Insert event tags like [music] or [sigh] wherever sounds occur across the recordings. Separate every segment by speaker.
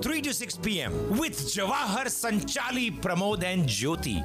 Speaker 1: to 6 p.m. with Jawahar Sanchali, Pramod, and Jyoti.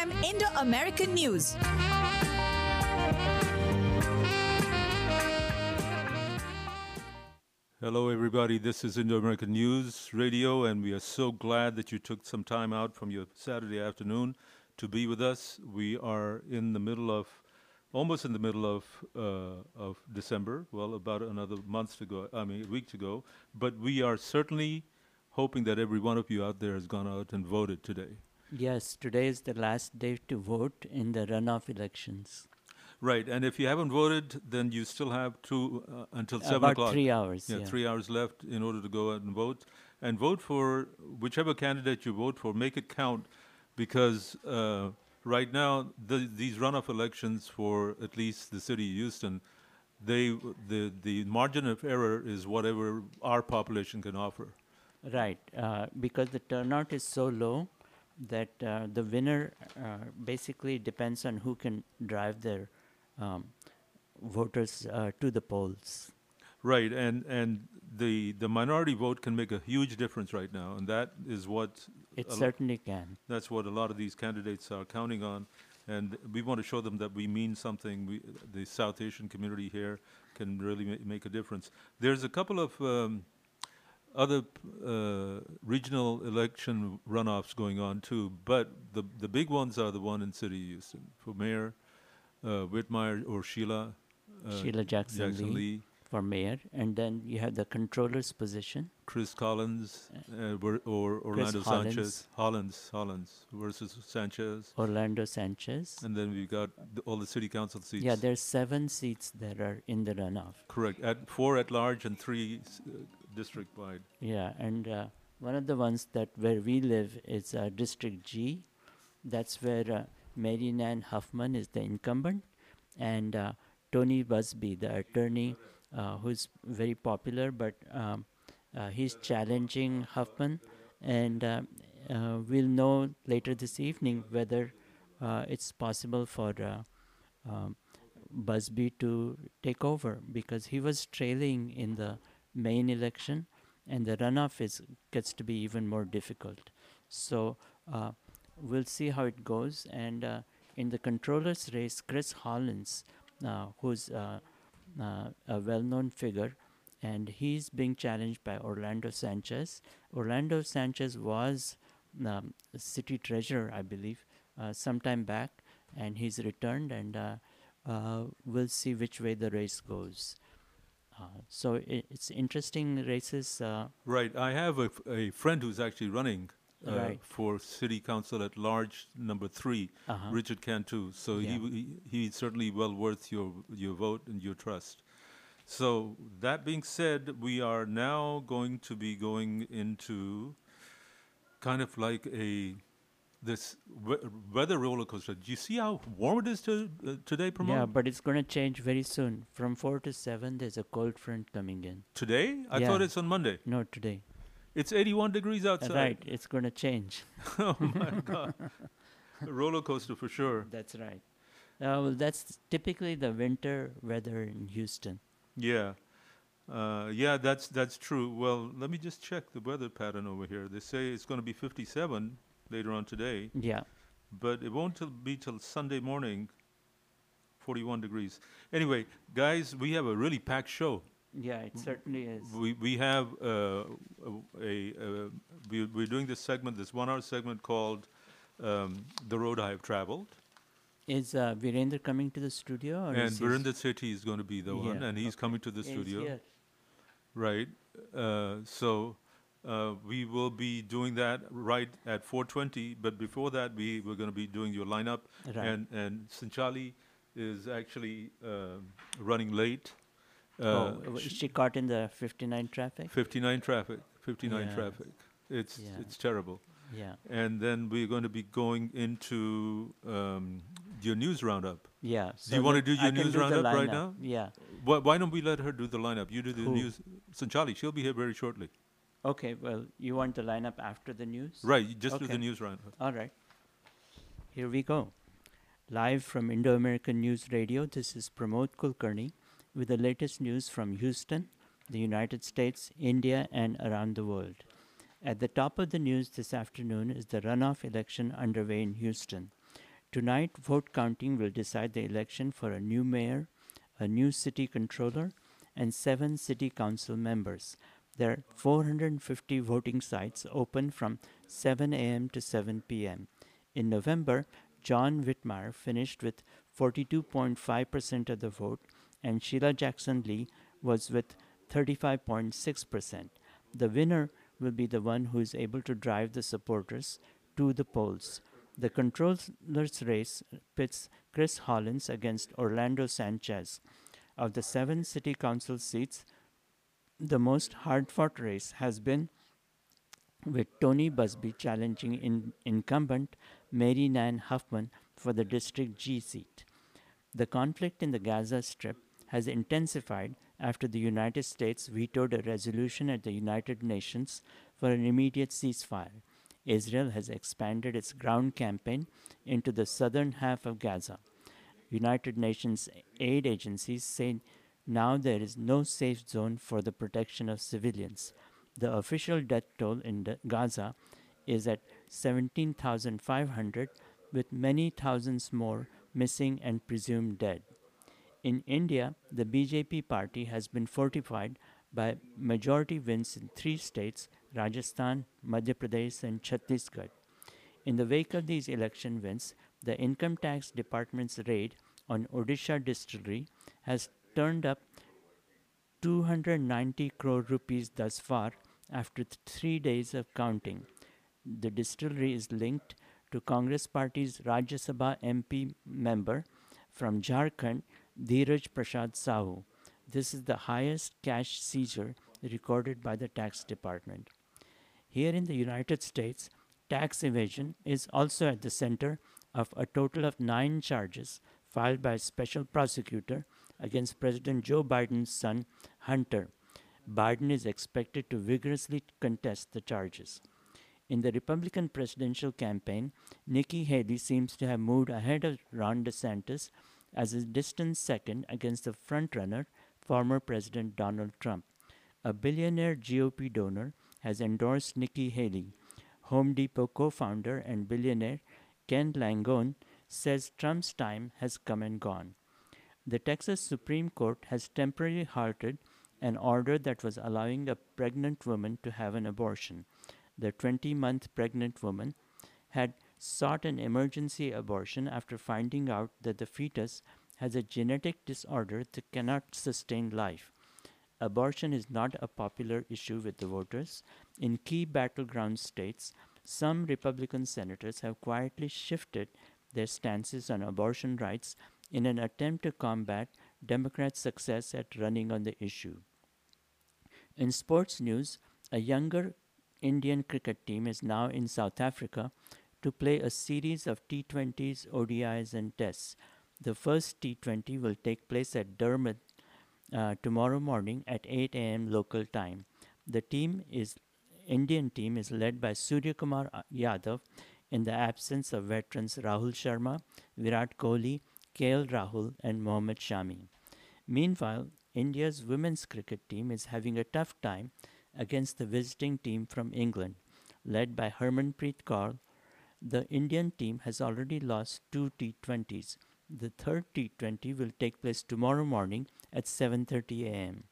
Speaker 2: Indo American News.
Speaker 3: Hello, everybody. This is Indo American News Radio, and we are so glad that you took some time out from your Saturday afternoon to be with us. We are in the middle of, almost in the middle of, uh, of December. Well, about another month to go. I mean, a week to go. But we are certainly hoping that every one of you out there has gone out and voted today.
Speaker 4: Yes, today is the last day to vote in the runoff elections.
Speaker 3: Right, and if you haven't voted, then you still have two uh, until seven
Speaker 4: About
Speaker 3: o'clock.
Speaker 4: three hours, yeah.
Speaker 3: three hours left in order to go out and vote, and vote for whichever candidate you vote for. Make it count, because uh, right now the, these runoff elections for at least the city of Houston, they the the margin of error is whatever our population can offer.
Speaker 4: Right, uh, because the turnout is so low that uh, the winner uh, basically depends on who can drive their um, voters uh, to the polls.
Speaker 3: Right, and and the the minority vote can make a huge difference right now, and that is what
Speaker 4: It
Speaker 3: a lo-
Speaker 4: certainly can.
Speaker 3: That's what a lot of these candidates are counting on, and we want to show them that we mean something. We, the South Asian community here can really ma- make a difference. There's a couple of um, other uh, regional election runoffs going on too, but the the big ones are the one in City of Houston for mayor, uh, Whitmire or Sheila, uh,
Speaker 4: Sheila Jackson,
Speaker 3: Jackson
Speaker 4: Lee,
Speaker 3: Lee.
Speaker 4: for mayor, and then you have the controller's position.
Speaker 3: Chris Collins uh, ver- or Orlando Sanchez, Hollins, Hollins versus Sanchez.
Speaker 4: Orlando Sanchez.
Speaker 3: And then we've got the, all the city council seats.
Speaker 4: yeah, there's seven seats that are in the runoff.
Speaker 3: correct. At four at large and three uh, district wide.
Speaker 4: Yeah, and uh, one of the ones that where we live is uh, District G. That's where uh, Mary Nan Huffman is the incumbent, and uh, Tony Busby, the attorney, uh, who's very popular, but um, uh, he's challenging Huffman, and uh, uh, we'll know later this evening whether uh, it's possible for. Uh, um, Busby to take over because he was trailing in the main election, and the runoff is gets to be even more difficult. So uh, we'll see how it goes. And uh, in the controllers race, Chris Hollins, uh, who's uh, uh, a well-known figure, and he's being challenged by Orlando Sanchez. Orlando Sanchez was um, city treasurer, I believe, uh, sometime back, and he's returned, and uh, uh, we'll see which way the race goes. Uh, so i it's interesting races. Uh,
Speaker 3: Right. I have a, f- a friend who's actually running uh,
Speaker 4: Right.
Speaker 3: for city council at large number 3
Speaker 4: Uh-huh.
Speaker 3: Richard Cantu. So he
Speaker 4: Yeah.
Speaker 3: w he, he's certainly well worth your your vote and your trust. So that being said, we are now going to be going into kind of like a this we- weather roller coaster. Do you see how warm it is to, uh, today, Pramod?
Speaker 4: yeah, but it's going to change very soon. From four to seven, there's a cold front coming in.
Speaker 3: today? I thought
Speaker 4: Yeah.
Speaker 3: it's on Monday.
Speaker 4: No, today.
Speaker 3: It's 81 degrees outside. Oh
Speaker 4: right, it's going
Speaker 3: [laughs]
Speaker 4: to change. [laughs]
Speaker 3: A roller coaster for sure.
Speaker 4: That's right. Uh, well, that's typically the winter weather in Houston.
Speaker 3: Yeah. Uh, yeah, that's that's true. Well, let me just check the weather pattern over here. They say it's going to be 57 later on today,
Speaker 4: Yeah.
Speaker 3: but it won't till, be till Sunday morning. 41 degrees. Anyway, guys, we have a really packed show.
Speaker 4: Yeah, it certainly is.
Speaker 3: We we have uh, a, a, a we, we're doing this segment, this one-hour segment called um, "The Road I Have Traveled,"
Speaker 4: Is uh, Virender coming to the studio? Or
Speaker 3: and
Speaker 4: is he's-
Speaker 3: Virinder Sethi is going to be the one,
Speaker 4: Yeah,
Speaker 3: and he's coming to the
Speaker 4: He's
Speaker 3: studio.
Speaker 4: here.
Speaker 3: Right. Uh, so uh, we will be doing that right at 4:20. But before that, we we're going to be doing your lineup.
Speaker 4: Right.
Speaker 3: And and Sanchali is actually um running uh, late, uh,
Speaker 4: oh, w- she caught in the 59 traffic.
Speaker 3: 59 traffic, 59
Speaker 4: Yeah.
Speaker 3: traffic. It's
Speaker 4: Yeah.
Speaker 3: it's terrible.
Speaker 4: Yeah,
Speaker 3: And then we're going to be going into um, your news roundup.
Speaker 4: yeah. So
Speaker 3: you wanna
Speaker 4: then
Speaker 3: do your
Speaker 4: I can
Speaker 3: news
Speaker 4: the
Speaker 3: roundup right
Speaker 4: lineup.
Speaker 3: now?
Speaker 4: Yeah.
Speaker 3: Why, why don't we let her do the lineup? You do the
Speaker 4: Who?
Speaker 3: news. Sanchali, she'll be here very shortly.
Speaker 4: Okay. Well, you want the lineup after the news?
Speaker 3: Right, you just do the
Speaker 4: Okay.
Speaker 3: news roundup.
Speaker 4: All right. Here we go. Live from Indo American News Radio, this is Pramod Kulkarni with the latest news from Houston, the United States, India, and around the world. At the top of the news this afternoon is the runoff election underway in Houston. Tonight, vote counting will decide the election for a new mayor, a new city controller, and seven city council members. There are 450 voting sites open from 7 a.m. to 7 p.m. In November, John Whitmire finished with 42.5% of the vote, and Sheila Jackson Lee was with 35.6%. The winner will be the one who is able to drive the supporters to the polls. The controller's race pits Chris Hollins against Orlando Sanchez. Of the seven city council seats, the most hard fought race has been with Tony Busby challenging in- incumbent Mary Nan Huffman for the District G seat. The conflict in the Gaza Strip has intensified after the United States vetoed a resolution at the United Nations for an immediate ceasefire. Israel has expanded its ground campaign into the southern half of Gaza. United Nations aid agencies say now there is no safe zone for the protection of civilians. The official death toll in the- Gaza is at 17,500, with many thousands more missing and presumed dead. In India, the BJP party has been fortified by majority wins in three states Rajasthan, Madhya Pradesh, and Chhattisgarh. In the wake of these election wins, the Income Tax Department's raid on Odisha distillery has turned up 290 crore rupees thus far after th- three days of counting. The distillery is linked to Congress Party's Rajya Sabha MP member from Jharkhand, Dheeraj Prasad Sahu. This is the highest cash seizure recorded by the tax department. Here in the United States, tax evasion is also at the center of a total of nine charges filed by a special prosecutor against President Joe Biden's son, Hunter. Biden is expected to vigorously contest the charges. In the Republican presidential campaign, Nikki Haley seems to have moved ahead of Ron DeSantis as a distant second against the frontrunner, former President Donald Trump. A billionaire GOP donor has endorsed Nikki Haley. Home Depot co founder and billionaire Ken Langone says Trump's time has come and gone. The Texas Supreme Court has temporarily halted an order that was allowing a pregnant woman to have an abortion. The 20 month pregnant woman had sought an emergency abortion after finding out that the fetus has a genetic disorder that cannot sustain life. Abortion is not a popular issue with the voters. In key battleground states, some Republican senators have quietly shifted their stances on abortion rights in an attempt to combat Democrats' success at running on the issue. In sports news, a younger Indian cricket team is now in South Africa to play a series of T20s, ODIs, and tests. The first T20 will take place at Durban uh, tomorrow morning at 8 a.m. local time. The team is Indian team is led by Surya Kumar uh, Yadav in the absence of veterans Rahul Sharma, Virat Kohli, KL Rahul, and Mohammad Shami. Meanwhile, India's women's cricket team is having a tough time against the visiting team from England, led by Harmanpreet Kaur. The Indian team has already lost two T20s. The third T20 will take place tomorrow morning at 7:30 a.m.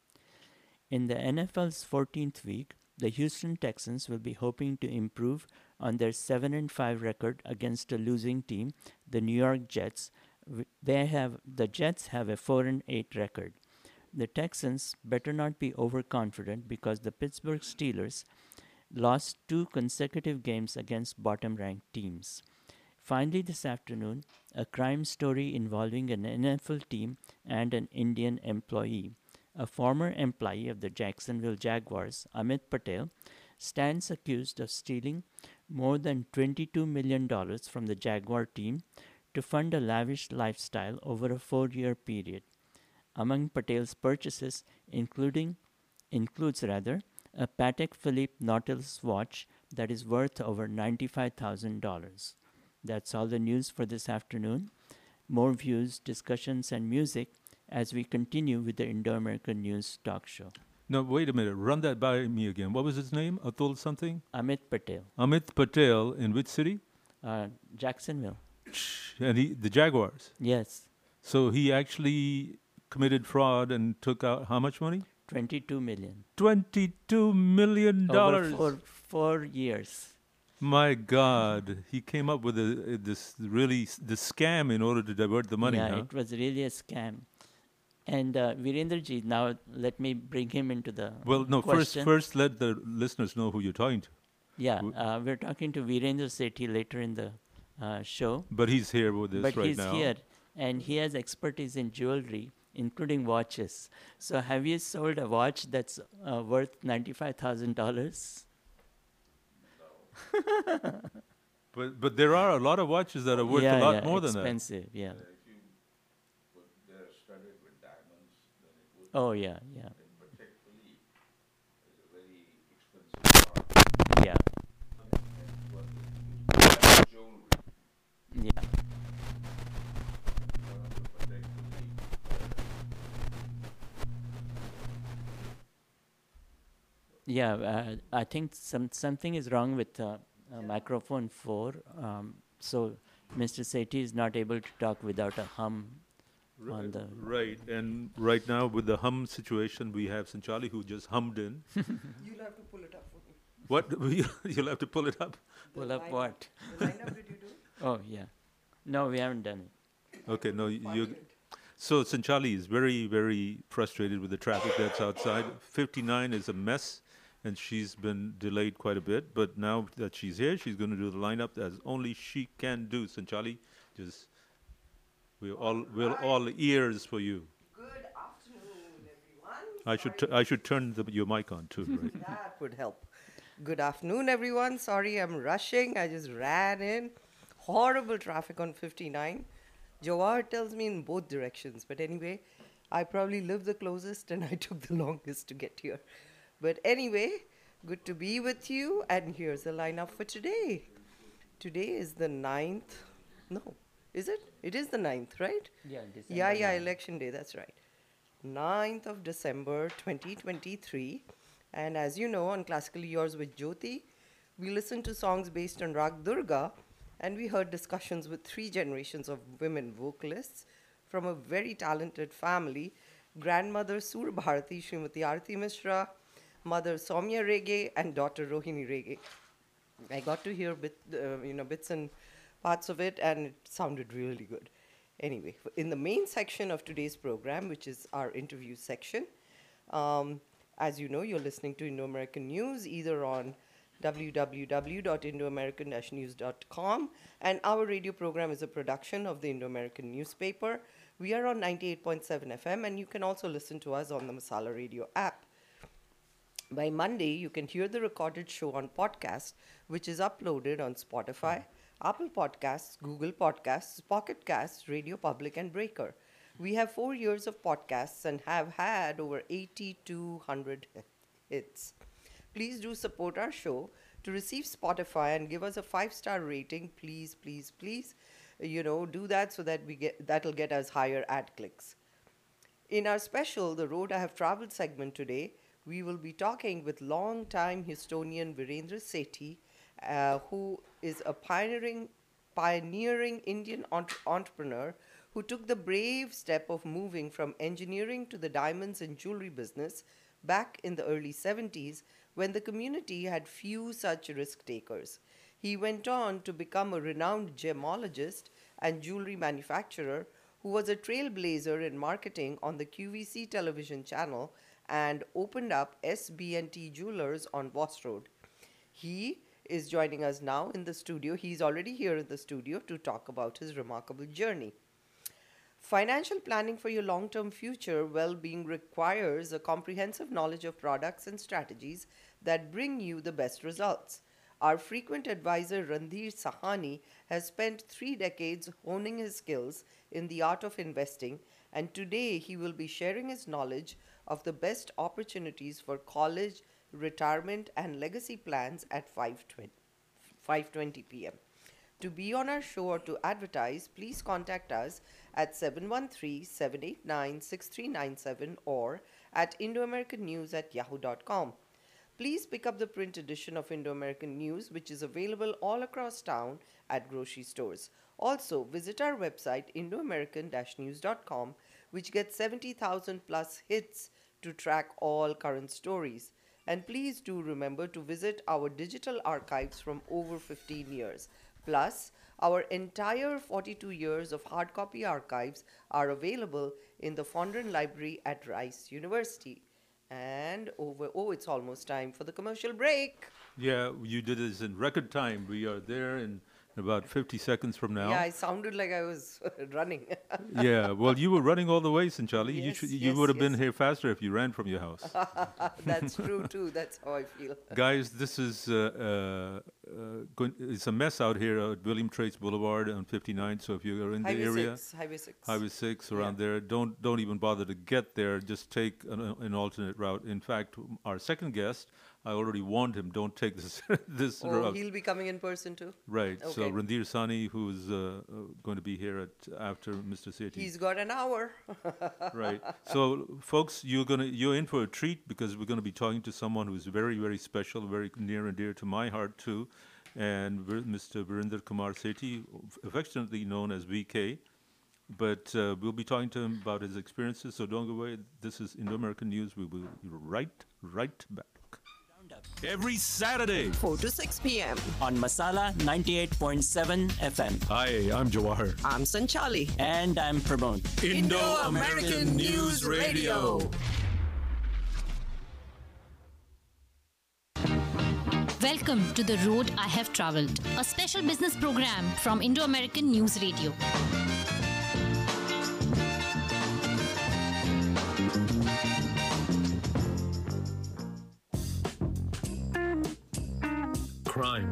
Speaker 4: In the NFL's 14th week, the Houston Texans will be hoping to improve on their 7 and 5 record against a losing team, the New York Jets. W- They have the Jets have a 4 and 8 record. The Texans better not be overconfident because the Pittsburgh Steelers lost two consecutive games against bottom-ranked teams. Finally, this afternoon, a crime story involving an NFL team and an Indian employee. a former employee of the Jacksonville Jaguars, Amit Patel, stands accused of stealing more than $22 million from the Jaguar team to fund a lavish lifestyle over a four year period. Among Patel's purchases including includes rather a Patek Philippe Nautilus watch that is worth over $95,000. That's all the news for this afternoon. More views, discussions, and music as we continue with the Indo American News Talk Show.
Speaker 3: Now, wait a minute. Run that by me again. What was his name? Atul something?
Speaker 4: Amit Patel,
Speaker 3: Amit Patel in which city?
Speaker 4: uh, Jacksonville.
Speaker 3: And he, the Jaguars.
Speaker 4: Yes,
Speaker 3: So he actually committed fraud and took out how much money?
Speaker 4: 22 million.
Speaker 3: $22 million.
Speaker 4: Over four, four years.
Speaker 3: My God, he came up with a, this really the scam in order to divert the money.
Speaker 4: yeah,
Speaker 3: huh?
Speaker 4: it was really a scam. And uh, Virendraji, now let me bring him into the
Speaker 3: Well, no,
Speaker 4: question.
Speaker 3: first first let the listeners know who you're talking to.
Speaker 4: Yeah,
Speaker 3: w-
Speaker 4: uh, we're talking to Virendra Sethi later in the uh, show.
Speaker 3: But he's here with us
Speaker 4: but
Speaker 3: right
Speaker 4: he's
Speaker 3: now.
Speaker 4: here and he has expertise in jewelry, including watches. So, have you sold a watch that's uh, worth $95,000?
Speaker 3: But but there are a lot of watches that are worth
Speaker 4: yeah,
Speaker 3: a lot
Speaker 4: yeah,
Speaker 3: more than that.
Speaker 4: expensive, yeah. Oh, yeah, yeah. Yeah. Yeah. Yeah, uh, I think some something is wrong with uh, uh, microphone four. Um, so Mr. Sethi is not able to talk without a hum on the
Speaker 3: Right, and right now with the hum situation, we have Sanchali who just hummed
Speaker 4: [laughs]
Speaker 3: in.
Speaker 5: You'll have to pull it up for me.
Speaker 3: what [laughs] you'll have to pull it up.
Speaker 5: The
Speaker 4: pull up
Speaker 5: lineup-
Speaker 4: what?
Speaker 5: The lineup did you do?
Speaker 4: [laughs] Oh yeah, no, we haven't done it.
Speaker 3: Okay, no,
Speaker 5: One
Speaker 3: you.
Speaker 5: minute.
Speaker 3: So Sanchali is very very frustrated with the traffic that's outside. Fifty nine is a mess, and she's been delayed quite a bit. But now that she's here, she's going to do the lineup as only she can do. Sanchali, just we're all we're all ears for you.
Speaker 5: Good afternoon, everyone.
Speaker 3: I should
Speaker 5: Sorry-
Speaker 3: t- I should turn the, your mic on too. Right? [laughs]
Speaker 5: That would help. Good afternoon, everyone. Sorry, I'm rushing. I just ran in. Horrible traffic on 59. Jawahar tells me in both directions. But anyway, I probably live the closest and [laughs] I took the longest to get here. But anyway, good to be with you. And here's the lineup for today. Today is the 9th. No, is it? It is the 9th, right?
Speaker 4: Yeah,
Speaker 5: Yeah,
Speaker 4: December
Speaker 5: yeah,
Speaker 4: 9th.
Speaker 5: election day, that's right. 9th of December 2023. And as you know, on Classically Yours with Jyoti, we listened to songs based on Rag Durga and we heard discussions with three generations of women vocalists from a very talented family grandmother Sur Bharati Srimati Arati Mishra, mother Soumya Rege, and daughter Rohini Rege. I got to hear bit, uh, you know, bits and parts of it, and it sounded really good. Anyway, f- in the main section of today's program, which is our interview section, um, as you know, you're listening to Indo American News either on www.indoamerican-news.com, and our radio program is a production of the Indo American newspaper. We are on 98.7 FM, and you can also listen to us on the Masala Radio app. By Monday, you can hear the recorded show on podcast, which is uploaded on Spotify, Apple Podcasts, Google Podcasts, Pocket Casts, Radio Public, and Breaker. We have four years of podcasts and have had over 8,200 hits. Please do support our show. To receive Spotify and give us a five star rating, please, please, please, you know, do that so that we get that'll get us higher ad clicks. In our special, The Road I Have Traveled segment today, we will be talking with longtime historian Virendra Sethi, uh, who is a pioneering, pioneering Indian entre- entrepreneur who took the brave step of moving from engineering to the diamonds and jewelry business back in the early 70s when the community had few such risk takers. He went on to become a renowned gemologist and jewelry manufacturer who was a trailblazer in marketing on the QVC television channel and opened up SBNT Jewelers on Boss Road. He is joining us now in the studio. He's already here in the studio to talk about his remarkable journey. Financial planning for your long term future well being requires a comprehensive knowledge of products and strategies that bring you the best results. Our frequent advisor Randhir Sahani has spent three decades honing his skills in the art of investing, and today he will be sharing his knowledge of the best opportunities for college, retirement, and legacy plans at 520, 5:20 p.m. To be on our show or to advertise, please contact us at 713-789-6397 or at indoamericannews at yahoo.com. Please pick up the print edition of Indo-American News, which is available all across town at grocery stores. Also, visit our website, indoamerican-news.com, which gets 70,000 plus hits to track all current stories. And please do remember to visit our digital archives from over 15 years. Plus, our entire 42 years of hard copy archives are available in the Fondren Library at Rice University. And over, oh, it's almost time for the commercial break.
Speaker 3: Yeah, you did this in record time. We are there in about 50 seconds from now.
Speaker 5: Yeah, I sounded like I was [laughs] running.
Speaker 3: Yeah, well, you were running all the way, Sanchali. you
Speaker 5: Yes,
Speaker 3: should, you
Speaker 5: yes,
Speaker 3: would have been
Speaker 5: yes.
Speaker 3: here faster if you ran from your
Speaker 5: [laughs]
Speaker 3: house.
Speaker 5: [laughs] That's true, too. That's how I feel.
Speaker 3: Guys, this is uh, uh, uh, going, it's a mess out here at William Trace Boulevard on 59. So if you are in the
Speaker 5: Highway
Speaker 3: area,
Speaker 5: 6. Highway 6.
Speaker 3: Highway 6 around there. Don't don't even bother to get there. Just take an, uh, an alternate route. In fact, m- our second guest, I already warned him. Don't take this [laughs] this
Speaker 5: Oh,
Speaker 3: route.
Speaker 5: he'll be coming in person, too.
Speaker 3: Right. So
Speaker 5: okay.
Speaker 3: Randir Sani, who's uh, uh, going to be here at after Mr. Sethi.
Speaker 5: He's got an hour. [laughs]
Speaker 3: right. So, folks, you're gonna you're in for a treat because we're gonna be talking to someone who's very very special, very near and dear to my heart too, and Vir- Mr. Virinder Kumar Sethi, affectionately known as VK. But uh, we'll be talking to him about his experiences. So don't go away. This is Indo American News. We will be right right back.
Speaker 1: Every Saturday.
Speaker 5: 4 to 6 p.m.
Speaker 4: on Masala 98.7 FM.
Speaker 1: Hi, I'm Jawahar.
Speaker 5: I'm Sanchali.
Speaker 4: And I'm Pramod.
Speaker 1: Indo-American News Radio.
Speaker 6: Welcome to The Road I Have Traveled, a special business program from Indo American News Radio.
Speaker 7: Crime,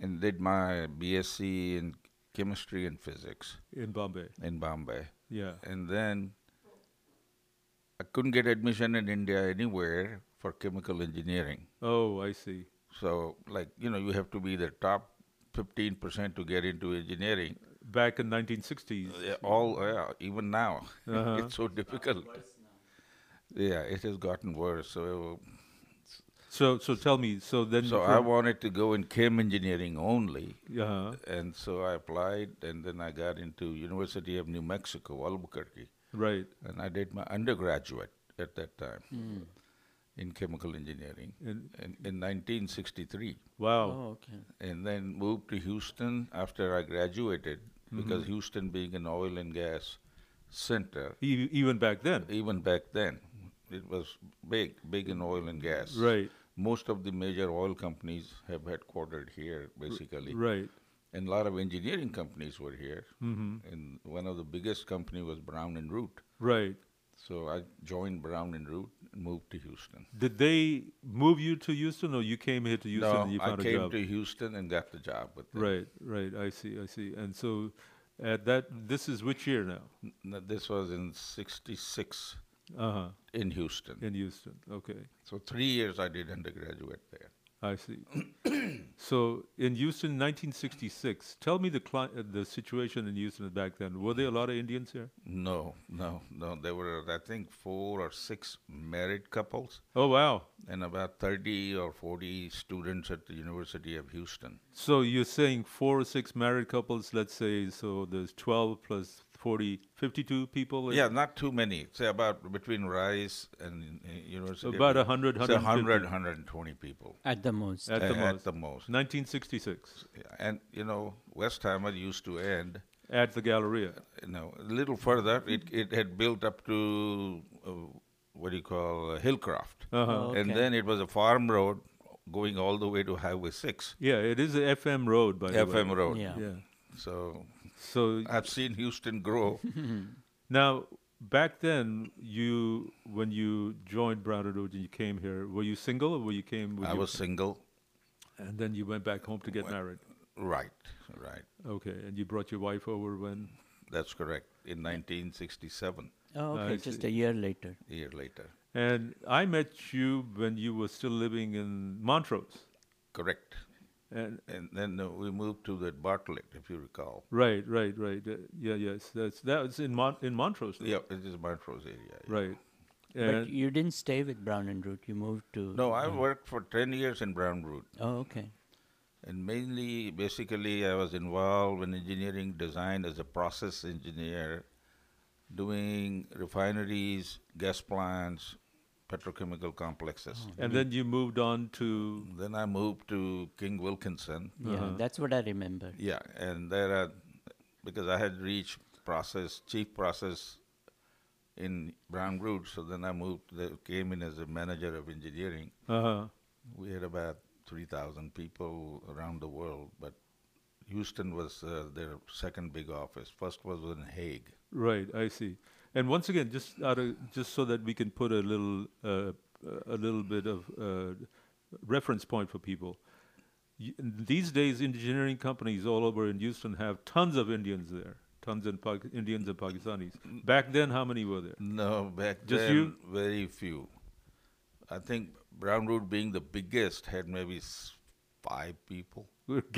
Speaker 8: and did my BSc in chemistry and physics
Speaker 3: in Bombay.
Speaker 8: in Bombay.
Speaker 3: Yeah.
Speaker 8: And then I couldn't get admission in India anywhere for chemical engineering.
Speaker 3: Oh, I see.
Speaker 8: So, like, you know, you have to be the top 15% to get into engineering.
Speaker 3: Back in 1960s.
Speaker 8: Yeah, all yeah, even now [laughs]
Speaker 3: Uh-huh.
Speaker 8: it's so difficult. Yeah, it has gotten worse. So
Speaker 3: So, so tell me. So then,
Speaker 8: So I wanted to go in chem engineering only.
Speaker 3: Yeah.
Speaker 8: And so I applied, and then I got into University of New Mexico, Albuquerque.
Speaker 3: Right.
Speaker 8: And I did my undergraduate at that time
Speaker 4: Hmm.
Speaker 8: in chemical engineering
Speaker 3: And-
Speaker 8: in, in 1963.
Speaker 3: wow.
Speaker 4: Oh, okay.
Speaker 8: And then moved to Houston after I graduated, because
Speaker 3: Mm-hmm.
Speaker 8: Houston being an oil and gas center,
Speaker 3: E- even back then.
Speaker 8: even back then, it was big, big in oil and gas.
Speaker 3: Right.
Speaker 8: Most of the major oil companies have headquartered here, basically.
Speaker 3: Right.
Speaker 8: And a lot of engineering companies were here. Mm-hmm. And one of the biggest company was Brown and Root.
Speaker 3: Right.
Speaker 8: So I joined Brown and Root and moved to Houston.
Speaker 3: Did they move you to Houston, or you came here to Houston and you
Speaker 8: no, I
Speaker 3: found a
Speaker 8: came
Speaker 3: job?
Speaker 8: to Houston and got the job with them.
Speaker 3: right. Right. I see. I see. And so, at that, this is which year now?
Speaker 8: N- This was in '66
Speaker 3: Uh huh.
Speaker 8: in Houston.
Speaker 3: In Houston. Okay.
Speaker 8: So three years I did undergraduate there.
Speaker 3: I see. [coughs] so in Houston, 1966. Tell me the cli- uh, the situation in Houston back then. Were there a lot of Indians here?
Speaker 8: No, no, no. There were I think four or six married couples
Speaker 3: Oh wow.
Speaker 8: and about 30 or 40 students at the University of Houston.
Speaker 3: So you're saying four or six married couples, let's say, so there's 12 plus 40, 52 people? in-
Speaker 8: Yeah, not too many. Say about between Rice and uh, University. of
Speaker 3: About
Speaker 8: Hu-
Speaker 3: 100,
Speaker 8: say 100,
Speaker 3: 150.
Speaker 8: 120 people
Speaker 4: At the most.
Speaker 3: At the
Speaker 8: a-
Speaker 3: most.
Speaker 8: At the most.
Speaker 3: 1966,
Speaker 8: And you know, Westheimer used to end.
Speaker 3: at the Galleria.
Speaker 8: You know, a little further, it it had built up to uh, what do you call uh, Hillcroft,
Speaker 3: Uh-huh.
Speaker 8: and
Speaker 4: Oh, Okay.
Speaker 8: then it was a farm road going all the way to Highway Six,
Speaker 3: Yeah, it is a FM road, by the way.
Speaker 8: FM road.
Speaker 4: Yeah.
Speaker 3: Yeah.
Speaker 8: So
Speaker 3: So
Speaker 8: I've seen Houston grow.
Speaker 3: now, back then, you when you joined Brown and Root and you came here, were you single or were you came? were
Speaker 8: I
Speaker 3: you-
Speaker 8: was single,
Speaker 3: And then you went back home to get married.
Speaker 8: right, right.
Speaker 3: Okay, and you brought your wife over when?
Speaker 8: That's correct. In 1967,
Speaker 4: Oh, okay.
Speaker 3: I
Speaker 4: just
Speaker 3: see.
Speaker 4: a year later.
Speaker 8: a year later.
Speaker 3: And I met you when you were still living in Montrose.
Speaker 8: Correct.
Speaker 3: And
Speaker 8: And then uh, we moved to the Bartlett, if you recall.
Speaker 3: Right, right, right. Uh, yeah, yes. That's that was in Mon- in Montrose.
Speaker 8: Yeah, it is Montrose area. yeah.
Speaker 3: Right.
Speaker 4: But
Speaker 3: And
Speaker 4: you didn't stay with Brown and Root. You moved to.
Speaker 8: No, I worked for 10 years in Brown Root.
Speaker 4: Oh, okay.
Speaker 8: And mainly, basically, I was involved in engineering design as a process engineer, doing refineries, gas plants, petrochemical
Speaker 4: Oh,
Speaker 8: complexes.
Speaker 3: and then you moved on to Uh-huh.
Speaker 8: Then I moved to King Wilkinson.
Speaker 4: Yeah, that's what I remember.
Speaker 8: Yeah, and there are, because I had reached process, chief process in Brown Root, so then I moved, there- came in as a manager of engineering.
Speaker 3: uh
Speaker 8: We had about 3,000 people around the world, but Houston was uh, their second big office. First was in Hague.
Speaker 3: right. I see. And once again, just out of just so that we can put a little uh, a little bit of uh, reference point for people. Y- These days, engineering companies all over in Houston have tons of Indians there, tons of Pak- Indians and Pakistanis. Back then, how many were there?
Speaker 8: Mm. No, back
Speaker 3: Just
Speaker 8: then,
Speaker 3: you?
Speaker 8: very few. I think Brown Root being the biggest had maybe s- five people.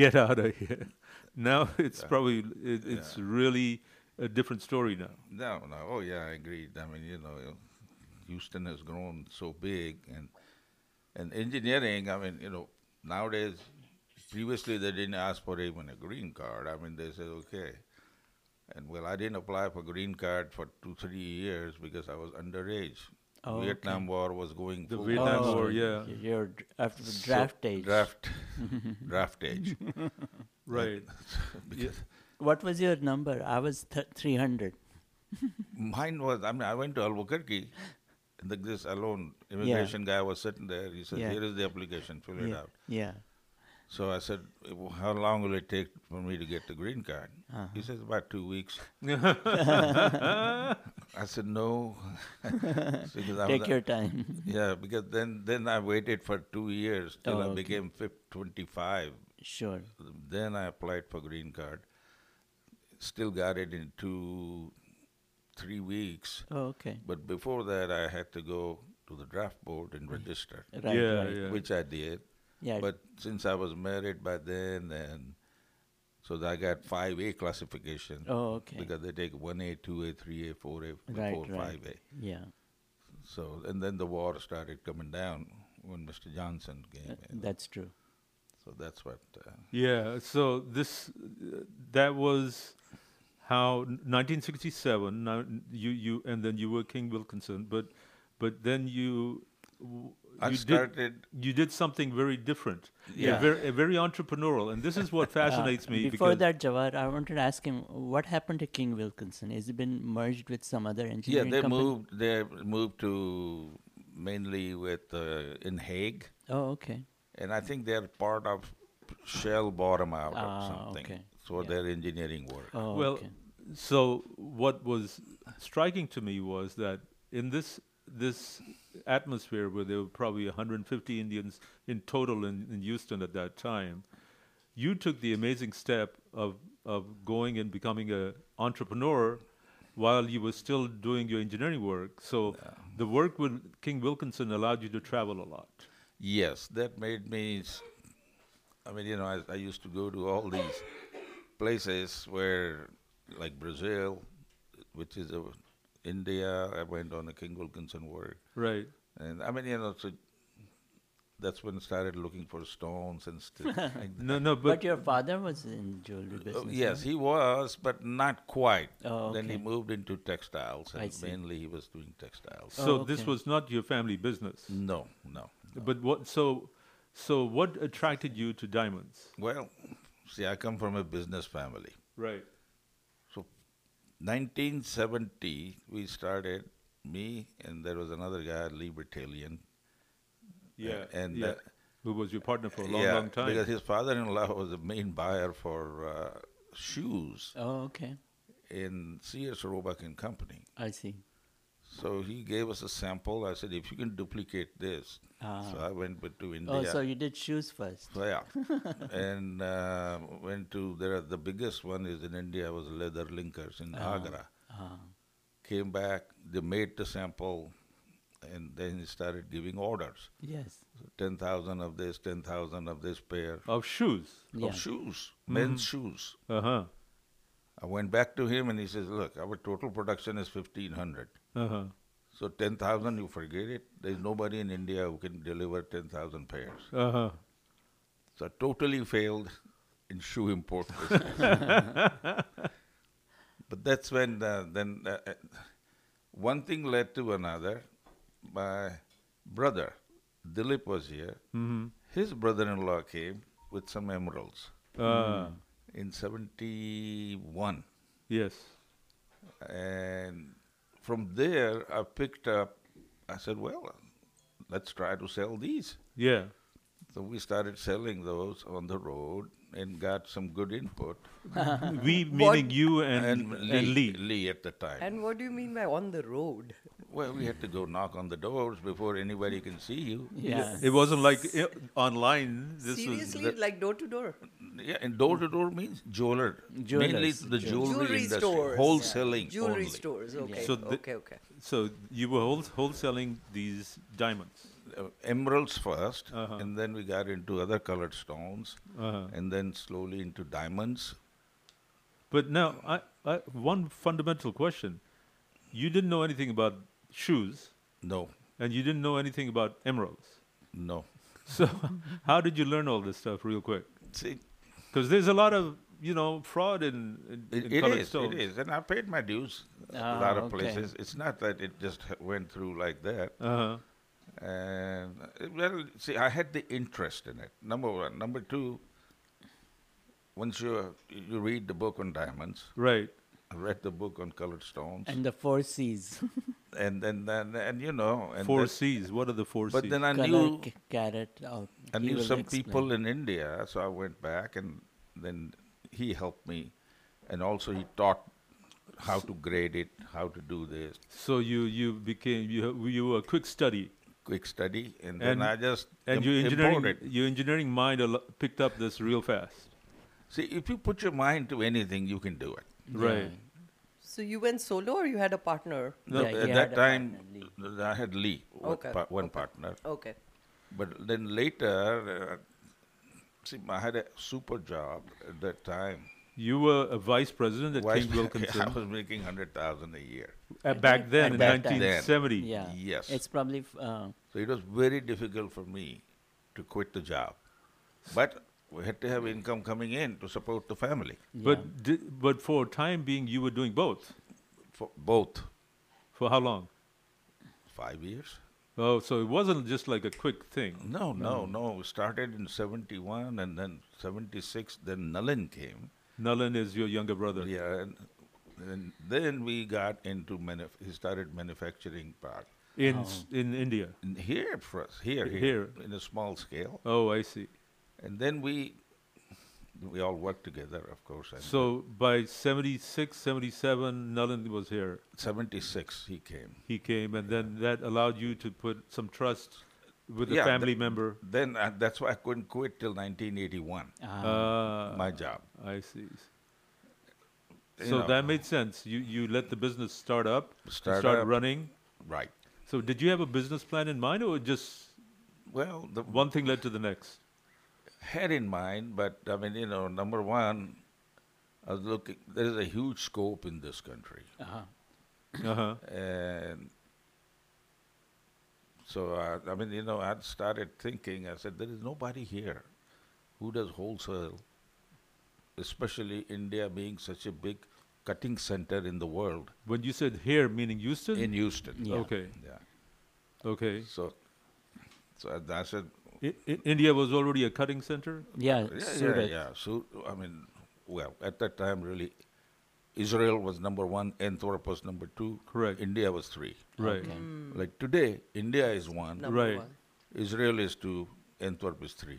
Speaker 3: get out of here. [laughs] Now it's probably it, it's really a different story now.
Speaker 8: No, no. Oh, yeah, I agreed. I mean, you know, Houston has grown so big, and and engineering. I mean, you know, nowadays, previously they didn't ask for even a green card. I mean, they said okay, and well, I didn't apply for green card for two three years because I was underage.
Speaker 4: Oh,
Speaker 8: Vietnam War was going.
Speaker 3: The
Speaker 8: full
Speaker 3: Vietnam
Speaker 8: blast.
Speaker 3: War,
Speaker 4: so
Speaker 3: yeah.
Speaker 4: You're d- after
Speaker 8: So-
Speaker 4: draft age. [laughs]
Speaker 8: Draft, draft age.
Speaker 3: [laughs] Right.
Speaker 8: [laughs] because
Speaker 4: What was your number? I was th- 300.
Speaker 8: Mine was, I mean, I went to Albuquerque. And the, this alone immigration guy was sitting there. He said,
Speaker 4: Yeah.
Speaker 8: Here is the application, fill it
Speaker 4: yeah.
Speaker 8: out.
Speaker 4: yeah.
Speaker 8: So I said, "Well, How long will it take for me to get the green card?
Speaker 4: Uh-huh.
Speaker 8: He says, About two
Speaker 4: [laughs]
Speaker 8: weeks. I said, No. [laughs] Because I
Speaker 4: Take
Speaker 8: was-
Speaker 4: your time.
Speaker 8: Yeah, because then, then I waited for two years till
Speaker 4: Mm-hmm. Oh,
Speaker 8: I
Speaker 4: okay.
Speaker 8: became fif- 25.
Speaker 4: sure.
Speaker 8: Then I applied for green card. Still got it in two, three weeks.
Speaker 4: Oh, okay.
Speaker 8: But before that, I had to go to the draft board and register,
Speaker 4: Right.
Speaker 3: yeah,
Speaker 4: right.
Speaker 3: yeah.
Speaker 8: which I did.
Speaker 4: Yeah.
Speaker 8: But since I was married by then, and so that I got 5A classification.
Speaker 4: Oh, okay.
Speaker 8: Because they take 1A, 2A, 3A, 4A,
Speaker 4: Right,
Speaker 8: 4,
Speaker 4: right.
Speaker 8: 5A.
Speaker 4: yeah.
Speaker 8: So, and then the war started coming down. when Mr. Johnson came. in.
Speaker 4: That's true.
Speaker 8: so that's what. Uh,
Speaker 3: Yeah, so this uh, that was how 1967. Now you you and then you were King Wilkinson, but but then you. w-
Speaker 8: I
Speaker 3: you
Speaker 8: started-
Speaker 3: Did, you did something very different.
Speaker 8: Yeah.
Speaker 3: A very, a very entrepreneurial, and this is what
Speaker 4: Uh,
Speaker 3: fascinates me.
Speaker 4: Before
Speaker 3: because
Speaker 4: that, Jawar, I wanted to ask him what happened to King Wilkinson? Has it been merged with some other
Speaker 8: yeah,
Speaker 4: engineering
Speaker 8: they
Speaker 4: company?
Speaker 8: moved. They moved to mainly with uh, in Hague,
Speaker 4: Oh, okay.
Speaker 8: and I think they're part of Shell bottom out or
Speaker 4: Ah,
Speaker 8: something.
Speaker 4: okay.
Speaker 8: So
Speaker 4: Yeah.
Speaker 8: their engineering work.
Speaker 4: Oh,
Speaker 3: well,
Speaker 4: okay.
Speaker 3: so what was striking to me was that in this this atmosphere where there were probably 150 Indians in total in, in Houston at that time, you took the amazing step of of going and becoming a entrepreneur while you were still doing your engineering work. So the work with King Wilkinson allowed you to travel a lot.
Speaker 8: Yes, that made me. s- I mean, you know, I, I used to go to all these places where, like Brazil, which is a, India. I went on a King Wilkinson work,
Speaker 3: Right.
Speaker 8: and I mean, you know, so that's when I started looking for stones and stuff.
Speaker 3: [laughs]
Speaker 8: [laughs] like that.
Speaker 3: [laughs] No, no,
Speaker 4: But,
Speaker 3: but
Speaker 4: your father was in jewelry business.
Speaker 8: Oh, yes, he was, but not quite.
Speaker 4: Oh,
Speaker 8: Then he
Speaker 4: okay.
Speaker 8: moved into textiles,
Speaker 4: I
Speaker 8: and
Speaker 4: see.
Speaker 8: mainly he was doing textiles.
Speaker 3: so
Speaker 4: Oh,
Speaker 3: this
Speaker 4: okay.
Speaker 3: was not your family business.
Speaker 8: no, no.
Speaker 3: But what? So, so what attracted you to diamonds?
Speaker 8: Well, see, I come from a business family.
Speaker 3: Right.
Speaker 8: So, 1970, we started, me and there was another guy, Lee Bertillion.
Speaker 3: Yeah.
Speaker 8: and,
Speaker 3: yeah.
Speaker 8: uh,
Speaker 3: who was your partner for a long,
Speaker 8: yeah,
Speaker 3: long time?
Speaker 8: Because his father in law was the main buyer for uh, shoes
Speaker 4: Oh, okay.
Speaker 8: in Sears Roebuck and Company.
Speaker 4: I see.
Speaker 8: So he gave us a sample. I said, if you can duplicate this. So I went with- to India.
Speaker 4: Ah. Oh, so you did shoes first.
Speaker 8: So, Oh, yeah.
Speaker 4: [laughs]
Speaker 8: and uh, went to there. Are, the biggest one is in India was leather linkers in
Speaker 4: Oh,
Speaker 8: Agra.
Speaker 4: uh-huh.
Speaker 8: Came back, they made the sample, and then he started giving orders.
Speaker 4: Yes.
Speaker 8: Ten thousand of this, ten thousand of this pair
Speaker 3: of shoes. Mm-hmm.
Speaker 4: Yeah.
Speaker 8: of shoes, men's shoes.
Speaker 3: Uh huh.
Speaker 8: I went back to him and he says, "Look, our total production is fifteen hundred.
Speaker 3: Uh huh.
Speaker 8: So ten thousand, you forget it. There's nobody in India who can deliver ten thousand pairs."
Speaker 3: Uh huh.
Speaker 8: So I totally failed in shoe import business. but that's when uh, then uh, uh, one thing led to another. My brother Dilip was here. His brother-in-law came with some emeralds
Speaker 3: Uh,
Speaker 8: in '71,
Speaker 3: Yes.
Speaker 8: and from there I picked up. I said, "Well, let's try to sell these."
Speaker 3: Yeah.
Speaker 8: So we started selling those on the road and got some good input.
Speaker 3: [laughs] we meaning you and and, Lee.
Speaker 8: at the time.
Speaker 5: And what do you mean by on the road?
Speaker 8: well, we had to go knock on the doors before anybody can see you.
Speaker 4: Yeah.
Speaker 3: It wasn't like i online. This
Speaker 5: Seriously,
Speaker 3: was
Speaker 5: like door to door.
Speaker 8: Yeah, and door to door means jeweler. Mainly
Speaker 4: Jewelers.
Speaker 8: the jewelry,
Speaker 5: Jewelry
Speaker 8: industry,
Speaker 5: stores.
Speaker 8: wholesaling
Speaker 5: Jewelry
Speaker 8: only.
Speaker 5: stores. Okay.
Speaker 3: So the-
Speaker 5: okay. Okay.
Speaker 3: so you were whole, wholesaling these diamonds. Uh-huh.
Speaker 8: Uh, emeralds 1st and then we got into other colored stones, and then slowly into diamonds.
Speaker 3: But now, I, I Uh, one fundamental question: you didn't know anything about shoes,
Speaker 8: No,
Speaker 3: and you didn't know anything about emeralds.
Speaker 8: no.
Speaker 3: So, [laughs] how did you learn all this stuff, real quick?
Speaker 8: See,
Speaker 3: Because there's a lot of you know fraud in, in,
Speaker 8: It,
Speaker 3: in
Speaker 8: it
Speaker 3: colored
Speaker 8: is,
Speaker 3: stones.
Speaker 8: it is, and I paid my dues a
Speaker 4: Ah,
Speaker 8: lot of
Speaker 4: okay.
Speaker 8: places. It's not that it just h- went through like that.
Speaker 3: Uh-huh.
Speaker 8: And uh, well, see, I had the interest in it. Number one, number two. Once you you read the book on diamonds,
Speaker 3: Right.
Speaker 8: I read the book on colored stones,
Speaker 4: And the four C's.
Speaker 8: and then and, and, you know, and
Speaker 3: four
Speaker 8: that-
Speaker 3: C's. What are the four
Speaker 8: but
Speaker 3: C's?
Speaker 8: then I
Speaker 4: Color,
Speaker 8: knew
Speaker 4: ca- carrot. Oh,
Speaker 8: I
Speaker 4: he
Speaker 8: knew
Speaker 4: will
Speaker 8: some
Speaker 4: explain.
Speaker 8: people in India, so I went back, and then he helped me, and also he taught how to grade it, how to do this.
Speaker 3: so you you became you ha- you were a quick study
Speaker 8: quick study, and then
Speaker 3: And-
Speaker 8: I just
Speaker 3: and
Speaker 8: im-
Speaker 3: your engineering
Speaker 8: imported.
Speaker 3: your engineering mind al- picked up this real fast.
Speaker 8: See, if you put your mind to anything, you can do it.
Speaker 3: Right.
Speaker 5: So you went solo, or you had a partner?
Speaker 8: No,
Speaker 4: Yeah,
Speaker 8: at
Speaker 4: he
Speaker 8: that
Speaker 4: had a
Speaker 8: time,
Speaker 4: partner, Lee.
Speaker 8: th- I had Lee, one
Speaker 5: Okay,
Speaker 8: pa- one partner.
Speaker 5: Okay.
Speaker 8: But then later, uh, see, I had a super job at that time.
Speaker 3: You were a vice president at
Speaker 8: Vice-
Speaker 3: King Wilkinson
Speaker 8: [laughs] I was making hundred thousand a year.
Speaker 3: uh, back then in
Speaker 8: Back then.
Speaker 3: 1970.
Speaker 4: Yeah.
Speaker 8: Yes.
Speaker 4: It's probably f- uh,
Speaker 8: So it was very difficult for me to quit the job, but we had to have income coming in to support the family
Speaker 3: But di- but for time being, you were doing both.
Speaker 8: for both
Speaker 3: For how long?
Speaker 8: five years.
Speaker 3: Oh, so it wasn't just like a quick thing.
Speaker 8: No, no, no. We started in '71 and then '76. Then Nalin came.
Speaker 3: Nalan is your younger brother.
Speaker 8: Yeah, and, and then we got into manuf- he started manufacturing part
Speaker 3: In s- in India.
Speaker 8: in here for us here, here
Speaker 3: Here.
Speaker 8: in a small scale,
Speaker 3: Oh, I see.
Speaker 8: and then we we all worked together, of course. And
Speaker 3: So by 76, 77, Nalan was here.
Speaker 8: '76 he came.
Speaker 3: He came, and then that allowed you to put some trust with
Speaker 8: Yeah,
Speaker 3: a family
Speaker 8: th-
Speaker 3: member.
Speaker 8: Then uh, that's why I couldn't quit till 1981.
Speaker 3: Ah,
Speaker 8: my job.
Speaker 3: I see.
Speaker 8: You
Speaker 3: So
Speaker 8: know.
Speaker 3: that made sense. You you let the business start up, you
Speaker 8: Start
Speaker 3: start
Speaker 8: up.
Speaker 3: running.
Speaker 8: Right.
Speaker 3: So did you have a business plan in mind, or just
Speaker 8: Well, the
Speaker 3: one thing led to the next?
Speaker 8: had in mind, but I mean, you know, number one, I was looking. There is a huge scope in this country,
Speaker 3: Uh huh.
Speaker 8: and so I, I mean, you know, I started thinking. I said, there is nobody here who does wholesale, especially India being such a big cutting center in the world
Speaker 3: When you said here, meaning Houston.
Speaker 8: in Houston.
Speaker 3: Okay.
Speaker 8: Yeah.
Speaker 3: Okay.
Speaker 8: So, so I, I said,
Speaker 3: I, I- India was already a cutting center.
Speaker 8: Uh,
Speaker 4: yeah,
Speaker 8: Yeah, yeah,
Speaker 4: Surat.
Speaker 8: yeah. So I mean, well, at that time, really, Israel was number one, Antwerp was number two,
Speaker 3: Correct.
Speaker 8: India was three.
Speaker 3: Right.
Speaker 8: Like today, India is one,
Speaker 5: Number
Speaker 3: Right.
Speaker 5: one.
Speaker 8: Israel is two, Antwerp is three.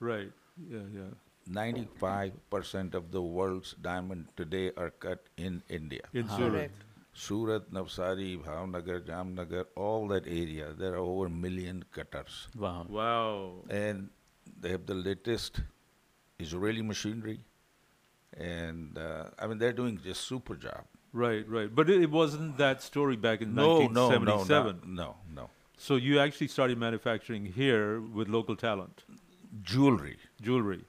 Speaker 3: Right. Yeah. Yeah.
Speaker 8: Ninety-five percent of the world's diamond today are cut in India.
Speaker 3: In Surat.
Speaker 5: Correct.
Speaker 8: Surat, Navsari, Bhavnagar, Jamnagar, all that area, there are over a million cutters.
Speaker 4: Wow.
Speaker 3: Wow.
Speaker 8: and they have the latest Israeli machinery, and uh, I mean they're doing just super job.
Speaker 3: Right. Right. But it, it wasn't that story back in
Speaker 8: no, no,
Speaker 3: 1977.
Speaker 8: no, no, no.
Speaker 3: So you actually started manufacturing here with local talent,
Speaker 8: Jewelry,
Speaker 3: jewelry,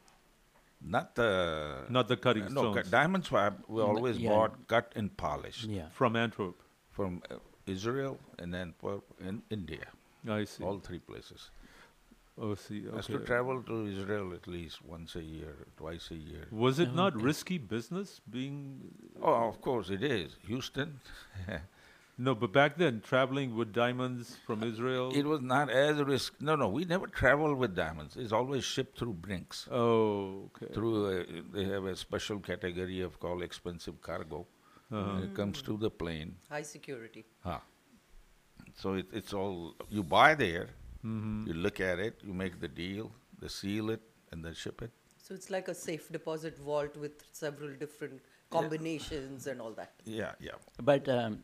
Speaker 8: not the
Speaker 3: not the cutting
Speaker 8: no
Speaker 3: stones
Speaker 8: cut- diamond swab. We always
Speaker 4: Mm, yeah.
Speaker 8: bought cut and polished
Speaker 4: Yeah.
Speaker 3: from Antwerp.
Speaker 8: from uh, Israel and then for, in India,
Speaker 3: I see.
Speaker 8: all three places.
Speaker 3: oh, see.
Speaker 8: I used to
Speaker 3: Okay.
Speaker 8: travel to Israel at least once a year, twice a year.
Speaker 3: Was
Speaker 4: Oh,
Speaker 3: it not risky business being
Speaker 8: Oh, of course it is Houston. [laughs]
Speaker 3: [laughs] no? But back then, traveling with diamonds from Israel.
Speaker 8: It was not as risk. No, no, we never travel with diamonds. It's always shipped through Brinks.
Speaker 3: oh, okay.
Speaker 8: Through uh, they have a special category of called expensive cargo.
Speaker 3: Uh-huh.
Speaker 8: When it comes to the plane.
Speaker 5: High security.
Speaker 8: Huh. So it, it's all you buy there.
Speaker 3: Mm-hmm.
Speaker 8: You look at it. You make the deal. They seal it and then ship it.
Speaker 5: So it's like a safe deposit vault with several different combinations and all that.
Speaker 8: Yeah, yeah.
Speaker 4: But um,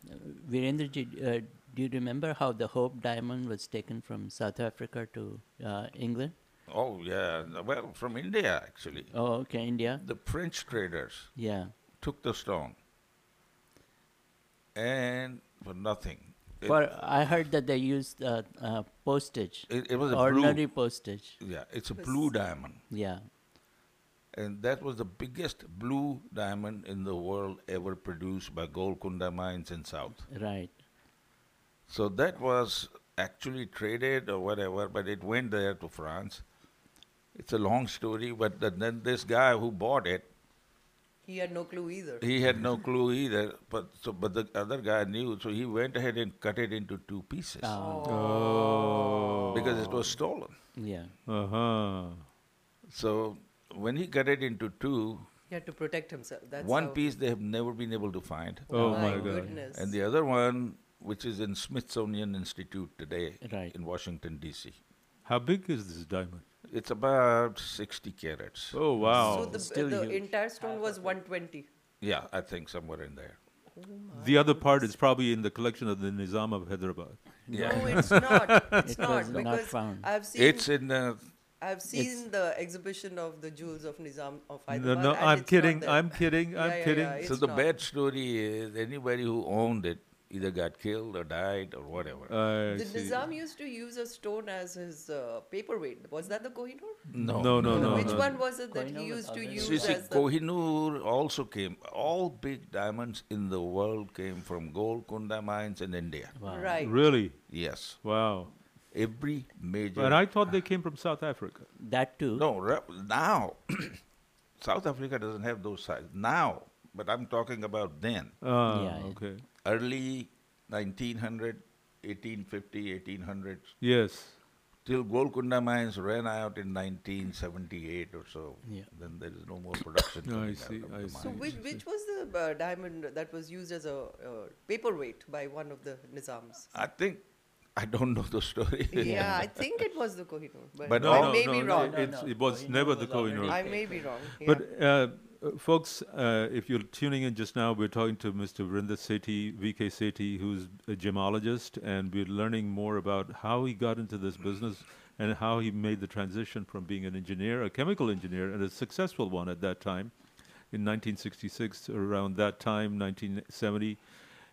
Speaker 4: Virendra, uh, do you remember how the Hope Diamond was taken from South Africa to uh, England?
Speaker 8: Oh yeah. Well, from India actually.
Speaker 4: Oh, okay, India.
Speaker 8: The French traders
Speaker 4: Yeah.
Speaker 8: took the stone. And for nothing. It-
Speaker 4: For I heard that they used uh, uh, postage.
Speaker 8: It- it was a
Speaker 4: ordinary
Speaker 8: blue-
Speaker 4: postage.
Speaker 8: Yeah, it's a blue diamond.
Speaker 4: Yeah.
Speaker 8: And that was the biggest blue diamond in the world ever produced by Golconda Mines in South.
Speaker 4: Right.
Speaker 8: So that was actually traded or whatever, but it went there to France. It's a long story, but th- then this guy who bought it,
Speaker 5: He had no clue either.
Speaker 8: he had no clue either. But so, but the other guy knew, so he went ahead and cut it into two pieces
Speaker 3: Oh.
Speaker 8: because it was stolen.
Speaker 4: Oh. Yeah.
Speaker 3: Uh huh.
Speaker 8: So when he cut it into two,
Speaker 5: He had to protect himself. That's
Speaker 8: one
Speaker 5: how-
Speaker 8: piece they have never been able to find.
Speaker 3: Oh
Speaker 5: my,
Speaker 3: my God.
Speaker 5: goodness.
Speaker 8: And the other one, which is in Smithsonian Institute today
Speaker 4: Right.
Speaker 8: in Washington, D.C.
Speaker 3: How big is this diamond?
Speaker 8: It's about 60 carats.
Speaker 3: Oh wow.
Speaker 5: so the,
Speaker 4: Still
Speaker 5: the
Speaker 4: huge.
Speaker 5: entire stone was 120.
Speaker 8: Yeah, I think somewhere in there.
Speaker 3: the other part is probably in the collection of the Nizam of Hyderabad.
Speaker 5: [laughs] No,
Speaker 8: [laughs]
Speaker 5: it's not. It's
Speaker 4: It
Speaker 5: not
Speaker 4: was not
Speaker 5: because
Speaker 4: found.
Speaker 5: I've seen
Speaker 8: It's in the.
Speaker 5: I've seen the exhibition of the jewels of Nizam of
Speaker 3: No,
Speaker 5: Hyderabad.
Speaker 3: no,
Speaker 5: and
Speaker 3: I'm
Speaker 5: it's not
Speaker 3: kidding.
Speaker 5: there. [laughs]
Speaker 3: I'm kidding.
Speaker 5: Yeah,
Speaker 3: I'm
Speaker 5: yeah,
Speaker 3: kidding.
Speaker 5: yeah,
Speaker 8: so
Speaker 5: it's
Speaker 8: the
Speaker 5: not.
Speaker 8: bad story is anybody who owned it either got killed or died or whatever.
Speaker 3: I
Speaker 5: The
Speaker 3: see.
Speaker 5: Nizam used to use a stone as his uh, paperweight. Was that the Kohinoor?
Speaker 8: no,
Speaker 3: No, no, no.
Speaker 5: Which
Speaker 3: no.
Speaker 5: one was it that he
Speaker 4: Kohinoor was
Speaker 5: used to
Speaker 4: always-
Speaker 5: use
Speaker 8: See, see,
Speaker 5: as the?
Speaker 8: Kohinoor also came. All big diamonds in the world came from Golconda mines in India.
Speaker 5: Right.
Speaker 3: Really?
Speaker 8: Yes,
Speaker 3: Wow.
Speaker 8: every major.
Speaker 3: But I thought they came from South Africa.
Speaker 4: That too.
Speaker 8: No, ra- now [coughs] South Africa doesn't have those size now. But I'm talking about then,
Speaker 3: Ah,
Speaker 4: Yeah, yeah.
Speaker 3: okay.
Speaker 8: early 1900, 1850, 1800s.
Speaker 3: Yes.
Speaker 8: Till Golconda mines ran out in 1978 or so.
Speaker 4: Yeah.
Speaker 8: Then there is no more production.
Speaker 3: [coughs] No, I
Speaker 8: coming out
Speaker 3: see,
Speaker 8: of
Speaker 3: I
Speaker 8: the
Speaker 3: see.
Speaker 5: So
Speaker 8: mines.
Speaker 5: which which was the uh, diamond that was used as a uh, paperweight by one of the Nizams?
Speaker 8: I think I don't know the story.
Speaker 5: [laughs] Yeah, I think it was the Kohinoor, but,
Speaker 8: But
Speaker 5: I
Speaker 8: no,
Speaker 5: may be wrong.
Speaker 4: no,
Speaker 3: it's-
Speaker 4: no.
Speaker 3: It was
Speaker 4: Kohinoor
Speaker 3: never the
Speaker 4: was already-
Speaker 3: Kohinoor.
Speaker 5: I may be wrong. Yeah.
Speaker 3: But uh, uh, folks, uh, if you're tuning in just now, we're talking to Mr. Vrinda Sethi, VK Sethi, who's a gemologist, and we're learning more about how he got into this business and how he made the transition from being an engineer, a chemical engineer, and a successful one at that time, in 1966, around that time, 1970,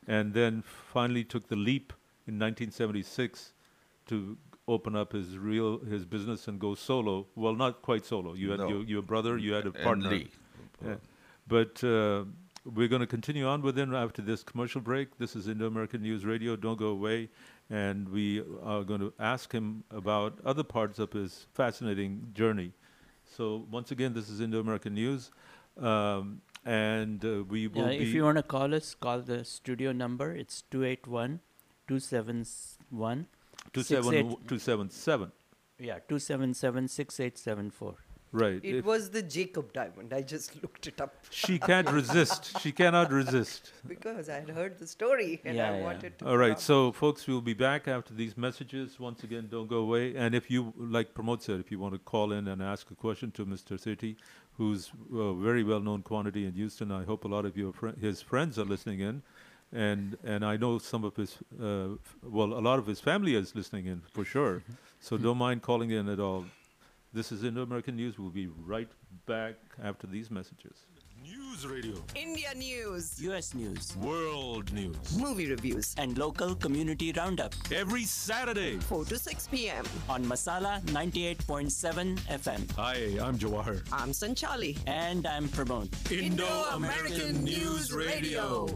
Speaker 3: and then finally took the leap in 1976 to open up his real his business and go solo. Well, not quite solo. You had
Speaker 8: No.
Speaker 3: your, your brother, you had a
Speaker 8: And
Speaker 3: partner.
Speaker 8: Lee.
Speaker 3: Yeah. But uh, we're going to continue on with him after this commercial break. This is Indo American News Radio. Don't go away. And we are going to ask him about other parts of his fascinating journey. So, once again, this is Indo American News. Um, and uh, we will
Speaker 4: Yeah,
Speaker 3: be.
Speaker 4: if you want to call us, call the studio number. It's 281 271
Speaker 3: 277.
Speaker 4: Yeah, 277 6874.
Speaker 3: Right.
Speaker 5: it
Speaker 3: If-
Speaker 5: was the Jacob diamond. I just [laughs] looked it up
Speaker 3: she can't resist. She cannot resist.
Speaker 5: [laughs] because I had heard the story and
Speaker 4: Yeah,
Speaker 5: I
Speaker 4: yeah.
Speaker 5: wanted to.
Speaker 3: All right,
Speaker 5: come.
Speaker 3: so folks, we'll be back after these messages. Once again, don't go away. And if you, like Pramod said, if you want to call in and ask a question to Mr. Sethi, who's a very well known quantity in Houston, I hope a lot of your fri- his friends are listening in. And, and I know some of his, uh, f- well, a lot of his family is listening in for
Speaker 4: Mm-hmm.
Speaker 3: sure. So don't mind calling in at all. This is Indo American News. We'll be right back after these messages.
Speaker 7: News radio,
Speaker 9: India news,
Speaker 4: U.S. News
Speaker 7: world news.
Speaker 9: movie reviews,
Speaker 4: and local community roundup
Speaker 7: Every Saturday.
Speaker 9: 4 to 6 p.m.
Speaker 4: on Masala 98.7 FM.
Speaker 7: Hi, I'm Jawahar.
Speaker 9: I'm Sanchali.
Speaker 4: And I'm Pramod.
Speaker 7: Indo
Speaker 9: American News Radio.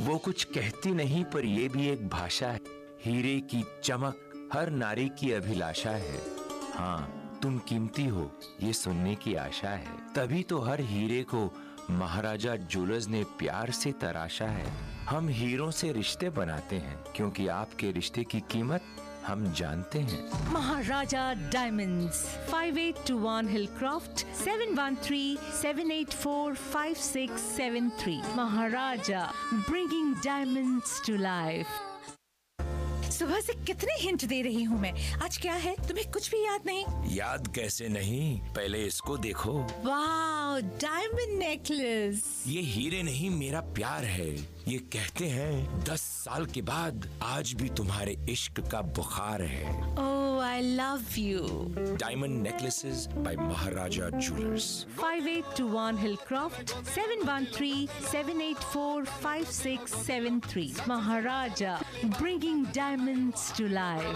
Speaker 10: वो कुछ कहती नहीं पर ये भी एक भाषा है हीरे की चमक हर नारी की अभिलाषा है हाँ तुम कीमती हो ये सुनने की आशा है तभी तो हर हीरे को महाराजा जुलस ने प्यार से तराशा है हम हीरों से रिश्ते बनाते हैं क्योंकि आपके रिश्ते की कीमत हम जानते हैं
Speaker 11: Maharaja Diamonds, 5821 Hillcroft, 713 784 5673. Maharaja, bringing diamonds to life.
Speaker 9: सुबह से कितने हिंट दे रही हूँ मैं आज क्या है तुम्हें कुछ भी याद नहीं
Speaker 10: याद कैसे नहीं पहले इसको देखो
Speaker 11: Wow, diamond necklace.
Speaker 10: ये हीरे नहीं मेरा प्यार है ये कहते हैं दस साल के बाद आज भी तुम्हारे इश्क का बुखार है
Speaker 11: Oh, I love you.
Speaker 10: Diamond necklaces by Maharaja jewellers
Speaker 11: 5821 Hillcroft, 713 784 5673. Maharaja, bringing diamonds to life.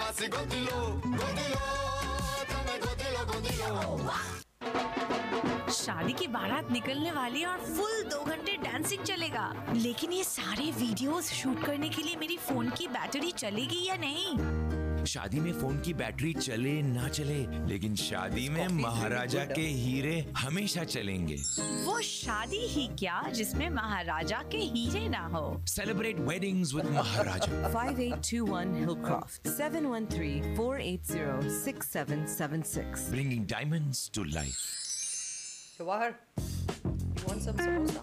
Speaker 9: शादी की बारात निकलने वाली है और फुल दो घंटे डांसिंग चलेगा लेकिन ये सारे वीडियोस शूट करने के लिए मेरी फोन की बैटरी चलेगी या नहीं
Speaker 10: शादी में फोन की बैटरी चले ना चले लेकिन शादी में महाराजा के हीरे हमेशा चलेंगे
Speaker 9: वो शादी ही क्या जिसमें महाराजा के हीरे ना हो
Speaker 10: celebrate weddings with Maharaja
Speaker 9: 5821 Hillcroft 713-480-6776
Speaker 10: bringing diamonds to life
Speaker 5: Jawahar, you want some samosa?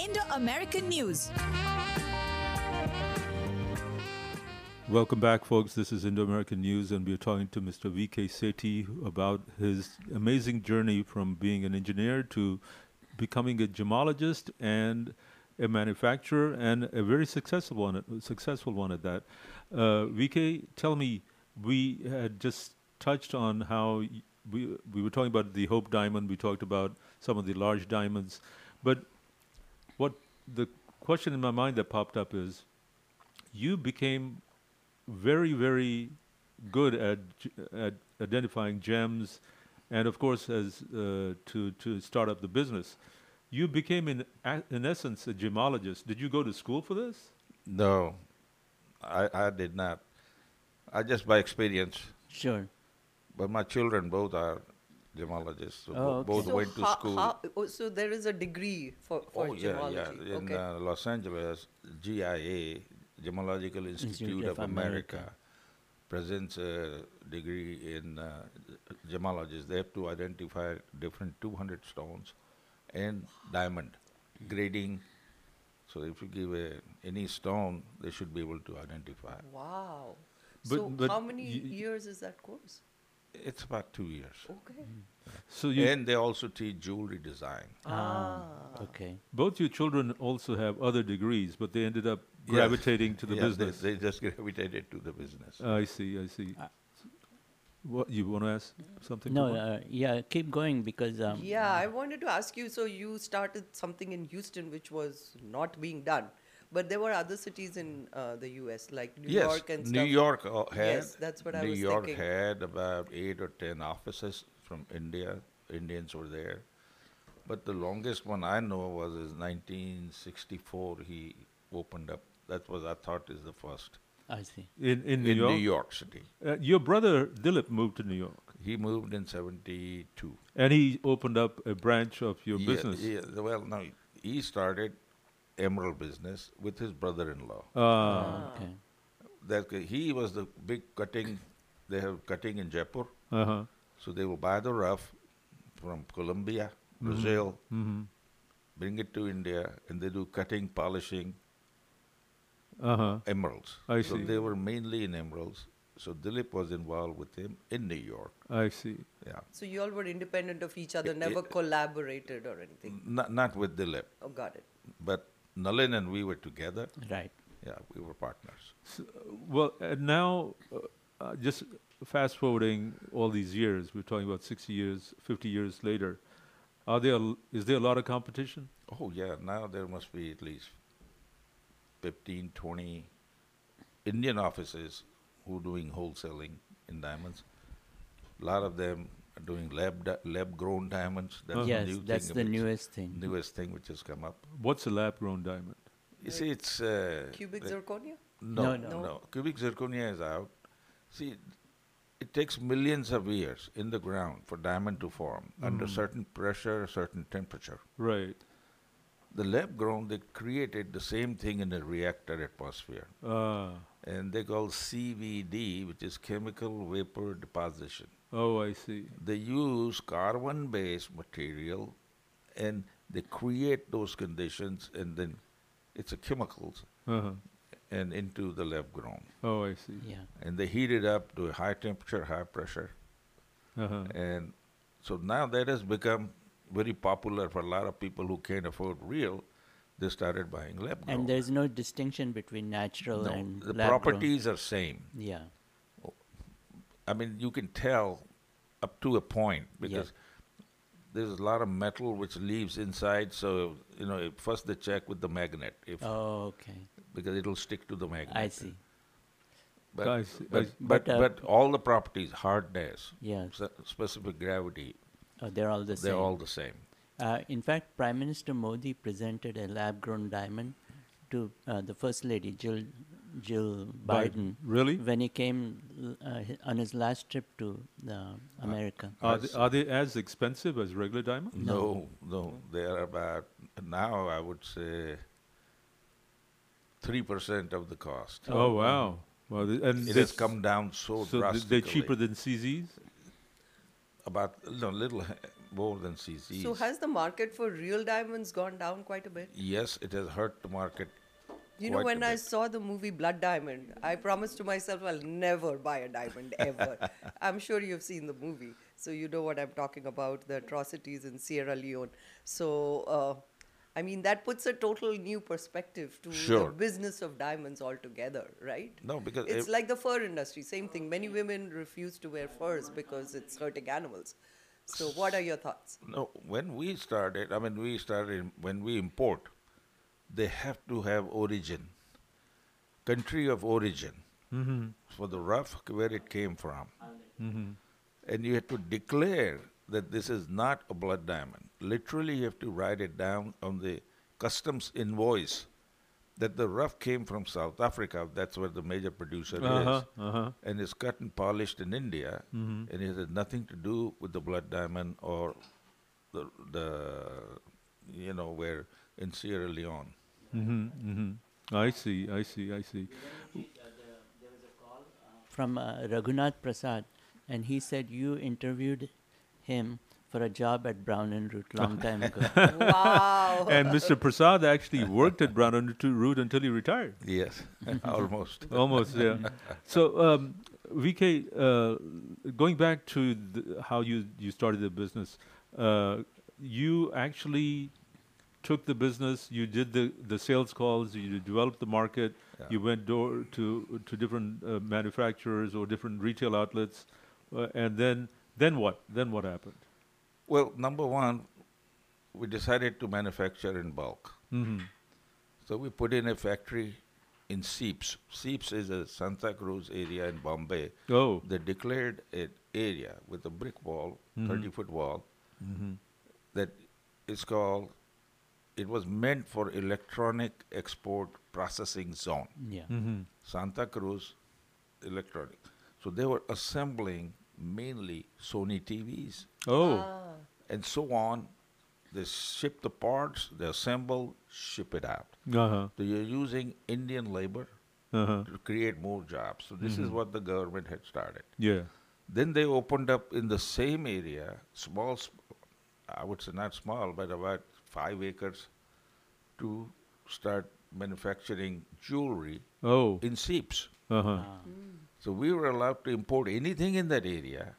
Speaker 9: Indo American News.
Speaker 3: Welcome back, folks. This is Indo American News, and we're talking to Mr. V.K. Sethi about his amazing journey from being an engineer to becoming a gemologist and a manufacturer, and a very successful one, successful one at that. Uh, V.K., tell me, we had just touched on how y- we we were talking about the Hope Diamond. We talked about some of the large diamonds, but what the question in my mind that popped up is you became very very good at g- at identifying gems and of course as uh, to to start up the business you became in a- in essence a gemologist did you go to school for this
Speaker 8: No, [laughs] I, I did not. I just by experience.
Speaker 4: Sure.
Speaker 8: But my children both are gemologists. So
Speaker 4: Oh,
Speaker 8: bo- both
Speaker 5: So
Speaker 8: went to
Speaker 5: ho-
Speaker 8: school.
Speaker 5: ho- oh, so there is a degree for, for
Speaker 8: oh yeah,
Speaker 5: gemology.
Speaker 8: yeah. In
Speaker 5: okay.
Speaker 8: uh, Los Angeles, GIA, Gemological Institute,
Speaker 4: Institute
Speaker 8: of,
Speaker 4: of
Speaker 8: America,
Speaker 4: America.
Speaker 8: presents a degree in uh, gemologists. They have to identify different 200 stones and diamond grading. So if you give a, any stone, they should be able to identify.
Speaker 5: Wow.
Speaker 3: uh, But-
Speaker 5: so
Speaker 3: but
Speaker 5: how many
Speaker 3: y- y-
Speaker 5: years is that course?
Speaker 8: It's about two years.
Speaker 5: Okay.
Speaker 3: so you
Speaker 8: and they also teach jewelry design.
Speaker 4: Ah. Okay.
Speaker 3: both your children also have other degrees but they ended up
Speaker 8: Yes.
Speaker 3: gravitating to the
Speaker 8: Yeah, they-
Speaker 3: business Uh,
Speaker 8: They, just [laughs] gravitated to the business.
Speaker 3: i see i see what you want to ask something
Speaker 4: Uh, No,
Speaker 3: Kumar?
Speaker 4: uh, yeah, keep going because um,
Speaker 5: yeah, I wanted to ask you. So you started something in Houston, which was not being done, but there were other cities in uh, the U.S. like New
Speaker 8: yes,
Speaker 5: York and
Speaker 8: New
Speaker 5: stuff.
Speaker 8: York uh, had.
Speaker 5: Yes, that's what
Speaker 8: New
Speaker 5: I was
Speaker 8: York
Speaker 5: thinking.
Speaker 8: had about eight or ten offices from India. Indians were there, but the longest one I know was is 1964. He opened up. That was I thought is the first
Speaker 4: I see.
Speaker 3: in in new
Speaker 8: in
Speaker 3: york,
Speaker 8: New York City.
Speaker 3: Uh, your brother dilip moved to new york
Speaker 8: He moved in 72.
Speaker 3: and he opened up a branch of your
Speaker 8: Yeah,
Speaker 3: business
Speaker 8: Yeah, the- well, no, he started Emerald business with his brother-in-law.
Speaker 3: Uh,
Speaker 4: Okay.
Speaker 8: That guy- he was the big cutting. They have cutting in Jaipur,
Speaker 3: uh-huh
Speaker 8: so they will buy the rough from Colombia,
Speaker 3: Mm-hmm.
Speaker 8: Brazil, bring it to India, and they do cutting, polishing
Speaker 3: uh-huh
Speaker 8: emeralds.
Speaker 3: I
Speaker 8: so
Speaker 3: see.
Speaker 8: they were mainly in emeralds. So Dilip was involved with him in New York.
Speaker 3: i see
Speaker 8: Yeah,
Speaker 5: So you all were independent of each other,
Speaker 8: I-
Speaker 5: never
Speaker 8: I-
Speaker 5: collaborated or anything.
Speaker 8: not not with Dilip,
Speaker 5: Oh, got it.
Speaker 8: but Nalin and we were together.
Speaker 4: Right.
Speaker 8: Yeah, we were partners.
Speaker 3: Well, and now, uh, uh, just fast forwarding all these years, we're talking about 60 years, 50 years later. Are there? l- Is there a lot of competition?
Speaker 8: Oh, yeah. Now there must be at least 15, 20 Indian offices who doing wholesaling in diamonds. A lot of them are doing lab di- lab grown diamonds. That's the
Speaker 4: Yes,
Speaker 8: new
Speaker 4: that's
Speaker 8: thing
Speaker 4: the
Speaker 8: which-
Speaker 4: newest thing.
Speaker 8: Newest thing which has come up.
Speaker 3: What's a lab-grown diamond?
Speaker 8: You see, it's uh,
Speaker 5: Cubic
Speaker 8: the-
Speaker 5: zirconia.
Speaker 8: No,
Speaker 4: No,
Speaker 8: no,
Speaker 5: no.
Speaker 8: Cubic zirconia is out. See, it takes millions of years in the ground for diamond to form under certain pressure, certain temperature.
Speaker 3: Hmm. Right.
Speaker 8: The lab grown, they created the same thing in a reactor atmosphere.
Speaker 3: Uh,
Speaker 8: and they call CVD, which is chemical vapor deposition.
Speaker 3: oh, I see.
Speaker 8: They use carbon based material and they create those conditions and then it's a chemicals
Speaker 3: Uh-huh.
Speaker 8: and into the lab grown.
Speaker 3: Oh, I see.
Speaker 4: Yeah.
Speaker 8: And they heat it up to a high temperature, high pressure.
Speaker 3: Uh-huh.
Speaker 8: And so now that has become very popular for a lot of people who can't afford real. They started buying lab grown.
Speaker 4: And there's no distinction between natural
Speaker 8: no,
Speaker 4: and
Speaker 8: the
Speaker 4: lab-grown.
Speaker 8: properties are same.
Speaker 4: Yeah.
Speaker 8: I mean, you can tell up to a point because there's a lot of metal which leaves inside. So you know, if- first they check with the magnet if
Speaker 4: Oh, okay.
Speaker 8: because it'll stick to the magnet.
Speaker 4: I see.
Speaker 8: But
Speaker 3: I see, I
Speaker 8: but
Speaker 3: see.
Speaker 8: but,
Speaker 4: But, uh,
Speaker 8: but all the properties, hardness,
Speaker 4: Yeah.
Speaker 8: s- specific gravity,
Speaker 4: Oh, they're all the same.
Speaker 8: they're all the same.
Speaker 4: Uh, in fact, Prime Minister Modi presented a lab-grown diamond to uh, the First Lady Jill Jill Biden.
Speaker 3: Biden. Really?
Speaker 4: When he came uh, hi- on his last trip to uh, America.
Speaker 3: Are they, are they as expensive as regular diamonds?
Speaker 8: No, no, they are about now. I would say three percent of the cost.
Speaker 3: Oh wow! Well, th- and
Speaker 8: it
Speaker 3: this-
Speaker 8: has come down so,
Speaker 3: th-
Speaker 8: drastically.
Speaker 3: They're cheaper than CZs.
Speaker 8: About no little h- more than CC.
Speaker 5: So has the market for real diamonds gone down quite a bit?
Speaker 8: yes, it has hurt the market.
Speaker 5: You know,
Speaker 8: quite a
Speaker 5: when I
Speaker 8: bit.
Speaker 5: saw the movie Blood Diamond, I promised to myself I'll never buy a diamond
Speaker 8: [laughs]
Speaker 5: ever. I'm sure you've seen the movie, so you know what I'm talking about the atrocities in Sierra Leone. So, uh, I mean, that puts a total new perspective to
Speaker 8: Sure.
Speaker 5: the business of diamonds altogether, right?
Speaker 8: No, because
Speaker 5: it's
Speaker 8: ev-
Speaker 5: like the fur industry, same thing. Many women refuse to wear furs because it's hurting animals. So, what are your thoughts?
Speaker 8: No, when we started, I mean, we started when we import, they have to have origin, country of origin
Speaker 3: Mhm.
Speaker 8: for the rough where it came from,
Speaker 3: Mhm.
Speaker 8: and you have to declare that this is not a blood diamond. Literally, you have to write it down on the customs invoice that the rough came from South Africa. That's where the major producer
Speaker 3: Uh-huh,
Speaker 8: is,
Speaker 3: uh-huh.
Speaker 8: and it's cut and polished in India,
Speaker 3: Mhm.
Speaker 8: and it has nothing to do with the blood diamond or the the you know where in Sierra Leone.
Speaker 3: hmm hmm I see. I see. I see.
Speaker 4: From uh, Raghunath Prasad, and he said you interviewed him for a job at Brown and Root long
Speaker 3: [laughs]
Speaker 4: time [laughs] ago.
Speaker 3: and Mr. Prasad actually worked at Brown and Root until he retired.
Speaker 8: Yes, almost.
Speaker 3: Almost, yeah. So, um, VK, uh, going back to the, how you, you started the business, uh, you actually took the business, you did the, the sales calls, you developed the market,
Speaker 8: Yeah.
Speaker 3: you went door to, to different uh, manufacturers or different retail outlets, uh, and then, then what? Then what happened?
Speaker 8: Well, number one, we decided to manufacture in bulk.
Speaker 3: Mhm.
Speaker 8: So we put in a factory in Seeps. Seeps is a Santa Cruz area in Bombay.
Speaker 3: Oh.
Speaker 8: They declared an area with a brick wall,
Speaker 3: Mhm.
Speaker 8: 30 foot wall,
Speaker 3: Mhm.
Speaker 8: that is called, it was meant for electronic export processing zone.
Speaker 4: Yeah.
Speaker 3: Mhm.
Speaker 8: Santa Cruz electronic. So they were assembling mainly Sony TVs.
Speaker 3: Oh.
Speaker 8: And so on. They ship the parts, they assemble, ship it out.
Speaker 3: Uh-huh.
Speaker 8: So you're using Indian labor
Speaker 3: Uh-huh.
Speaker 8: to create more jobs. So this is
Speaker 3: Mhm.
Speaker 8: what the government had started.
Speaker 3: Yeah.
Speaker 8: Then they opened up in the same area, small, sp- I would say not small, but about five acres, to start manufacturing jewelry
Speaker 3: Oh.
Speaker 8: in seeps.
Speaker 3: Uh-huh.
Speaker 8: So we were allowed to import anything in that area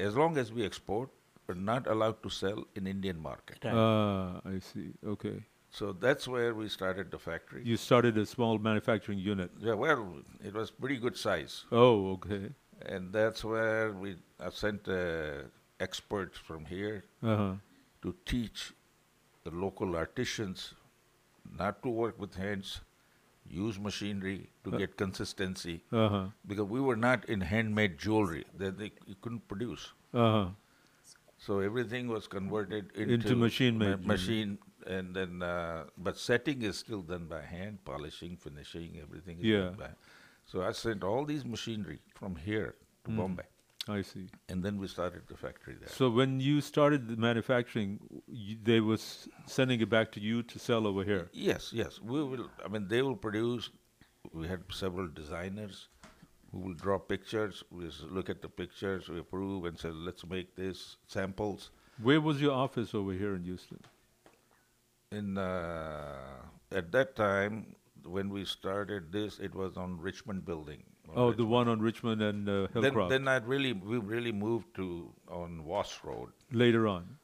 Speaker 8: as long as we export, but not allowed to sell in Indian market.
Speaker 3: Ah, I see. Okay.
Speaker 8: So that's where we started the factory.
Speaker 3: You started a small manufacturing unit.
Speaker 8: Yeah, well, it was pretty good size.
Speaker 3: Oh, okay.
Speaker 8: And that's where we I sent uh, experts from here
Speaker 3: Uh-huh.
Speaker 8: to teach the local artisans not to work with hands, use machinery to
Speaker 3: Uh,
Speaker 8: get consistency.
Speaker 3: uh-huh.
Speaker 8: Because we were not in handmade jewelry that they you couldn't produce.
Speaker 3: Uh-huh.
Speaker 8: So everything was converted into,
Speaker 3: Into machine-made jewelry.
Speaker 8: machine, and then uh, but setting is still done by hand, polishing, finishing, everything is
Speaker 3: Yeah.
Speaker 8: done by. So I sent all these machinery from here to
Speaker 3: Mm.
Speaker 8: Bombay,
Speaker 3: I see.
Speaker 8: and then we started the factory there.
Speaker 3: So when you started the manufacturing, you, they was sending it back to you to sell over here.
Speaker 8: Yes, yes. We will. I mean, they will produce. We had several designers who will draw pictures. We s- look at the pictures, we approve, and say, "Let's make this samples."
Speaker 3: Where was your office over here in Houston?
Speaker 8: In uh, at that time when we started this, it was on Richmond Building. on
Speaker 3: Oh,
Speaker 8: Richmond.
Speaker 3: the one on Richmond and uh, Hillcroft.
Speaker 8: Then, then I really we really moved to on Wass Road.
Speaker 3: Later on.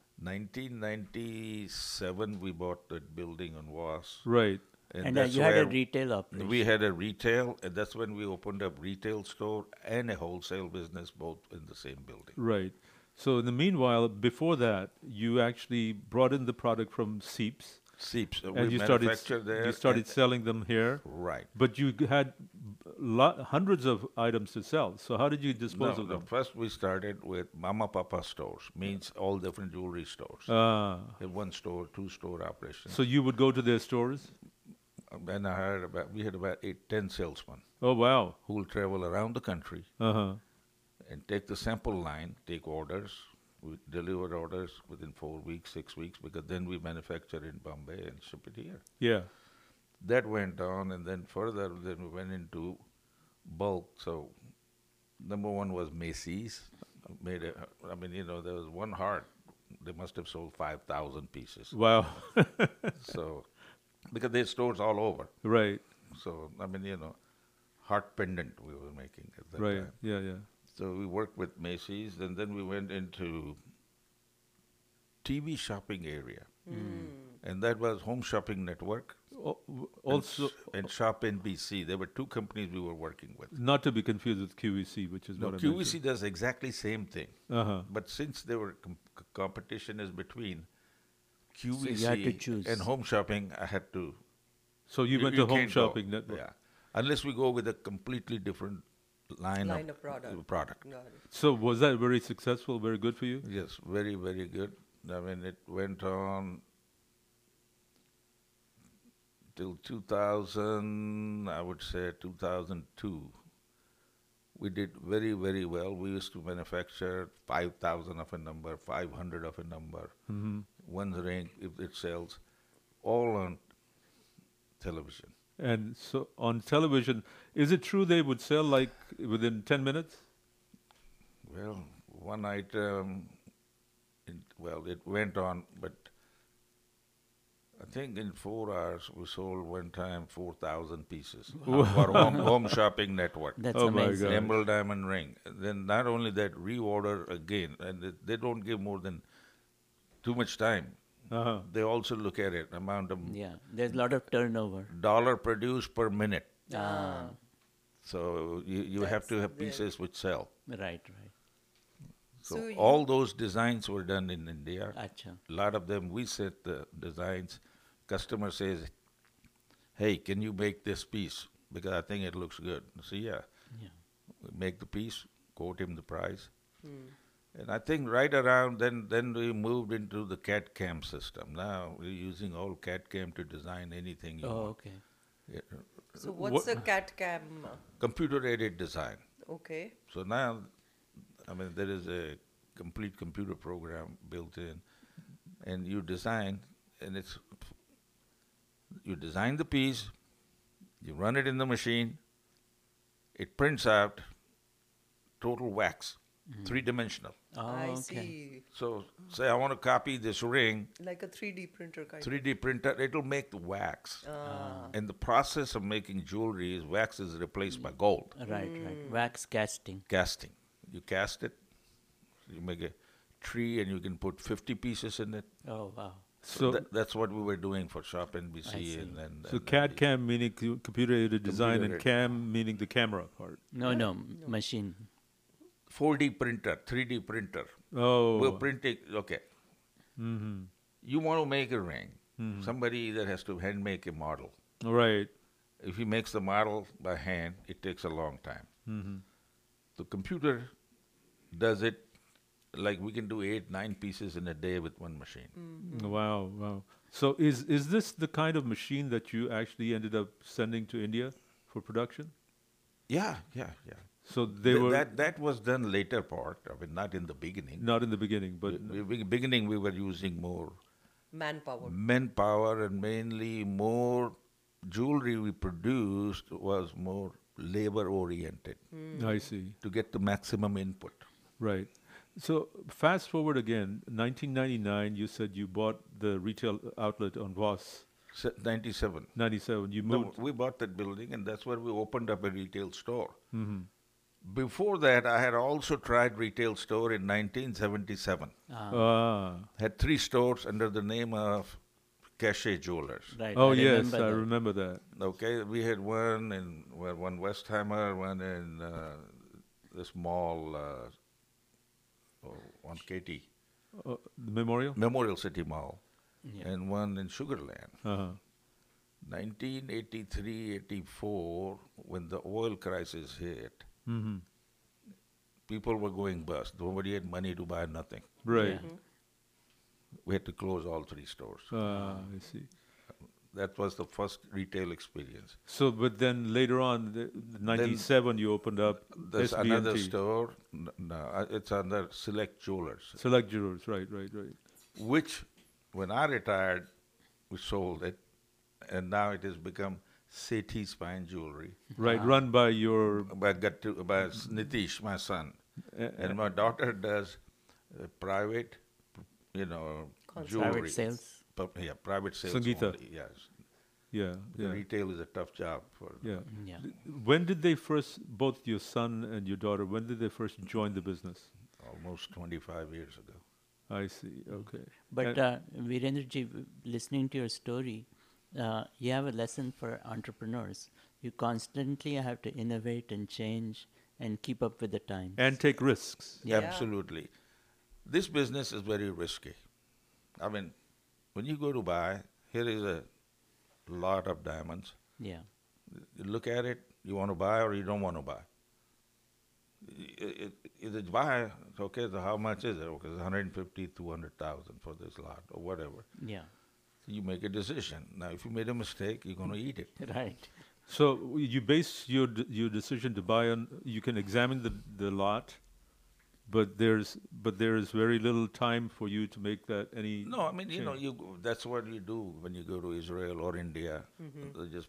Speaker 8: 1997, we bought that building on Was.
Speaker 3: Right.
Speaker 4: And, uh,
Speaker 8: that's
Speaker 4: you had a
Speaker 8: where
Speaker 4: retail operation.
Speaker 8: We had a retail, and that's when we opened up retail store and a wholesale business both in the same building.
Speaker 3: Right. So in the meanwhile, before that, you actually brought in the product from Seeps.
Speaker 8: Seeps, uh,
Speaker 3: and
Speaker 8: we
Speaker 3: you started
Speaker 8: manufacture there
Speaker 3: you started
Speaker 8: and-
Speaker 3: selling them here.
Speaker 8: Right.
Speaker 3: But you g- had b- lo- hundreds of items to sell. So how did you dispose
Speaker 8: No,
Speaker 3: of
Speaker 8: no,
Speaker 3: them?
Speaker 8: First, we started with mama papa stores, means all different jewelry stores.
Speaker 3: Ah.
Speaker 8: Uh, one store, two store operation.
Speaker 3: So you would go to their stores?
Speaker 8: Then I hired about, we had about eight, ten salesmen.
Speaker 3: Oh, wow.
Speaker 8: Who will travel around the country
Speaker 3: Uh-huh.
Speaker 8: and take the sample line, take orders. We deliver orders within four weeks, six weeks, because then we manufacture in Bombay and ship it here.
Speaker 3: Yeah.
Speaker 8: That went on, and then further, then we went into bulk. So, number one was Macy's. Made a, I mean, you know, there was one heart. They must have sold five thousand pieces.
Speaker 3: Wow. [laughs]
Speaker 8: so, because they stores all over.
Speaker 3: Right.
Speaker 8: So, I mean, you know, heart pendant we were making at that
Speaker 3: Right.
Speaker 8: time.
Speaker 3: Yeah, yeah.
Speaker 8: So we worked with Macy's, and then we went into TV shopping area,
Speaker 4: Hmm.
Speaker 8: and that was Home Shopping Network.
Speaker 3: also-
Speaker 8: and, s- and Shop NBC. There were two companies we were working with.
Speaker 3: Not to be confused with QVC, which is
Speaker 8: No, E
Speaker 3: what I
Speaker 8: QVC
Speaker 3: mentioned.
Speaker 8: does exactly same thing,
Speaker 3: Uh-huh.
Speaker 8: but since there were com- c- competition is between
Speaker 4: you had
Speaker 8: QVC
Speaker 4: to choose.
Speaker 8: and Home Shopping, I had to.
Speaker 3: So you went to Home
Speaker 8: can't go.
Speaker 3: Shopping Network.
Speaker 8: Yeah, unless we go with a completely different line,
Speaker 5: Line
Speaker 8: of
Speaker 5: of product.
Speaker 8: uh, product.
Speaker 5: Got it.
Speaker 3: So was that very successful, very good for you?
Speaker 8: Yes, very, very good. I mean, it went on till 2000, I would say 2002. We did very, very well. We used to manufacture 5,000 of a number, 500 of a number,
Speaker 3: Mhm.
Speaker 8: one ring, if it sells, all on television.
Speaker 3: And so on television, is it true they would sell like within 10 minutes?
Speaker 8: Well, one item, it, well, it went on, but I think in four hours we sold one time 4,000
Speaker 4: [laughs]
Speaker 8: pieces
Speaker 3: Wow.
Speaker 8: for home, home shopping network.
Speaker 4: That's Oh my amazing. God.
Speaker 8: Emerald diamond ring. Then not only that, reorder again. And they- they don't give more than too much time.
Speaker 3: Uh-huh.
Speaker 8: They also look at it, amount of
Speaker 4: Yeah, there's a lot of turnover.
Speaker 8: dollar produced per minute.
Speaker 4: Ah.
Speaker 8: So you, you have to have pieces which sell.
Speaker 4: Right, right.
Speaker 8: So,
Speaker 4: So you-
Speaker 8: all those designs were done in India.
Speaker 4: Acha.
Speaker 8: A lot of them we set the designs. Customer says, "Hey, can you make this piece? Because I think it looks good." So yeah,
Speaker 4: Yeah.
Speaker 8: We make the piece, quote him the price, and I think right around then, then we moved into the CAD CAM system. Now we're using all CAD CAM to design anything. You
Speaker 4: Oh,
Speaker 8: want.
Speaker 4: okay.
Speaker 8: Yeah.
Speaker 5: So what's a cat cam?
Speaker 8: computer aided design?
Speaker 5: Okay.
Speaker 8: So now, I mean, there is a complete computer program built in, and you design, and it's you design the piece, you run it in the machine, it prints out total wax, three dimensional.
Speaker 4: Mm-hmm. Oh,
Speaker 5: I
Speaker 4: okay.
Speaker 5: see.
Speaker 8: So say I want to copy this ring,
Speaker 5: Like a 3D printer kind of.
Speaker 8: 3D printer, it'll make the wax. And the process of making jewelry is wax is replaced by gold
Speaker 4: Right, right. Wax casting.
Speaker 8: casting. You cast it, you make a tree, and you can put 50 pieces in it.
Speaker 4: Oh, wow.
Speaker 3: So-
Speaker 8: tha- that's what we were doing for Shop
Speaker 4: I see.
Speaker 8: NBC. And, uh, and,
Speaker 3: So
Speaker 8: and
Speaker 3: CAD CAM meaning cu- computer aided design and
Speaker 8: Computer-aided.
Speaker 3: CAM meaning the camera part.
Speaker 4: No, no, m- machine.
Speaker 8: 4D printer, 3D printer.
Speaker 3: Oh.
Speaker 8: We're printing, okay.
Speaker 3: Mm-hmm,
Speaker 8: You want to make a ring. Somebody either has to hand make a model.
Speaker 3: Right.
Speaker 8: If he makes the model by hand, it takes a long time.
Speaker 3: mm-hmm.
Speaker 8: The computer does it like we can do eight, nine pieces in a day with one machine.
Speaker 3: Mm-hmm. Wow, wow. So is is this the kind of machine that you actually ended up sending to India for production?
Speaker 8: Yeah, yeah, yeah.
Speaker 3: So they
Speaker 8: Th-
Speaker 3: were
Speaker 8: that that was done later part. I mean, not in the beginning.
Speaker 3: not in the beginning, but
Speaker 8: We- we- beginning we were using more
Speaker 5: Manpower.
Speaker 8: manpower and mainly more jewelry we produced was more labor oriented
Speaker 3: I see.
Speaker 8: to get the maximum input.
Speaker 3: Right. So fast forward again, 1999 you said you bought the retail outlet on Voss
Speaker 8: Se- Ninety-seven.
Speaker 3: 97. You
Speaker 8: No,
Speaker 3: moved
Speaker 8: we bought that building, and that's where we opened up a retail store.
Speaker 3: Mm-hmm.
Speaker 8: Before that, I had also tried retail store in 1977.
Speaker 3: Ah.
Speaker 8: Had three stores under the name of Cachet Jewelers.
Speaker 4: Right.
Speaker 3: Oh
Speaker 4: I
Speaker 3: yes, I
Speaker 4: that.
Speaker 3: remember that.
Speaker 8: Okay, we had one in well, one Westheimer, one in uh, this mall uh, oh, on KT
Speaker 3: Uh, the memorial?
Speaker 8: Memorial City Mall,
Speaker 4: Yeah.
Speaker 8: and one in Sugarland.
Speaker 3: Uh-huh.
Speaker 8: 1983 84, when the oil crisis hit,
Speaker 3: hmm
Speaker 8: people were going bust. Nobody had money to buy nothing.
Speaker 3: Right. Yeah.
Speaker 8: We had to close all three stores.
Speaker 3: Ah, I see.
Speaker 8: That was the first retail experience.
Speaker 3: So, but then later on, the, the 97, you opened up
Speaker 8: There's
Speaker 3: SBNT.
Speaker 8: another store. n- No, uh, it's under Select Jewelers,
Speaker 3: Select jurors, right, right, right.
Speaker 8: which when I retired, we sold it, and now it has become Sethi Spine Jewelry.
Speaker 3: Right, run by your.
Speaker 8: By, Gattu, by S- Nitish, my son.
Speaker 3: Uh,
Speaker 8: and my daughter does uh, private, you know,
Speaker 4: Private
Speaker 8: jewelry.
Speaker 4: sales.
Speaker 8: Pub- yeah, private sales.
Speaker 3: Sangeeta.
Speaker 8: only, yes.
Speaker 3: Yeah,
Speaker 8: The
Speaker 3: yeah.
Speaker 8: Retail is a tough job for.
Speaker 3: Yeah.
Speaker 4: Yeah.
Speaker 3: Th- When did they first, both your son and your daughter, when did they first join the business?
Speaker 8: Almost 25 years ago.
Speaker 3: I see. Okay.
Speaker 4: But
Speaker 3: And-
Speaker 4: uh, Virendraji, w- listening to your story, uh, you have a lesson for entrepreneurs. You constantly have to innovate and change and keep up with the time.
Speaker 3: and take risks.
Speaker 4: Yeah.
Speaker 8: Absolutely. This business is very risky. I mean, when you go to buy, here is a lot of diamonds.
Speaker 4: Yeah.
Speaker 8: You look at it, you want to buy or you don't want to buy. It, it, if it's buy, it's okay, so how much is it? Okay, it's 150, 200,000 for this lot or whatever.
Speaker 4: Yeah.
Speaker 8: So you make a decision. Now, if you made a mistake, you're going to eat it.
Speaker 4: Right.
Speaker 3: So w- you base your d- your decision to buy on you can examine the the lot, but there's but there is very little time for you to make that any.
Speaker 8: No, I mean, you know,
Speaker 3: change.
Speaker 8: you go- that's what you do when you go to Israel or India.
Speaker 5: Mm-hmm.
Speaker 8: They just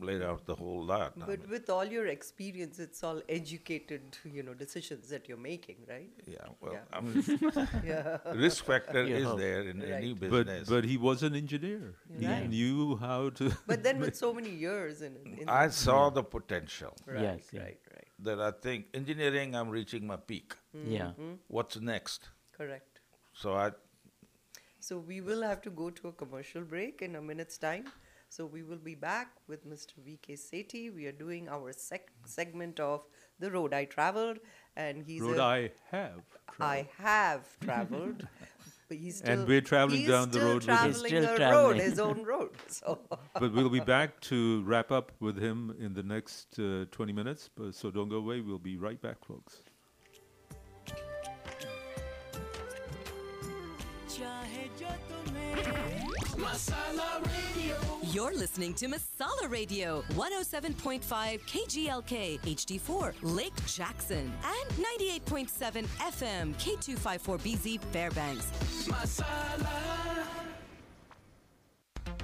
Speaker 8: laid out the whole lot. I
Speaker 5: But
Speaker 8: mean,
Speaker 5: with all your experience, it's all educated, you know, decisions that you're making, right?
Speaker 8: yeah, well,
Speaker 5: Yeah.
Speaker 8: I mean,
Speaker 5: [laughs] Yeah.
Speaker 8: [laughs] risk factor
Speaker 4: You
Speaker 8: is
Speaker 4: hope.
Speaker 8: there in any business.
Speaker 3: But but he was an engineer.
Speaker 5: Right.
Speaker 3: He knew how to.
Speaker 5: But
Speaker 3: [laughs]
Speaker 5: then
Speaker 8: [laughs]
Speaker 5: with so many years in, in
Speaker 8: I saw the potential
Speaker 5: right,
Speaker 4: Yes, yeah.
Speaker 5: right, right. Mm-hmm.
Speaker 8: that I think engineering, I'm reaching my peak.
Speaker 4: Yeah.
Speaker 8: What's next?
Speaker 5: Correct.
Speaker 8: So I,
Speaker 5: So we will have to go to a commercial break in a minute's time. So we will be back with Mr. VK Sethi. We are doing our sec- segment of the road I traveled, and he's
Speaker 3: road
Speaker 5: a,
Speaker 3: I have.
Speaker 5: I have traveled. but he's
Speaker 3: And
Speaker 5: still,
Speaker 3: we're traveling
Speaker 5: he's
Speaker 3: down the
Speaker 5: still
Speaker 3: road with
Speaker 4: him. He's
Speaker 5: Traveling
Speaker 4: still
Speaker 5: a road,
Speaker 4: traveling.
Speaker 5: his own
Speaker 4: [laughs]
Speaker 5: road. [laughs] So
Speaker 3: [laughs] but we'll be back to wrap up with him in the next uh, 20 minutes. But, so don't go away. We'll be right back, folks.
Speaker 9: You're listening to Masala Radio 107.5 KGLK HD4 Lake Jackson and 98.7 FM K254BZ Fairbanks.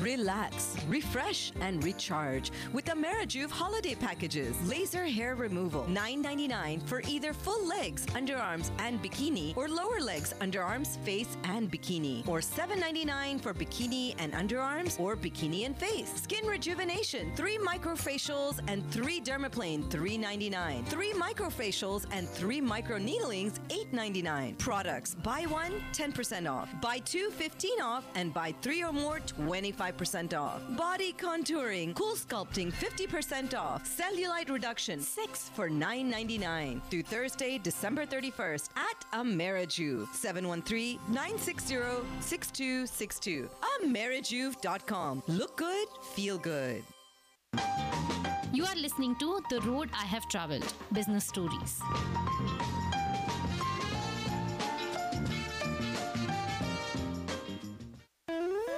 Speaker 9: Relax, refresh, and recharge with Amerijuve holiday packages. Laser hair removal, $9.99 for either full legs, underarms, and bikini, or lower legs, underarms, face, and bikini, or $7.99 for bikini and underarms, or bikini and face. Skin rejuvenation, three microfacials and three dermaplane, $3.99. Three microfacials and three microneedlings, $8.99. Products, buy one, 10% off. Buy two, 15 off, and buy three or more, 25% off. Body contouring, cool sculpting, 50% off. Cellulite reduction, six for $9.99. Through Thursday, December 31st at Amerijuve, 713-960-6262. Amerijuve.com. Look good, feel good.
Speaker 6: You are listening to The Road I Have Traveled Business Stories.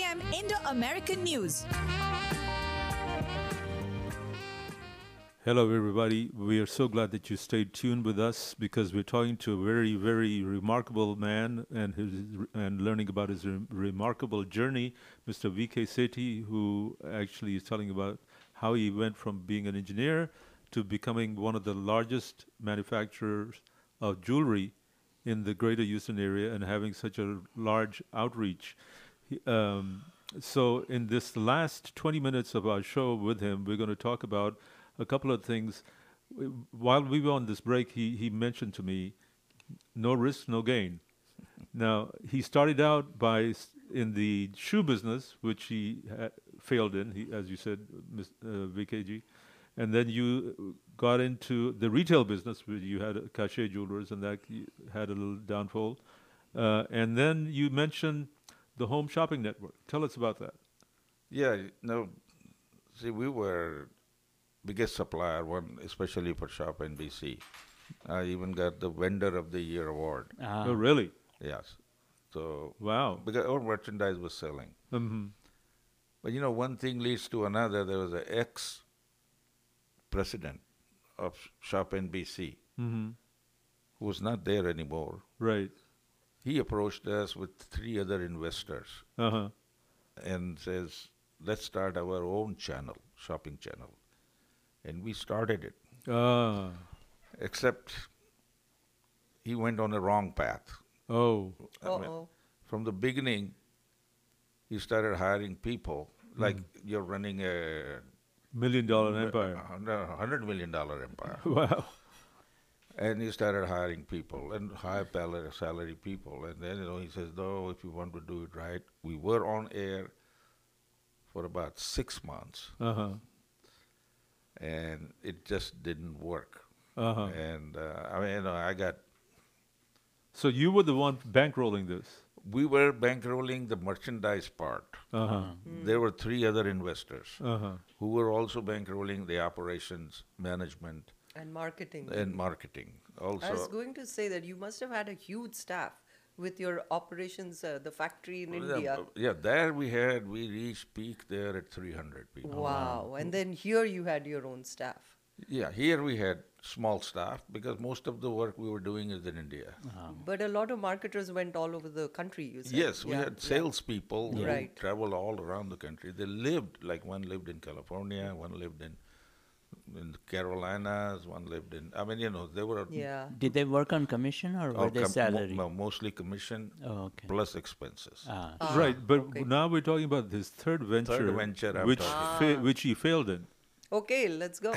Speaker 9: Indo American News.
Speaker 3: Hello, everybody. We are so glad that you stayed tuned with us because we're talking to a very, very remarkable man and his and learning about his re- remarkable journey, Mr. V.K. Sethi, who actually is telling about how he went from being an engineer to becoming one of the largest manufacturers of jewelry in the greater Houston area and having such a large outreach. He- Um, so, in this last 20 minutes of our show with him, we're going to talk about a couple of things. W- While we were on this break, he, he mentioned to me no risk, no gain. Now, he started out by s- in the shoe business, which he ha- failed in, he, as you said, Ms. Uh, VKG. And then you uh, got into the retail business, where you had uh, cachet jewelers, and that y- had a little downfall. Uh, and then you mentioned the home shopping network. Tell us about that.
Speaker 8: Yeah, no. See, we were biggest supplier, one especially for shop in BC. I even got the vendor of the year award.
Speaker 3: Ah. Oh, really?
Speaker 8: Yes. So
Speaker 3: wow,
Speaker 8: because our merchandise was selling.
Speaker 3: Mhm.
Speaker 8: Mm-hmm. But you know, one thing leads to another. There was an ex-president of Shop NBC
Speaker 3: Mhm.
Speaker 8: who was not there anymore.
Speaker 3: Right.
Speaker 8: He approached us with three other investors
Speaker 3: Uh-huh.
Speaker 8: and says, "Let's start our own channel, shopping channel," and we started it.
Speaker 3: Ah.
Speaker 8: Except he went on the wrong path.
Speaker 3: Oh.
Speaker 8: I mean, From the beginning, he started hiring people like you're running a
Speaker 3: Hmm. Million dollar
Speaker 8: Uh,
Speaker 3: empire.
Speaker 8: a hundred- a hundred million dollar empire.
Speaker 3: [laughs] Wow.
Speaker 8: And he started hiring people and high pal- salary people. And then you know he says, "No, if you want to do it right, we were on air for about six months,
Speaker 3: Uh-huh.
Speaker 8: and it just didn't work."
Speaker 3: Uh-huh.
Speaker 8: And uh, I mean, you know, I got
Speaker 3: So you were the one bankrolling this.
Speaker 8: we were bankrolling the merchandise part.
Speaker 3: Uh-huh.
Speaker 5: Mm.
Speaker 8: There were three other investors
Speaker 3: Uh-huh.
Speaker 8: who were also bankrolling the operations, management,
Speaker 5: And marketing.
Speaker 8: and marketing. Also,
Speaker 5: I was going to say that you must have had a huge staff with your operations, uh, the factory in
Speaker 8: Well, yeah,
Speaker 5: India.
Speaker 8: b- Yeah, there we had, we reached peak there at 300 people.
Speaker 5: Wow. And then here you had your own staff.
Speaker 8: Yeah, here we had small staff because most of the work we were doing is in India.
Speaker 5: But a lot of marketers went all over the country, you said.
Speaker 8: Yes, we
Speaker 5: Yeah,
Speaker 8: had
Speaker 5: yeah.
Speaker 8: salespeople who
Speaker 5: Right.
Speaker 8: traveled all around the country. They lived, like one lived in California, one lived in in the Carolinas, one lived in, I mean, you know, they were.
Speaker 5: Yeah.
Speaker 4: Did they work on commission or
Speaker 8: all
Speaker 4: were they Oh,
Speaker 8: com- mo-
Speaker 4: salary?
Speaker 8: no, mostly commission plus expenses.
Speaker 3: right, but now we're talking about this third venture,
Speaker 8: venture I'm
Speaker 3: which
Speaker 5: talking
Speaker 3: fa- which he failed
Speaker 8: [laughs]
Speaker 3: in.
Speaker 5: Okay, let's go.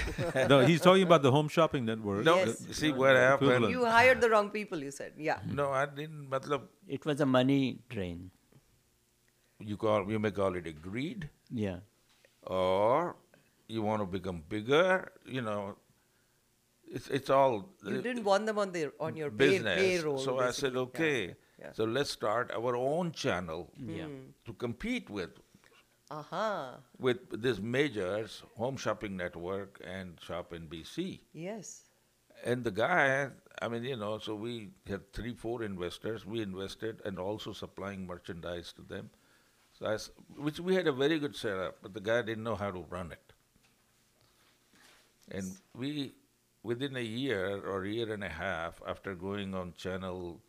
Speaker 3: no, he's talking about the home shopping network.
Speaker 8: No, Yes. see what happened-
Speaker 3: Equivalent.
Speaker 5: [laughs] You hired the wrong people, you said. Yeah.
Speaker 8: No, I didn't. Matlab,
Speaker 4: Hmm. it was a money drain.
Speaker 8: you call you may call it a greed.
Speaker 4: Yeah.
Speaker 8: Or you want to become bigger, you know. It's it's all
Speaker 5: You
Speaker 8: uh,
Speaker 5: didn't want them on their on your pay,
Speaker 8: business.
Speaker 5: payroll.
Speaker 8: so I said,
Speaker 5: basically. Yeah,
Speaker 8: okay,
Speaker 5: yeah.
Speaker 8: so let's start our own channel
Speaker 5: Yeah. Hmm.
Speaker 8: to compete with
Speaker 5: Aha.
Speaker 8: with these majors, Home Shopping Network and Shop NBC.
Speaker 5: Yes.
Speaker 8: And the guy, I mean, you know, so we had three, four investors. We invested and also supplying merchandise to them. So I s which we had a very good setup, but the guy didn't know how to run it. And we, within a year or year and a half after going on channel,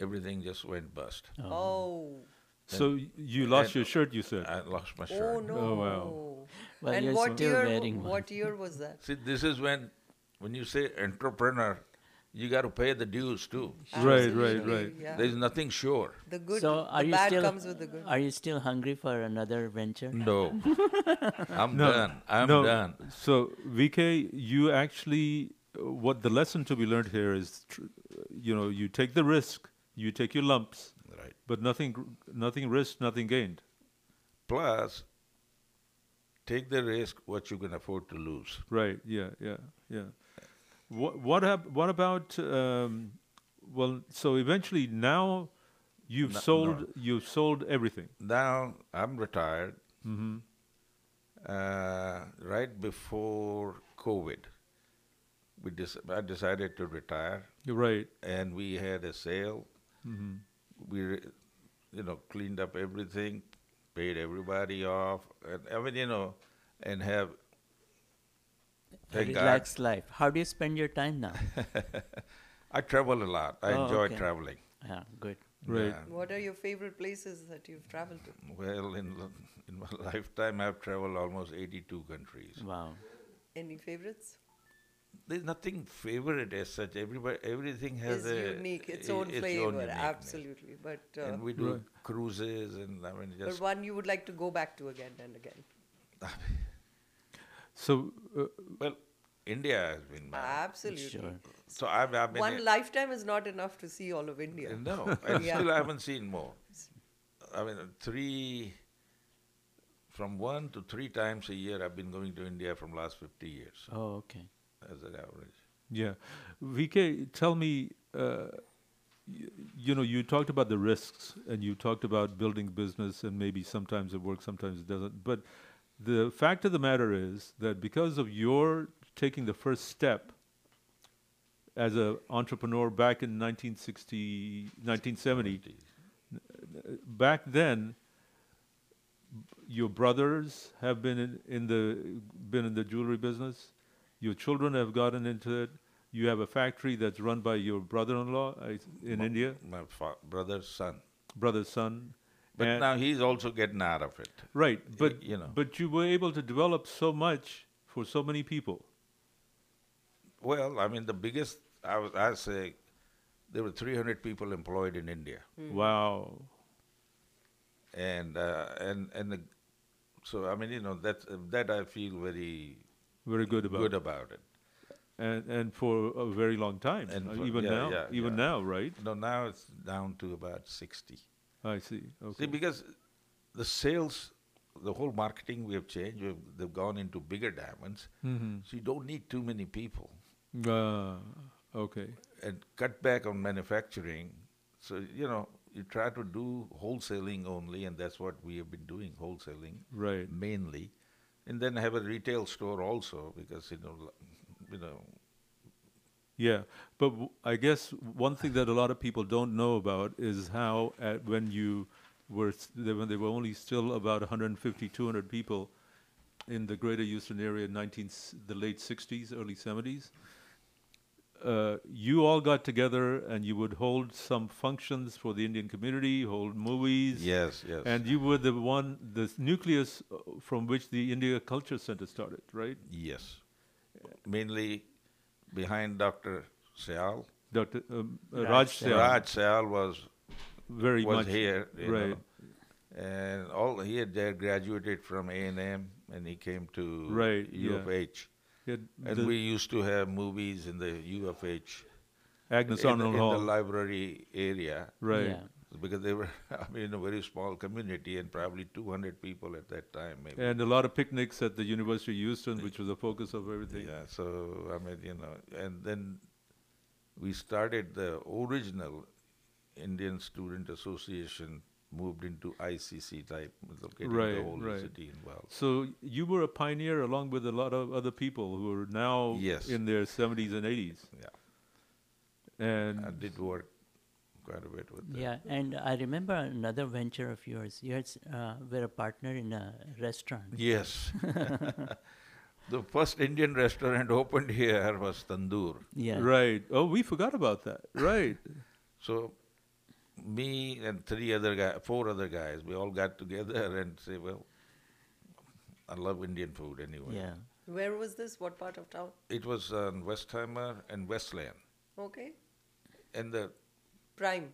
Speaker 8: everything just went bust.
Speaker 5: Oh.
Speaker 3: So
Speaker 8: And-
Speaker 3: you lost
Speaker 8: and
Speaker 3: your shirt, you said.
Speaker 8: I lost my shirt.
Speaker 5: Oh no.
Speaker 3: wow.
Speaker 4: Well,
Speaker 5: and
Speaker 4: you're
Speaker 5: what
Speaker 4: still
Speaker 5: year?
Speaker 4: wearing one.
Speaker 5: What year was that?
Speaker 8: See, this is when, when you say entrepreneur, you got to pay the dues too.
Speaker 3: Right, right, right.
Speaker 5: yeah.
Speaker 8: There's nothing sure.
Speaker 5: The good,
Speaker 4: so are
Speaker 5: the
Speaker 4: you
Speaker 5: bad
Speaker 4: still
Speaker 5: comes with the good.
Speaker 4: are you still hungry for another venture?
Speaker 3: [laughs]
Speaker 8: No, I'm done. I'm
Speaker 3: no.
Speaker 8: done.
Speaker 3: So VK, you actually uh, what the lesson to be learned here is, tr- uh, you know, you take the risk, you take your lumps,
Speaker 8: right?
Speaker 3: But nothing, gr- nothing risked, nothing gained.
Speaker 8: Plus, take the risk what you can afford to lose.
Speaker 3: Right. Yeah. Yeah. Yeah. What what ab- what about? Um, well, so eventually now, you've
Speaker 8: No,
Speaker 3: sold
Speaker 8: no.
Speaker 3: you've sold everything.
Speaker 8: Now I'm retired.
Speaker 3: Mhm.
Speaker 8: Uh, right before COVID, we dis- I decided to retire.
Speaker 3: You're right.
Speaker 8: And we had a sale.
Speaker 3: Mhm.
Speaker 8: We, re- you know, cleaned up everything, paid everybody off, and I mean, you know, and have.
Speaker 4: A
Speaker 8: Thank God.
Speaker 4: relaxed life. How do you spend your time now?
Speaker 8: I travel a lot. I
Speaker 4: Oh,
Speaker 8: enjoy
Speaker 4: okay.
Speaker 8: traveling.
Speaker 4: Yeah, good.
Speaker 3: Right.
Speaker 8: Yeah.
Speaker 5: What are your favorite places that you've traveled to?
Speaker 8: Well, in l- in my [laughs] lifetime, I've traveled almost 82 countries.
Speaker 4: Wow.
Speaker 5: Any favorites?
Speaker 8: There's nothing favorite as such. Everybody, everything has
Speaker 5: It's
Speaker 8: a
Speaker 5: unique, its
Speaker 8: i-
Speaker 5: own flavor,
Speaker 8: uniqueness.
Speaker 5: absolutely. But uh,
Speaker 8: and we do
Speaker 3: Right.
Speaker 8: cruises, and I mean,
Speaker 5: but
Speaker 8: just
Speaker 5: one you would like to go back to again and again.
Speaker 3: So uh,
Speaker 8: well, India has been my.
Speaker 5: Absolutely.
Speaker 4: Sure.
Speaker 8: So I've, I've been
Speaker 5: One
Speaker 8: a-
Speaker 5: lifetime is not enough to see all of
Speaker 8: [laughs]
Speaker 5: India.
Speaker 8: No, and
Speaker 5: [laughs] Yeah.
Speaker 8: still I haven't seen more. I mean, three from one to three times a year. I've been going to India from last 50 years
Speaker 4: Oh, okay.
Speaker 8: as an average.
Speaker 3: yeah, VK, tell me. Uh, y- you know, you talked about the risks, and you talked about building business, and maybe sometimes it works, sometimes it doesn't. But the fact of the matter is that because of your taking the first step as an entrepreneur back in 1960, 1970, back then your brothers have been in, in the been in the jewelry business your children have gotten into it you have a factory that's run by your brother-in-law I- in india
Speaker 8: My fa- brother's son,
Speaker 3: brother's son
Speaker 8: but
Speaker 3: And-
Speaker 8: now he's also getting out of it.
Speaker 3: right but
Speaker 8: you know.
Speaker 3: but you were able to develop so much for so many people
Speaker 8: Well, I mean, the biggest I was I say there were 300 people employed in India,
Speaker 3: wow
Speaker 8: and uh, and and the, so I mean, you know, that that I feel very
Speaker 3: very good about
Speaker 8: good
Speaker 3: it.
Speaker 8: about it.
Speaker 3: and and for a very long time
Speaker 8: And
Speaker 3: uh,
Speaker 8: for-
Speaker 3: even
Speaker 8: yeah,
Speaker 3: now
Speaker 8: yeah,
Speaker 3: even
Speaker 8: yeah.
Speaker 3: now right
Speaker 8: No, now it's down to about 60.
Speaker 3: i see okay
Speaker 8: See, because the sales, the whole marketing we have changed. We've, they've gone into bigger diamonds,
Speaker 3: Mm-hmm.
Speaker 8: so you don't need too many people,
Speaker 3: Ah, okay
Speaker 8: and cut back on manufacturing. So you know, you try to do wholesaling only, and that's what we have been doing wholesaling
Speaker 3: Right.
Speaker 8: mainly, and then have a retail store also because you know, l- you know,
Speaker 3: Yeah, but w- I guess one thing that a lot of people don't know about is how at, when you were s- they- when they were only still about 150, 200 people in the greater Houston area in 19, s- the late 60s, early 70s, uh, you all got together and you would hold some functions for the Indian community, hold movies.
Speaker 8: Yes, yes.
Speaker 3: And you were the one, the s- nucleus uh, from which the India Culture Center started, right,
Speaker 8: yes, mainly behind Doctor Seal.
Speaker 3: Doctor um, uh,
Speaker 4: Raj
Speaker 3: Raj?
Speaker 4: Seth.
Speaker 3: Seth.
Speaker 8: Raj Seal was
Speaker 3: very
Speaker 8: was
Speaker 3: much
Speaker 8: here, you
Speaker 3: right?
Speaker 8: know, and all he had there graduated from A and M, and he came to
Speaker 3: Right,
Speaker 8: U of
Speaker 3: yeah.
Speaker 8: H,
Speaker 3: Yeah,
Speaker 8: and
Speaker 3: the
Speaker 8: we used to have movies in the U of H
Speaker 3: Agnes
Speaker 8: in, the-
Speaker 3: Arnold
Speaker 8: in
Speaker 3: Hall,
Speaker 8: the library area,
Speaker 3: right?
Speaker 4: Yeah.
Speaker 8: Because they were, [laughs] I mean, in a very small community, and probably 200 people at that time, maybe.
Speaker 3: And a lot of picnics at the University of Houston, which was the focus of everything.
Speaker 8: yeah. So I mean, you know, and then we started the original Indian Student Association. Moved into ICC type, getting the
Speaker 3: Right,
Speaker 8: whole
Speaker 3: right.
Speaker 8: city involved.
Speaker 3: So you were a pioneer along with a lot of other people who are now
Speaker 8: Yes.
Speaker 3: in their 70s and 80s.
Speaker 8: Yeah.
Speaker 3: And
Speaker 8: I did work quite a bit with [laughs] them.
Speaker 4: Yeah, and I remember another venture of yours. You had, s- uh, were a partner in a restaurant.
Speaker 8: Yes. [laughs] the first Indian restaurant [laughs] opened here was Tandoor.
Speaker 4: Yeah.
Speaker 3: right, oh, we forgot about that. Right,
Speaker 8: [laughs] So me and three other guys, four other guys, we all got together [laughs] and say, well, I love Indian food anyway.
Speaker 4: Yeah.
Speaker 5: Where was this? What part of town?
Speaker 8: It was on Westheimer and Westland.
Speaker 5: Okay.
Speaker 8: And the
Speaker 5: Prime.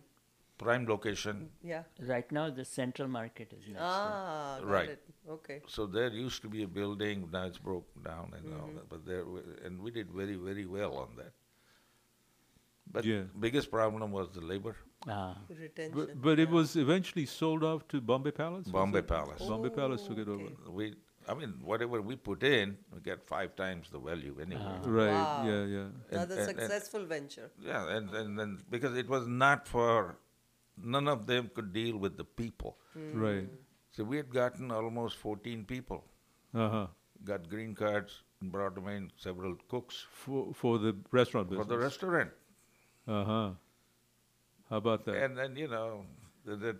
Speaker 8: prime location.
Speaker 5: Yeah.
Speaker 4: [laughs] Right now, the central market is next.
Speaker 5: Ah, got
Speaker 8: Right.
Speaker 5: it. Okay.
Speaker 8: So there used to be a building, now it's
Speaker 5: Mm-hmm.
Speaker 8: broke down and all that. But there, wa- and we did very, very well on that. But
Speaker 3: Yeah.
Speaker 8: biggest problem was the labor.
Speaker 4: Ah.
Speaker 5: Retention.
Speaker 3: But, but it was eventually sold off to Bombay Palace. was
Speaker 8: Bombay
Speaker 3: it?
Speaker 8: Palace.
Speaker 3: Bombay
Speaker 5: Oh,
Speaker 3: Palace took it over.
Speaker 8: We, I mean, whatever we put in, we get five times the value anyway.
Speaker 3: Ah. Right.
Speaker 5: Wow.
Speaker 3: Yeah. Yeah.
Speaker 5: Another
Speaker 8: and- and-
Speaker 5: successful venture.
Speaker 8: Yeah, and, and then because it was not for, none of them could deal with the people.
Speaker 5: Hmm.
Speaker 3: Right.
Speaker 8: So we had gotten almost 14 people,
Speaker 3: Uh huh.
Speaker 8: got green cards, and brought them in several cooks
Speaker 3: For for the restaurant
Speaker 8: for
Speaker 3: business.
Speaker 8: the restaurant.
Speaker 3: Uh huh. How about that?
Speaker 8: And then, you know, the, the,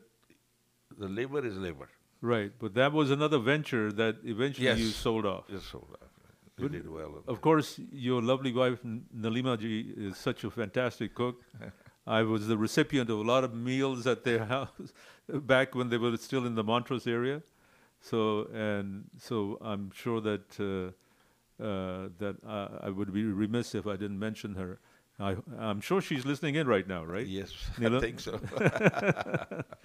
Speaker 8: the labor is labor.
Speaker 3: right. But that was another venture that eventually you
Speaker 8: Yes.
Speaker 3: sold off.
Speaker 8: It's sold out. They
Speaker 3: Good.
Speaker 8: did well.
Speaker 3: Of course, your lovely wife N- Nalima ji is such a fantastic
Speaker 8: [laughs]
Speaker 3: cook. I was the recipient of a lot of meals at their [laughs] house back when they were still in the Montrose area. So and so, I'm sure that uh, uh, that I, I would be remiss if I didn't mention her. I, I'm sure she's listening in right now, right?
Speaker 8: Yes, [laughs] I
Speaker 3: Nila?
Speaker 8: think so.
Speaker 3: [laughs]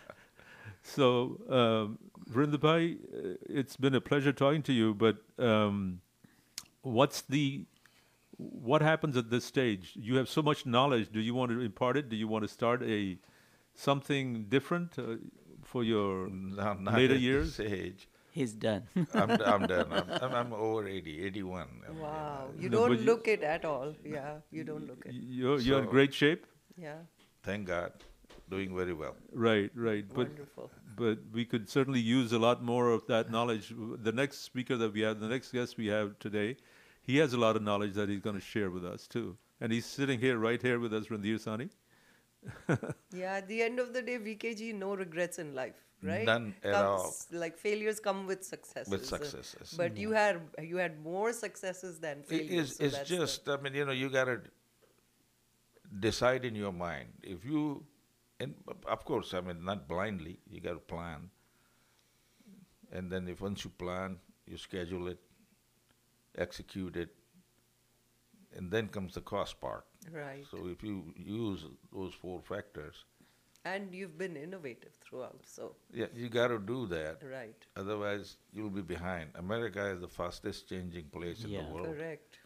Speaker 3: So, um, Vrindabai, uh, it's been a pleasure talking to you. But um, what's the what happens at this stage? You have so much knowledge. Do you want to impart it? Do you want to start a something different uh, for your
Speaker 8: [laughs] No, not
Speaker 3: later
Speaker 8: at this
Speaker 3: years?
Speaker 8: age.
Speaker 4: He's done.
Speaker 8: I'm, I'm done.
Speaker 4: [laughs]
Speaker 8: I'm, I'm, I'm over 80, 81. I mean, uh, you
Speaker 5: Wow.
Speaker 8: know,
Speaker 5: You
Speaker 3: No,
Speaker 5: don't
Speaker 3: but you-
Speaker 5: look it at all. Yeah. You don't look it.
Speaker 3: You're, you're in
Speaker 8: So-
Speaker 3: great shape.
Speaker 5: Yeah.
Speaker 8: thank God, doing very well.
Speaker 3: Right, right. But
Speaker 5: Wonderful.
Speaker 3: but we could certainly use a lot more of that knowledge. The next speaker that we have, the next guest we have today, he has a lot of knowledge that he's going to share with us too. And he's sitting here, right here with us, Randhir Sani.
Speaker 5: Yeah. At the end of the day, VKG, no regrets in life, right?
Speaker 8: None at
Speaker 5: Comes- Like failures come with successes. uh,
Speaker 8: successes.
Speaker 5: But you had you had more successes than
Speaker 8: It
Speaker 5: failures.
Speaker 8: is,
Speaker 5: so
Speaker 8: it's
Speaker 5: that's the-
Speaker 8: just, I mean, you know, you got to decide in your mind. If you, and of course, I mean, not blindly, you got to plan. And then if once you plan, you schedule it, execute it, and then comes the cost part.
Speaker 5: Right.
Speaker 8: So if you use those four factors,
Speaker 5: And you've been innovative throughout. So,
Speaker 8: yeah, you got to do that.
Speaker 5: right.
Speaker 8: Otherwise, you'll be behind. America is the fastest changing place in
Speaker 4: Yeah.
Speaker 8: the world.
Speaker 5: Correct.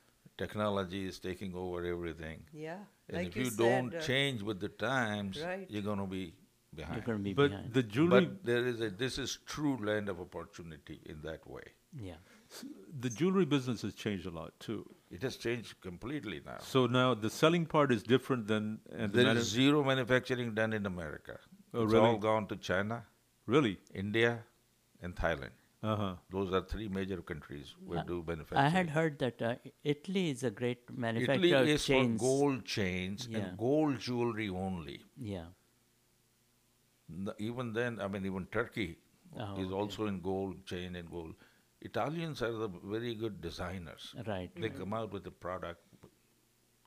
Speaker 8: Technology is taking over everything.
Speaker 5: Yeah.
Speaker 8: And
Speaker 5: like
Speaker 8: if you,
Speaker 5: said,
Speaker 8: don't
Speaker 5: uh,
Speaker 8: change with the times,
Speaker 5: Right.
Speaker 8: you're going to be
Speaker 4: You're
Speaker 8: behind.
Speaker 4: going to be
Speaker 3: But
Speaker 4: behind.
Speaker 3: the jewelry,
Speaker 8: But there is a this is true land of opportunity in that way.
Speaker 4: yeah.
Speaker 3: the jewelry business has changed a lot too.
Speaker 8: It has changed completely now.
Speaker 3: So now the selling part is different than and the
Speaker 8: there
Speaker 3: manage-
Speaker 8: is zero manufacturing done in America.
Speaker 3: Oh,
Speaker 8: it's
Speaker 3: really?
Speaker 8: all gone to China,
Speaker 3: really.
Speaker 8: India, and Thailand.
Speaker 3: Uh huh.
Speaker 8: Those are three major countries where do manufacturing.
Speaker 4: Uh, I had heard that uh, Italy is a great
Speaker 8: Italy
Speaker 4: manufacturer of
Speaker 8: is
Speaker 4: chains.
Speaker 8: for gold chains
Speaker 4: Yeah.
Speaker 8: and gold jewelry only.
Speaker 4: Yeah.
Speaker 8: N- even then, I mean, even Turkey
Speaker 4: Oh,
Speaker 8: is
Speaker 4: okay.
Speaker 8: also in gold, chain and gold. Italians are the very good designers.
Speaker 4: Right.
Speaker 8: They come out with a product.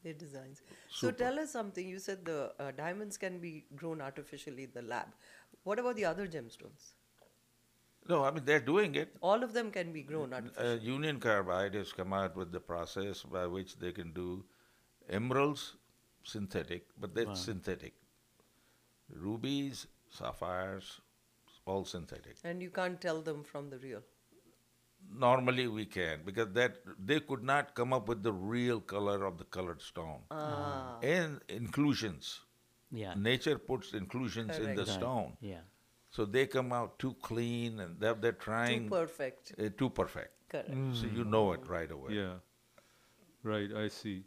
Speaker 5: Their designs. So tell us something. You said the uh, diamonds can be grown artificially in the lab. What about the other gemstones?
Speaker 8: No, I mean, they're doing it.
Speaker 5: All of them can be grown artificially.
Speaker 8: Uh, Union Carbide has come out with the process by which they can do emeralds synthetic, but that's synthetic. Rubies, sapphires, all synthetic.
Speaker 5: and you can't tell them from the real.
Speaker 8: Normally we can because that they could not come up with the real color of the colored stone
Speaker 5: Ah.
Speaker 8: and inclusions.
Speaker 4: Yeah.
Speaker 8: Nature puts inclusions in the
Speaker 5: Correct.
Speaker 4: Right.
Speaker 8: stone,
Speaker 4: Yeah.
Speaker 8: so they come out too clean and they're, they're trying
Speaker 5: Too perfect.
Speaker 8: uh, too perfect.
Speaker 5: Correct.
Speaker 8: So you know it right away.
Speaker 3: Mm. Yeah. Right, I see.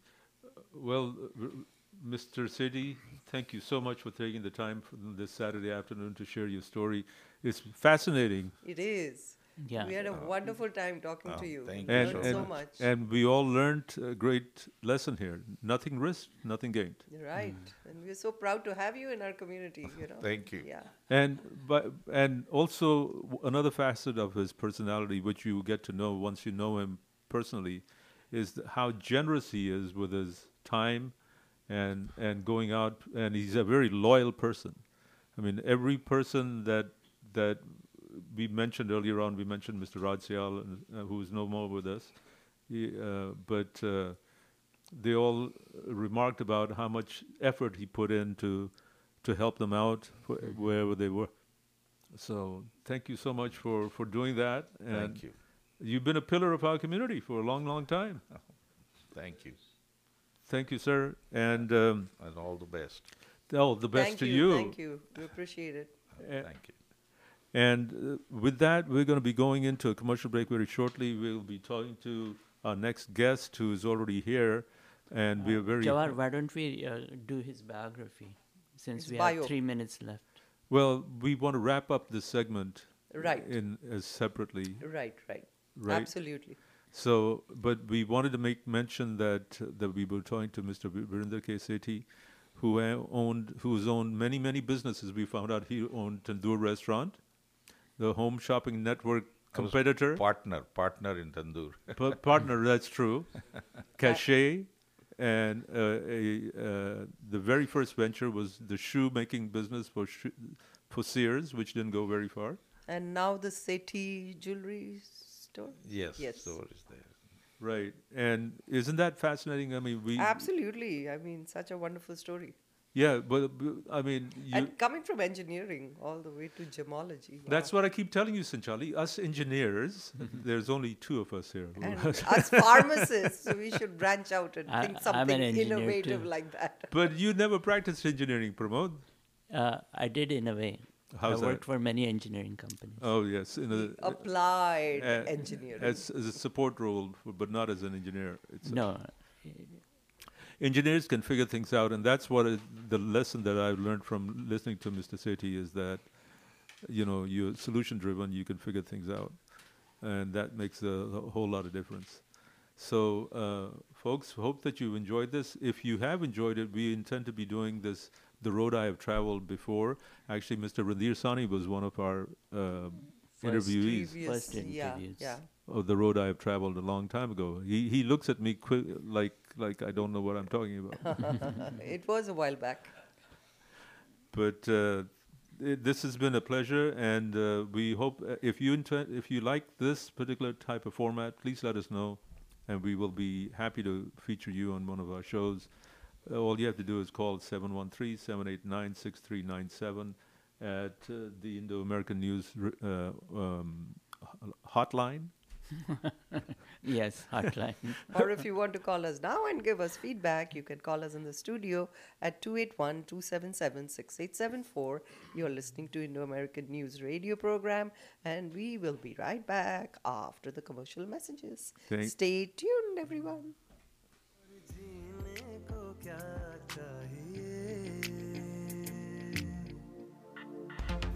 Speaker 3: Uh, Well, uh, r- Mr. Sethi, thank you so much for taking the time for this Saturday afternoon to share your story. It's fascinating.
Speaker 5: It is.
Speaker 4: Yeah.
Speaker 5: We had a wonderful time talking to you.
Speaker 8: Uh-huh. Oh, thank you
Speaker 5: We
Speaker 3: And,
Speaker 5: learned
Speaker 3: and,
Speaker 5: so much.
Speaker 3: and we all learned a great lesson here. Nothing risked, nothing gained.
Speaker 5: right. And we're so proud to have you in our community, you know.
Speaker 8: Mm. Thank you.
Speaker 5: Yeah.
Speaker 3: And but and also w- another facet of his personality, which you get to know once you know him personally, is th- how generous he is with his time, and and going out. And he's a very loyal person. I mean, every person that that we mentioned earlier on, we mentioned Mr. Rajyal, uh, who is no more with us, he, uh, but. Uh, they all remarked about how much effort he put in to to help them out wh- wherever they were. So thank you so much for for doing that. And
Speaker 8: Thank you. Oh.
Speaker 3: You've been a pillar of our community for a long, long time.
Speaker 8: Thank you.
Speaker 3: Thank you, sir, and um,
Speaker 8: and all the best.
Speaker 3: Oh, the best
Speaker 5: thank
Speaker 3: to
Speaker 5: you,
Speaker 3: you. Uh,
Speaker 5: Thank you. We appreciate it.
Speaker 8: Thank you.
Speaker 3: And uh, with that, we're going to be going into a commercial break very shortly. We'll be talking to our next guest, who is already here, and we are very
Speaker 4: Jawar, why don't we uh, do his biography since
Speaker 5: His
Speaker 4: we
Speaker 5: bio.
Speaker 4: have three minutes left?
Speaker 3: well. We want to wrap up this segment
Speaker 5: Right.
Speaker 3: in as separately.
Speaker 5: Right, right.
Speaker 3: Right.
Speaker 5: Absolutely.
Speaker 3: So, but we wanted to make mention that that we were talking to Mr. Vi- Virinder K. Sethi, who uh, owned, who's owned many, many businesses. We found out he owned Tandoor Restaurant, the Home Shopping Network
Speaker 8: I was
Speaker 3: competitor,
Speaker 8: Partner, partner in Tandoor.
Speaker 3: pa- partner. That's
Speaker 5: [laughs]
Speaker 3: true. Cachet, and uh, a, uh, the very first venture was the shoemaking business for shoe, for Sears, which didn't go very far.
Speaker 5: And now the Sethi jewelry store?
Speaker 8: Yes,
Speaker 5: Yes.
Speaker 8: store is there.
Speaker 3: Right, and isn't that fascinating? I mean, we
Speaker 5: Absolutely. I mean, such a wonderful story.
Speaker 3: yeah, but but, I mean, you,
Speaker 5: and coming from engineering all the way to gemology.
Speaker 3: That's
Speaker 5: wow.
Speaker 3: what I keep telling you, Sanchali. Us
Speaker 4: [laughs]
Speaker 3: engineers, there's only two of us here. [laughs]
Speaker 5: And us pharmacists, we should branch out and
Speaker 4: I-
Speaker 5: think
Speaker 4: I'm an
Speaker 5: something
Speaker 4: engineer
Speaker 5: innovative
Speaker 4: too.
Speaker 5: like that.
Speaker 3: but you never practiced engineering, Pramod.
Speaker 4: Uh, I did in a way.
Speaker 3: How's
Speaker 4: I
Speaker 3: that?
Speaker 4: worked for many engineering companies.
Speaker 3: Oh yes, in a,
Speaker 5: Applied
Speaker 3: uh,
Speaker 5: engineering.
Speaker 3: as, as a support role, but not as an engineer. It's
Speaker 4: no,
Speaker 3: engineers can figure things out, and that's what is the lesson that I've learned from listening to Mr. Sethi is that, you know, you're solution driven, you can figure things out, and that makes a, whole lot of difference. So, uh, folks, hope that you've enjoyed this. If you have enjoyed it, we intend to be doing this. The road I have traveled before. Actually, Mr. Randir Sani was one of our uh,
Speaker 4: First
Speaker 3: interviewees
Speaker 4: First
Speaker 5: yeah,
Speaker 4: interviews.
Speaker 5: yeah.
Speaker 3: of the road I have traveled a long time ago. He he looks at me qui- like like I don't know what I'm talking
Speaker 5: [laughs]
Speaker 3: about.
Speaker 5: [laughs] It was a while back.
Speaker 3: but uh, it, this has been a pleasure, and uh, we hope uh, if you inter- if you like this particular type of format, please let us know, and we will be happy to feature you on one of our shows. Uh, all you have to do is call 713-789-6397 at uh, the Indo-American News r- uh, um, h- hotline.
Speaker 4: [laughs] Yes, hotline.
Speaker 5: [laughs] Or if you want to call us now and give us feedback, you can call us in the studio at 281 277 6874. You're listening to Indo American News Radio program, and we will be right back after the commercial messages.
Speaker 3: Thank-
Speaker 5: Stay tuned, everyone.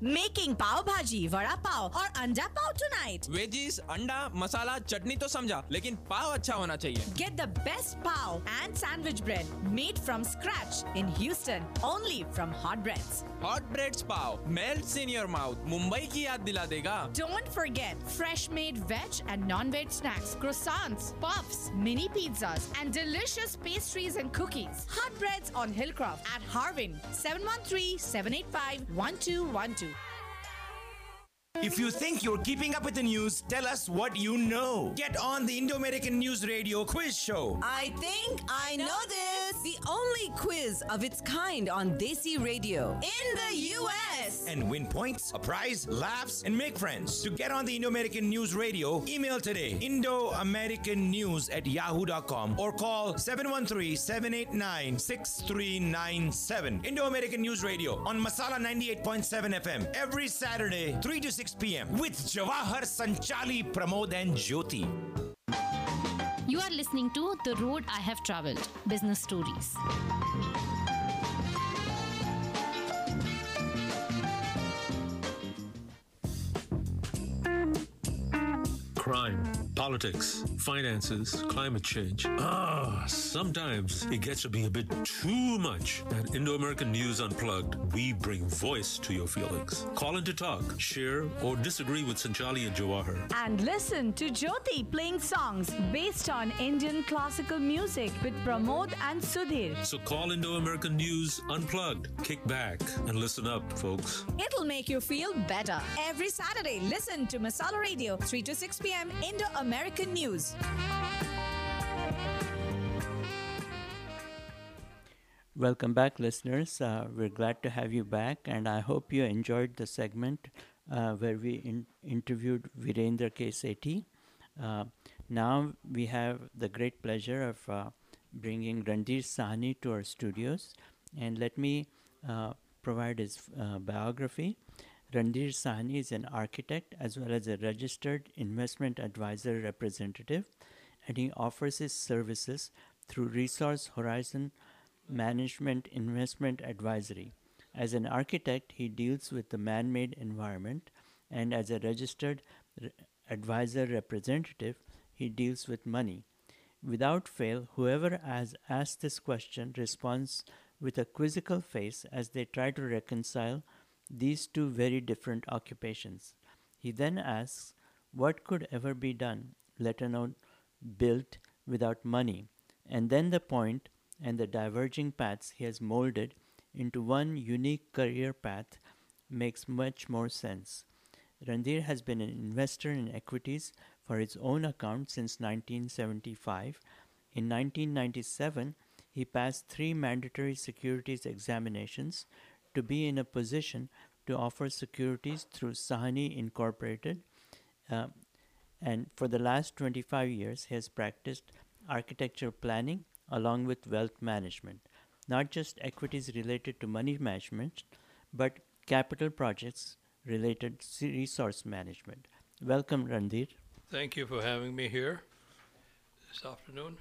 Speaker 9: Making pav bhaji, vada pav or anda pav tonight.
Speaker 12: Veggies anda masala चटनी तो समझा लेकिन पाव अच्छा होना चाहिए
Speaker 9: Get the best pav and sandwich bread made from scratch in Houston, only from Hot Breads.
Speaker 12: Hot Breads pav melt in your mouth Mumbai की याद दिला देगा
Speaker 9: Don't forget fresh made veg and non veg snacks, croissants, puffs, mini pizzas, and delicious pastries and cookies. Hot breads on Hillcroft at Harvin 713 785 1212.
Speaker 1: If you think you're keeping up with the news, tell us what you know. Get on the Indo American News Radio quiz show.
Speaker 9: I think I know this. The only quiz of its kind on Desi Radio in the US.
Speaker 1: and win points, a prize, laughs, and make friends. To get on the Indo American News Radio, email today Indo American News at yahoo.com or call 713 789 6397. Indo American News Radio on Masala 98.7 FM every Saturday, 3 to 6 p.m. with Jawahar Sanchali, Pramod, and Jyoti.
Speaker 6: You are listening to The Road I Have Traveled Business Stories.
Speaker 7: Crime, politics, finances, climate change. Ah, sometimes it gets to be a bit too much. At Indo American News Unplugged, we bring voice to your feelings. Call in to talk, share, or disagree with Sanchali and Jawahar.
Speaker 2: And listen to Jyoti playing songs based on Indian classical music with Pramod and Sudhir.
Speaker 7: So call Indo American News Unplugged. Kick back and listen up, folks.
Speaker 9: It'll make you feel better. Every Saturday, listen to Masala Radio, 3 to 6 p.m. Indo American News.
Speaker 4: Welcome back, listeners. Uh, we're glad to have you back, and I hope you enjoyed the segment uh, where we in- interviewed Virendra K. Sethi. Uh, now we have the great pleasure of uh, bringing Randir Sahni to our studios, and let me uh, provide his uh, biography. Randir Sahni is an architect as well as a registered investment advisor representative, and he offers his services through Resource Horizon Management Investment Advisory. As an architect, he deals with the man made environment, and as a registered re- advisor representative, he deals with money. Without fail, whoever has asked this question responds with a quizzical face as they try to reconcile these two very different occupations. He then asks, What could ever be done, let alone built, without money? And then the point and the diverging paths he has molded into one unique career path makes much more sense. Randir has been an investor in equities for his own account since 1975. In 1997, he passed three mandatory securities examinations to be in a position to offer securities through Sahani Incorporated. Uh, and for the last 25 years, he has practiced architecture planning along with wealth management, not just equities related to money management, but capital projects related to resource management. Welcome, Randir.
Speaker 13: Thank you for having me here this afternoon.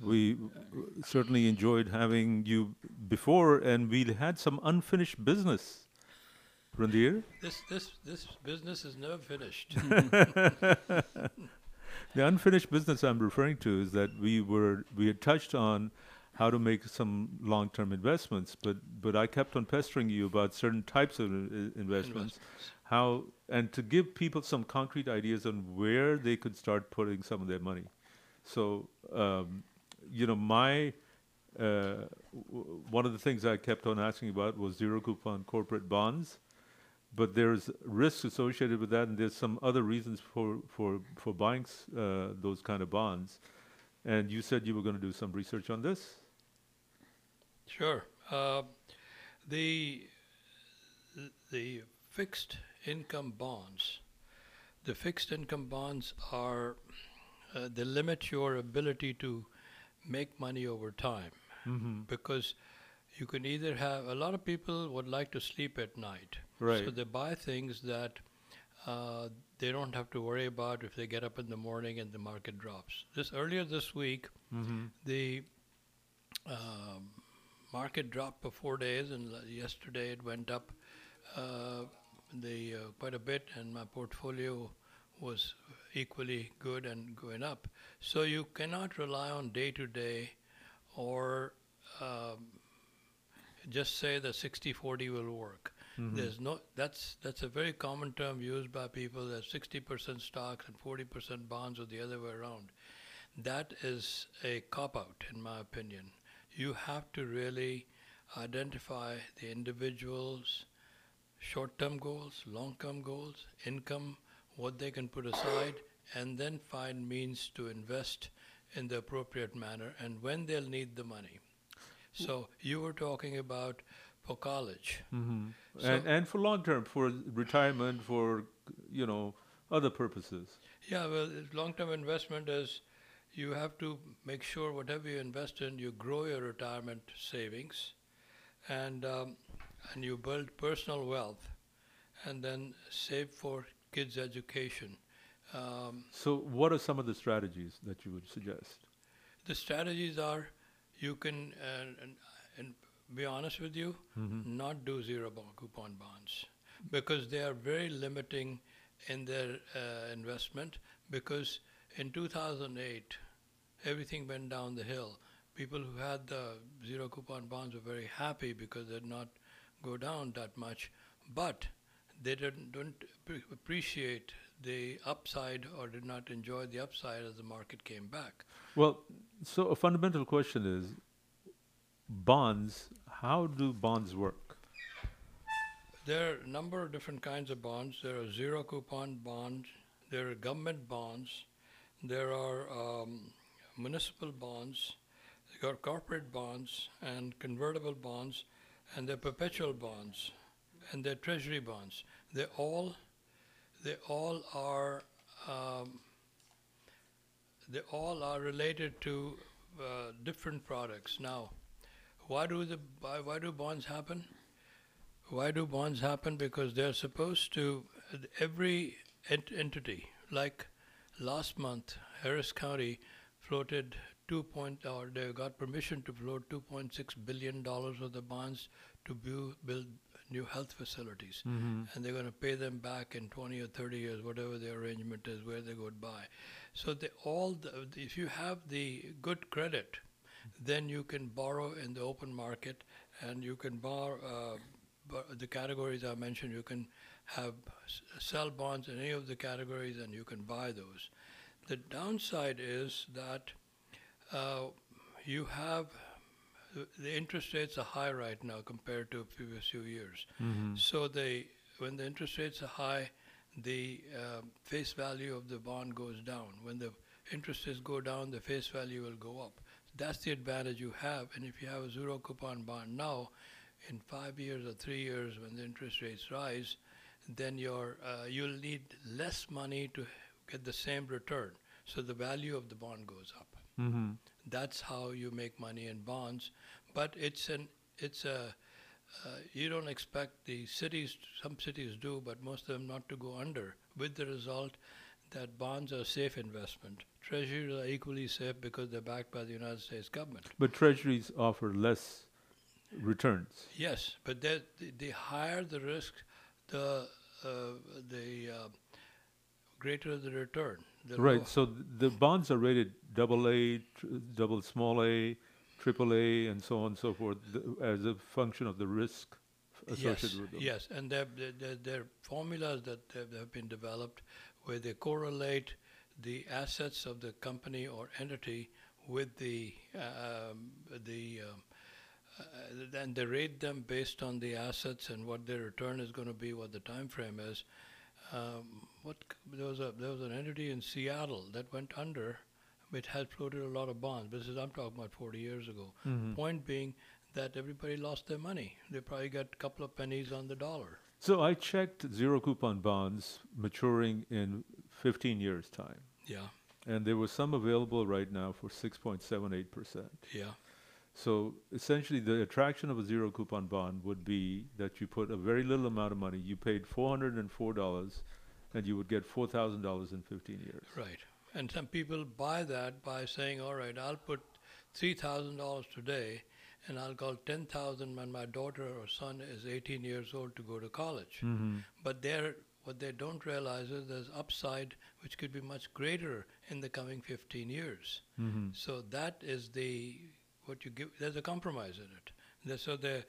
Speaker 3: We w- certainly enjoyed having you before, and we had some unfinished business, Randir. [laughs]
Speaker 13: This this this business is never finished.
Speaker 3: the unfinished business I'm referring to is that we were we had touched on how to make some long-term investments, but but I kept on pestering you about certain types of i- i- investments, how and to give people some concrete ideas on where they could start putting some of their money. So um, you know my uh, w- one of the things I kept on asking about was zero coupon corporate bonds but there's risks associated with that, and there's some other reasons for for for buying s- uh, those kind of bonds. And you said you were going to do some research on this.
Speaker 13: Sure. Uh, the the fixed income bonds, the fixed income bonds are uh, they limit your ability to make money over time
Speaker 3: Mhm.
Speaker 13: because you can either have a lot of people would like to sleep at night, So
Speaker 3: Right.
Speaker 13: they buy things that. Uh, they don't have to worry about if they get up in the morning and the market drops. This earlier this week,
Speaker 3: Mhm.
Speaker 13: the um, market dropped for four days, and l- yesterday it went up uh, the uh, quite a bit, and my portfolio was equally good and going up. So you cannot rely on day to day, or um, just say the 60-40 will work.
Speaker 14: Mhm.
Speaker 13: There's no that's that's a very common term used by people that 60% stocks and 40% bonds or the other way around. That is a cop out, in my opinion. You have to really identify the individual's short term goals, long term goals, income, what they can put aside, and then find means to invest in the appropriate manner and when they'll need the money. So you were talking about for college.
Speaker 3: Mhm.
Speaker 13: Mm-hmm. So-
Speaker 3: and and for long term, for retirement, for you know other purposes.
Speaker 13: Yeah, well, long term investment is you have to make sure whatever you invest in, you grow your retirement savings and, um, and you build personal wealth and then save for kids' education. Um,
Speaker 3: So what are some of the strategies that you would suggest?
Speaker 13: the strategies are you can, uh, and, and be honest with you,
Speaker 3: Mhm.
Speaker 13: not do zero bo- coupon bonds because they are very limiting in their uh, investment because in 2008 everything went down the hill. People who had the zero coupon bonds were very happy because they did not go down that much, but they didn't don't pre- appreciate the upside or did not enjoy the upside as the market came back.
Speaker 3: Well, so a fundamental question is bonds, how do bonds work?
Speaker 13: There are a number of different kinds of bonds. There are zero coupon bonds. There are government bonds. There are um, municipal bonds. There are corporate bonds and convertible bonds, and they're perpetual bonds, and they're treasury bonds. They all, they all are, um, they all are related to uh, different products. Now, why do the why, why do bonds happen? Why do bonds happen? Because they're supposed to, every ent- entity, like last month, Harris County floated two point, or they got permission to float two point six billion dollars of the bonds to bu- build new health facilities.
Speaker 12: Mhm.
Speaker 13: And they're gonna pay them back in twenty or thirty years, whatever the arrangement is, where they go by. So they all, the- if you have the good credit, then you can borrow in the open market and you can borrow uh, bu- the categories I mentioned. You can have s- sell bonds in any of the categories and you can buy those. The downside is that uh, you have the interest rates are high right now compared to previous few years.
Speaker 12: Mhm.
Speaker 13: So they, when the interest rates are high, the uh, face value of the bond goes down. When the interest rates go down, the face value will go up. That's the advantage you have. And if you have a zero coupon bond now, in five years or three years, when the interest rates rise, then your uh, you'll need less money to get the same return. So the value of the bond goes up.
Speaker 3: Mm-hmm.
Speaker 13: That's how you make money in bonds. But it's an it's a uh, you don't expect the cities. Some cities do, but most of them not to go under. With the result that bonds are safe investment. Treasuries are equally safe because they're backed by the United States government.
Speaker 3: But treasuries offer less returns.
Speaker 13: Yes, but that the, the higher the risk, the uh, the uh, greater the return. The
Speaker 3: Right.
Speaker 13: low-
Speaker 3: So th- the bonds are rated double A, tr- double small A, triple A, and so on and so forth th- as a function of the risk f- associated
Speaker 13: yes,
Speaker 3: with them.
Speaker 13: Yes, and there there there are formulas that have have been developed where they correlate the assets of the company or entity with the um, the um, uh, then they rate them based on the assets and what their return is going to be, what the time frame is. Um, what c- there was a there was an entity in Seattle that went under. It had floated a lot of bonds. This is I'm talking about 40 years ago.
Speaker 3: Mhm.
Speaker 13: Point being that everybody lost their money. They probably got a couple of pennies on the dollar.
Speaker 3: So I checked zero coupon bonds maturing in 15 years' time.
Speaker 13: Yeah.
Speaker 3: And there were some available right now for 6.78%.
Speaker 13: Yeah.
Speaker 3: So essentially, the attraction of a zero coupon bond would be that you put a very little amount of money, you paid $404, and you would get $4,000 in 15 years.
Speaker 13: Right. And some people buy that by saying, all right, I'll put $3,000 today and I'll call 10,000 when my daughter or son is 18 years old to go to college.
Speaker 12: Mhm.
Speaker 13: But they're, what they don't realize is there's upside which could be much greater in the coming 15 years.
Speaker 15: Mm-hmm.
Speaker 12: Mhm.
Speaker 13: So that is the what you give. There's a compromise in it. The- so the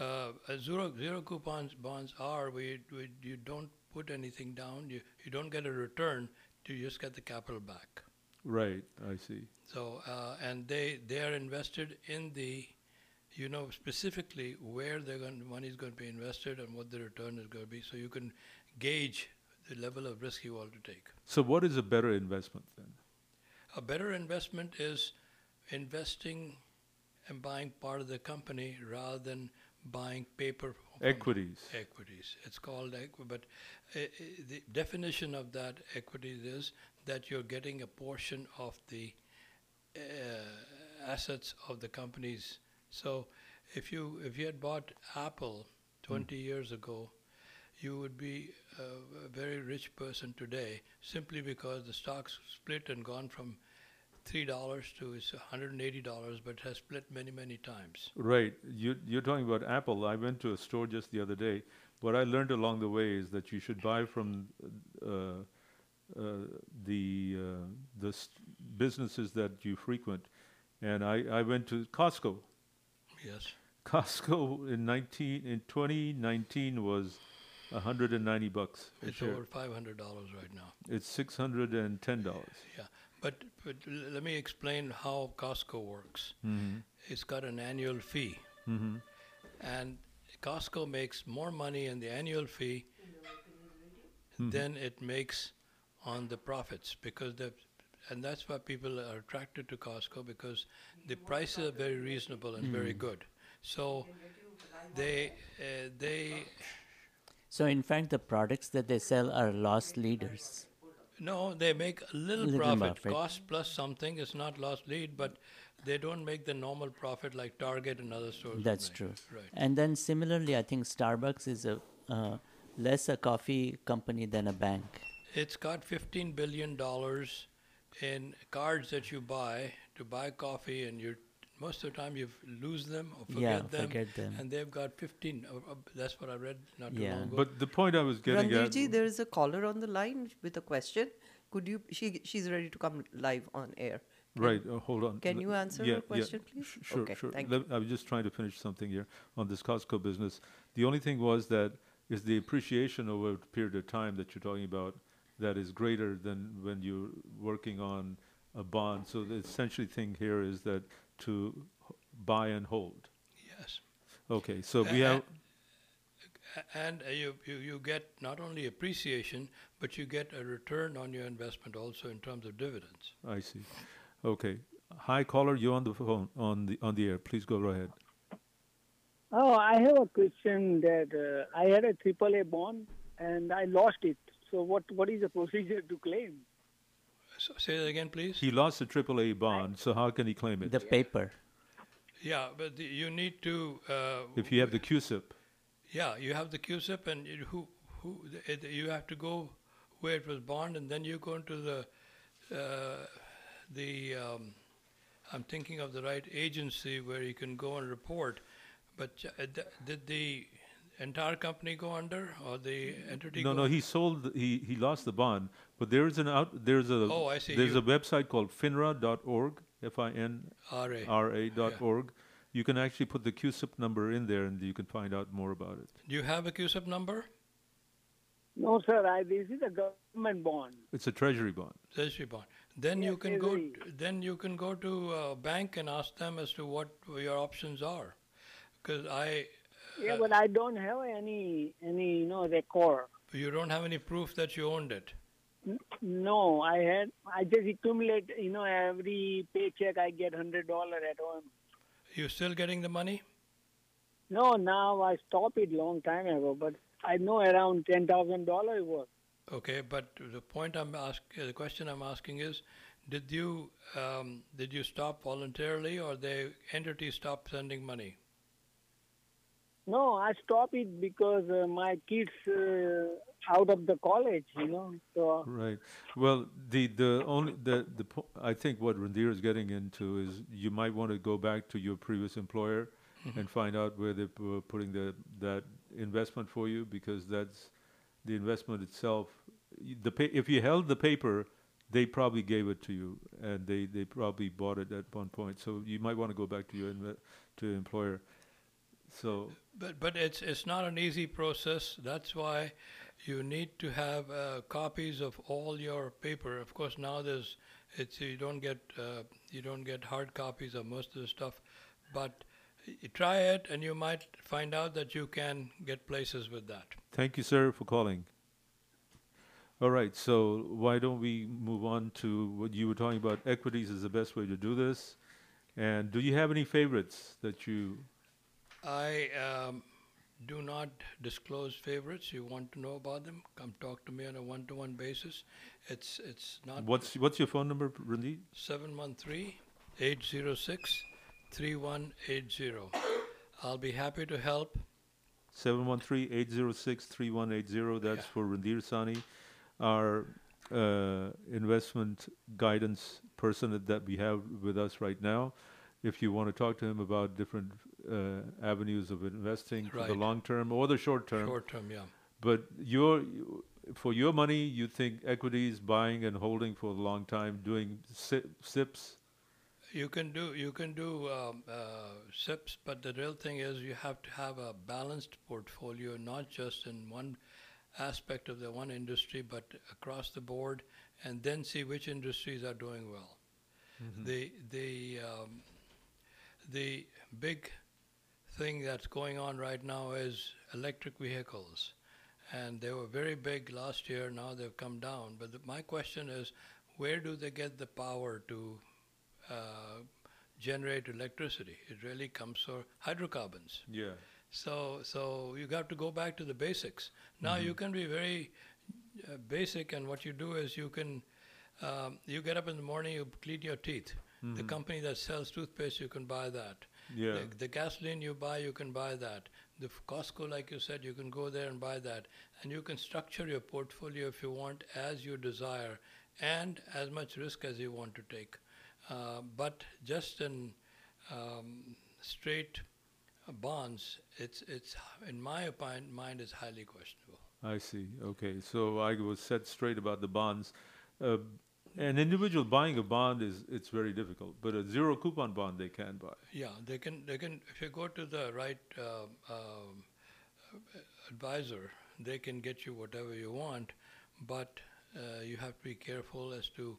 Speaker 13: uh, uh, zero zero coupons bonds are we, we you don't put anything down. You you don't get a return. You just get the capital back.
Speaker 3: Right, I see.
Speaker 13: So uh, and they they are invested in the you know specifically where they're going money is going to be invested and what the return is going to be. So you can gauge the level of risk you want to take.
Speaker 3: So, what is a better investment then?
Speaker 13: A better investment is investing and buying part of the company rather than buying paper. from-
Speaker 3: Equities.
Speaker 13: Equities. It's called equity, but uh, uh, the definition of that equity is that you're getting a portion of the uh, assets of the companies. So if you if you had bought Apple 20 years ago, you would be uh, a, a very rich person today simply because the stock's split and gone from three dollars to it's 180 dollars, but has split many many times.
Speaker 3: Right. You, you're talking about Apple. I went to a store just the other day. What I learned along the way is that you should buy from uh, uh, the uh, the s businesses that you frequent. And I, I went to Costco.
Speaker 13: Yes.
Speaker 3: Costco in 19 in 2019 was 190 bucks. a
Speaker 13: It's
Speaker 3: share.
Speaker 13: over five hundred dollars right now.
Speaker 3: It's 610 dollars.
Speaker 13: Yeah, but, but l- let me explain how Costco works.
Speaker 3: Mhm.
Speaker 13: It's got an annual fee,
Speaker 3: Mm-hmm.
Speaker 13: and Costco makes more money in the annual fee than it makes on the profits because the and that's why people are attracted to Costco because the prices are very reasonable and very
Speaker 4: Mm.
Speaker 13: good. So they uh, they
Speaker 4: So, in fact, the products that they sell are loss leaders.
Speaker 13: No, they make a little,
Speaker 4: Little
Speaker 13: profit.
Speaker 4: profit.
Speaker 13: Cost plus something. It's not lost lead, but they don't make the normal profit like Target and other stores. would
Speaker 4: That's
Speaker 13: make.
Speaker 4: true.
Speaker 13: Right.
Speaker 4: And then similarly, I think Starbucks is a uh, less a coffee company than a bank.
Speaker 13: It's got fifteen billion dollars in cards that you buy to buy coffee, and you most of the time you lose them or forget,
Speaker 4: Yeah,
Speaker 13: them,
Speaker 4: forget them.
Speaker 13: And they've got fifteen. Uh, uh, that's what I read not too long ago.
Speaker 3: But the point I was getting at.
Speaker 5: Ranveerji, there is a caller on the line with a question. Could you? She she's ready to come live on air. Can-
Speaker 3: Right, uh, hold on.
Speaker 5: Can
Speaker 3: Let-
Speaker 5: you answer
Speaker 3: yeah,
Speaker 5: her
Speaker 3: yeah,
Speaker 5: question, please?
Speaker 3: sh- Sure,
Speaker 5: okay,
Speaker 3: sure.
Speaker 5: Thank
Speaker 3: Let- I was just trying to finish something here on this Costco business. The only thing was that is the appreciation over a period of time that you're talking about that is greater than when you're working on a bond. So the essentially thing here is that to h- buy and hold.
Speaker 13: Yes.
Speaker 3: Okay, so we have,
Speaker 13: A- and uh, you, you, you get not only appreciation, but you get a return on your investment also in terms of dividends.
Speaker 3: I see. Okay. Hi caller, you're on the phone, on the, on the air. Please go right ahead.
Speaker 14: Oh, I have a question that uh, I had a AAA bond and I lost it. So what, what is the procedure to claim?
Speaker 13: So, say that again, please.
Speaker 3: He lost the AAA bond, so how can he claim it?
Speaker 4: The paper.
Speaker 13: Yeah, but the, you need to. Uh,
Speaker 3: If you have the QSIP.
Speaker 13: yeah, you have the QSIP, and you, who who it, you have to go where it was bond, and then you go into the uh, the. Um, I'm thinking of the right agency where you can go and report. But ch- uh, th- did the entire company go under, or the entity?
Speaker 3: No,
Speaker 13: go
Speaker 3: no, he sold. He he lost the bond, but there is an out. There's a.
Speaker 13: Oh, I see,
Speaker 3: There's
Speaker 13: you-
Speaker 3: a website called finra.org. F I N
Speaker 13: R A.
Speaker 3: R A dot
Speaker 13: Yeah.
Speaker 3: org. You can actually put the QSIP number in there, and you can find out more about it.
Speaker 13: Do you have a QSIP number?
Speaker 14: No, sir, I, this is a government bond.
Speaker 3: It's a treasury bond.
Speaker 13: Treasury bond. Then you can go. Then you can go to a bank and ask them as to what your options are, because I. Uh,
Speaker 14: Yeah, but I don't have any, any you know, record.
Speaker 13: You don't have any proof that you owned it.
Speaker 14: N- No, I had, I just accumulate, you know, every paycheck I get $100 at home.
Speaker 13: You're still getting the money.
Speaker 14: No, now I stopped it long time ago, but I know around $10,000 worth.
Speaker 13: Okay, but the point I'm asking, the question I'm asking is, did you um, did you stop voluntarily, or the entity stopped sending money?
Speaker 14: No, I stopped it because uh, my kids uh, out of the college, you know. So
Speaker 3: Right. Well, the the only the the po- I think what Randir is getting into is you might want to go back to your previous employer and find out where they p- were putting the that investment for you because that's the investment itself. y- The pa if you held the paper, they probably gave it to you and they they probably bought it at one point. So you might want to go back to your inve- to your employer. So
Speaker 13: But but it's it's not an easy process. That's why you need to have uh, copies of all your paper. Of course, now there's it's you don't get uh, you don't get hard copies of most of the stuff, but y- try it and you might find out that you can get places with that.
Speaker 3: Thank you, sir, for calling. All right, so why don't we move on to what you were talking about? Equities is the best way to do this. And do you have any favorites that you?
Speaker 13: I um, do not disclose favorites. You want to know about them? Come talk to me on a one-to-one basis. It's it's not
Speaker 3: What's what's your phone number, Randy?
Speaker 13: 713-806-3180. I'll be happy to help.
Speaker 3: 713-806-3180. That's for Randir Sani, our uh, investment guidance person that- that we have with us right now. If you want to talk to him about different uh, avenues of investing for the
Speaker 13: Right.
Speaker 3: long term or the short term.
Speaker 13: Short term, yeah.
Speaker 3: But you're, you- for your money, you think equities, buying and holding for a long time, doing si- SIPs.
Speaker 13: You can do you can do um, uh, SIPs, but the real thing is you have to have a balanced portfolio, not just in one aspect of the one industry, but across the board, and then see which industries are doing well.
Speaker 15: Mhm.
Speaker 13: The the um, the big thing that's going on right now is electric vehicles, and they were very big last year. Now they've come down. But the, my question is, where do they get the power to uh, generate electricity? It really comes from hydrocarbons.
Speaker 3: Yeah.
Speaker 13: So, so you have to go back to the basics. Now you can be very uh, basic, and what you do is you can um, you get up in the morning, you clean your teeth. The
Speaker 3: Mhm.
Speaker 13: company that sells toothpaste, you can buy that.
Speaker 3: Yeah.
Speaker 13: The, the gasoline you buy, you can buy that. The f- Costco, like you said, you can go there and buy that, and you can structure your portfolio if you want, as you desire, and as much risk as you want to take. Uh, but just in um, straight uh, bonds, it's it's in my opinion, mind is highly questionable.
Speaker 3: I see. Okay, so I was set straight about the bonds. Uh, an individual buying a bond is it's very difficult, but a zero coupon bond they can buy.
Speaker 13: Yeah, they can they can if you go to the right uh, um, advisor, they can get you whatever you want, but uh, you have to be careful as to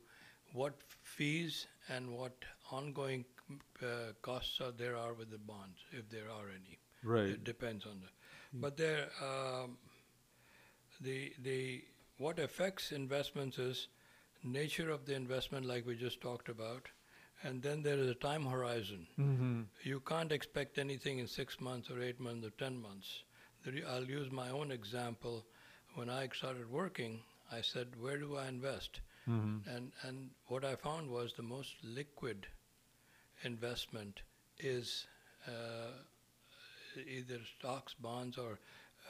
Speaker 13: what fees and what ongoing uh, costs are there are with the bonds, if there are any.
Speaker 3: Right.
Speaker 13: It depends on the, but there um, the the what affects investments is nature of the investment, like we just talked about, and then there is a time horizon.
Speaker 3: Mhm.
Speaker 13: You can't expect anything in six months or eight months or ten months. The re- I'll use my own example. When I started working, I said, "Where do I invest?"
Speaker 3: Mhm.
Speaker 13: And and what I found was the most liquid investment is uh, either stocks, bonds, or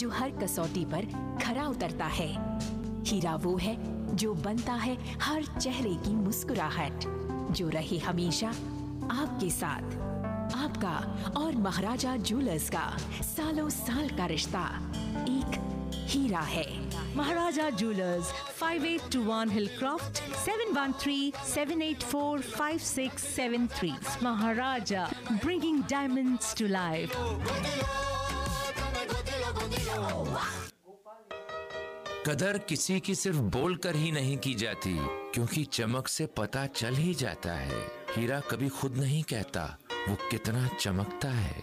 Speaker 16: जो हर कसौटी पर खरा उतरता है हीरा वो है जो बनता है हर चेहरे की मुस्कुराहट जो रहे हमेशा आपके साथ आपका और महाराजा ज्वेलर्स का सालों साल का रिश्ता एक हीरा है
Speaker 11: Maharaja Jewelers, 5821 Hillcroft, 713-784-5673. Maharaja, bringing diamonds to life.
Speaker 10: कदर किसी की सिर्फ बोलकर ही नहीं की जाती क्योंकि चमक से पता चल ही जाता है हीरा कभी खुद नहीं कहता वो कितना चमकता है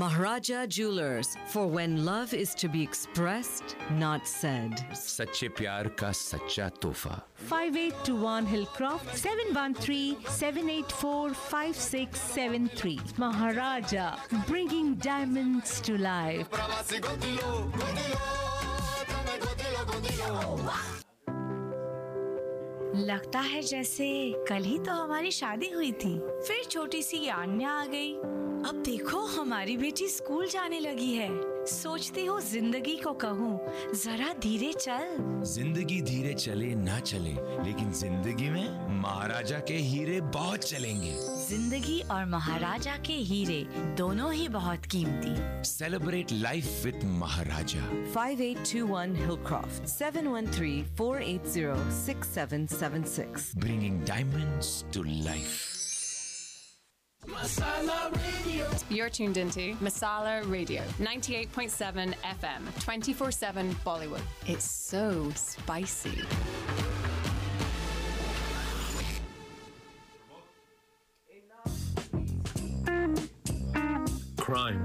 Speaker 17: Maharaja Jewelers, for when love is to be expressed, not said.
Speaker 10: सच्चे प्यार का सच्चा तोहफा
Speaker 11: 5821 Hillcroft, 713-784-5673. Maharaja, bringing diamonds to life. लगता है जैसे कल ही तो हमारी शादी हुई थी फिर छोटी सी आन्या आ गई अब देखो हमारी बेटी स्कूल जाने लगी है सोचती हूँ जिंदगी को कहूँ जरा धीरे चल
Speaker 1: जिंदगी धीरे चले ना चले लेकिन जिंदगी में महाराजा के हीरे बहुत चलेंगे
Speaker 11: जिंदगी और महाराजा के हीरे दोनों ही बहुत कीमती
Speaker 1: celebrate life with Maharaja
Speaker 17: 5821 Hillcroft 713 480 6776.
Speaker 1: bringing diamonds to life.
Speaker 15: Masala Radio.
Speaker 18: You're tuned into Masala Radio, 98.7 FM, 24 7 Bollywood. It's so spicy.
Speaker 7: Crime,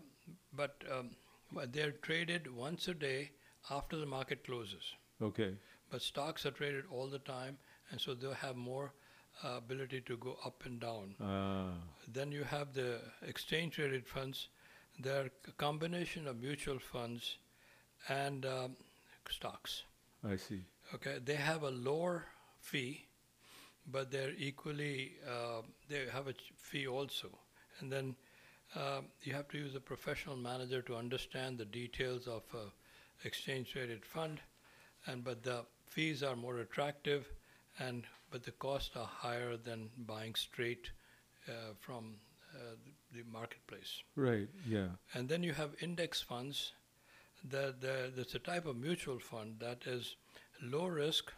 Speaker 13: but um, but they're traded once a day after the market closes.
Speaker 3: Okay.
Speaker 13: But stocks are traded all the time, and so they'll have more uh, ability to go up and down.
Speaker 3: Ah.
Speaker 13: Then you have the exchange traded funds. They're a combination of mutual funds and um, stocks.
Speaker 3: I see.
Speaker 13: Okay, they have a lower fee, but they're equally uh, they have a ch- fee also. And then um you have to use a professional manager to understand the details of uh, exchange traded fund, and but the fees are more attractive, and but the costs are higher than buying straight uh, from uh, the the marketplace.
Speaker 3: Right. Yeah.
Speaker 13: And then you have index funds. That that- that's a type of mutual fund that is low risk,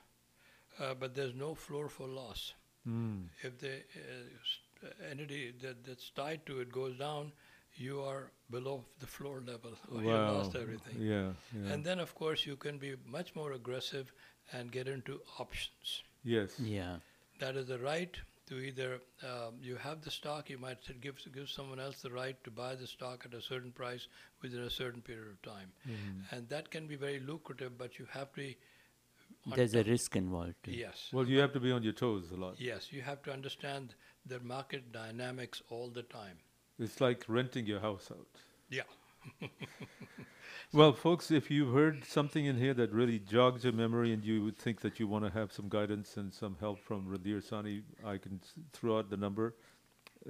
Speaker 13: uh, but there's no floor for loss.
Speaker 15: Mm.
Speaker 3: Hmm.
Speaker 13: If the uh, s- entity that, that's tied to it goes down, you are below the floor level. [laughs] or You lost
Speaker 3: Wow.
Speaker 13: everything.
Speaker 3: Yeah, yeah.
Speaker 13: And then, of course, you can be much more aggressive and get into options.
Speaker 3: Yes.
Speaker 4: Yeah.
Speaker 13: That is the right to either um, you have the stock, you might say give give someone else the right to buy the stock at a certain price within a certain period of time,
Speaker 4: Mhm.
Speaker 13: and that can be very lucrative. But you have to. be on
Speaker 4: There's a
Speaker 13: top.
Speaker 4: risk involved. too.
Speaker 13: Yes.
Speaker 3: Well, you have to be on your toes a lot.
Speaker 13: Yes, you have to understand the market dynamics all the time.
Speaker 3: It's like renting your house out.
Speaker 13: Yeah.
Speaker 3: Well, folks, if you've heard something in here that really jogs your memory and you would think that you want to have some guidance and some help from Radhir Sani, I can s- throw out the number.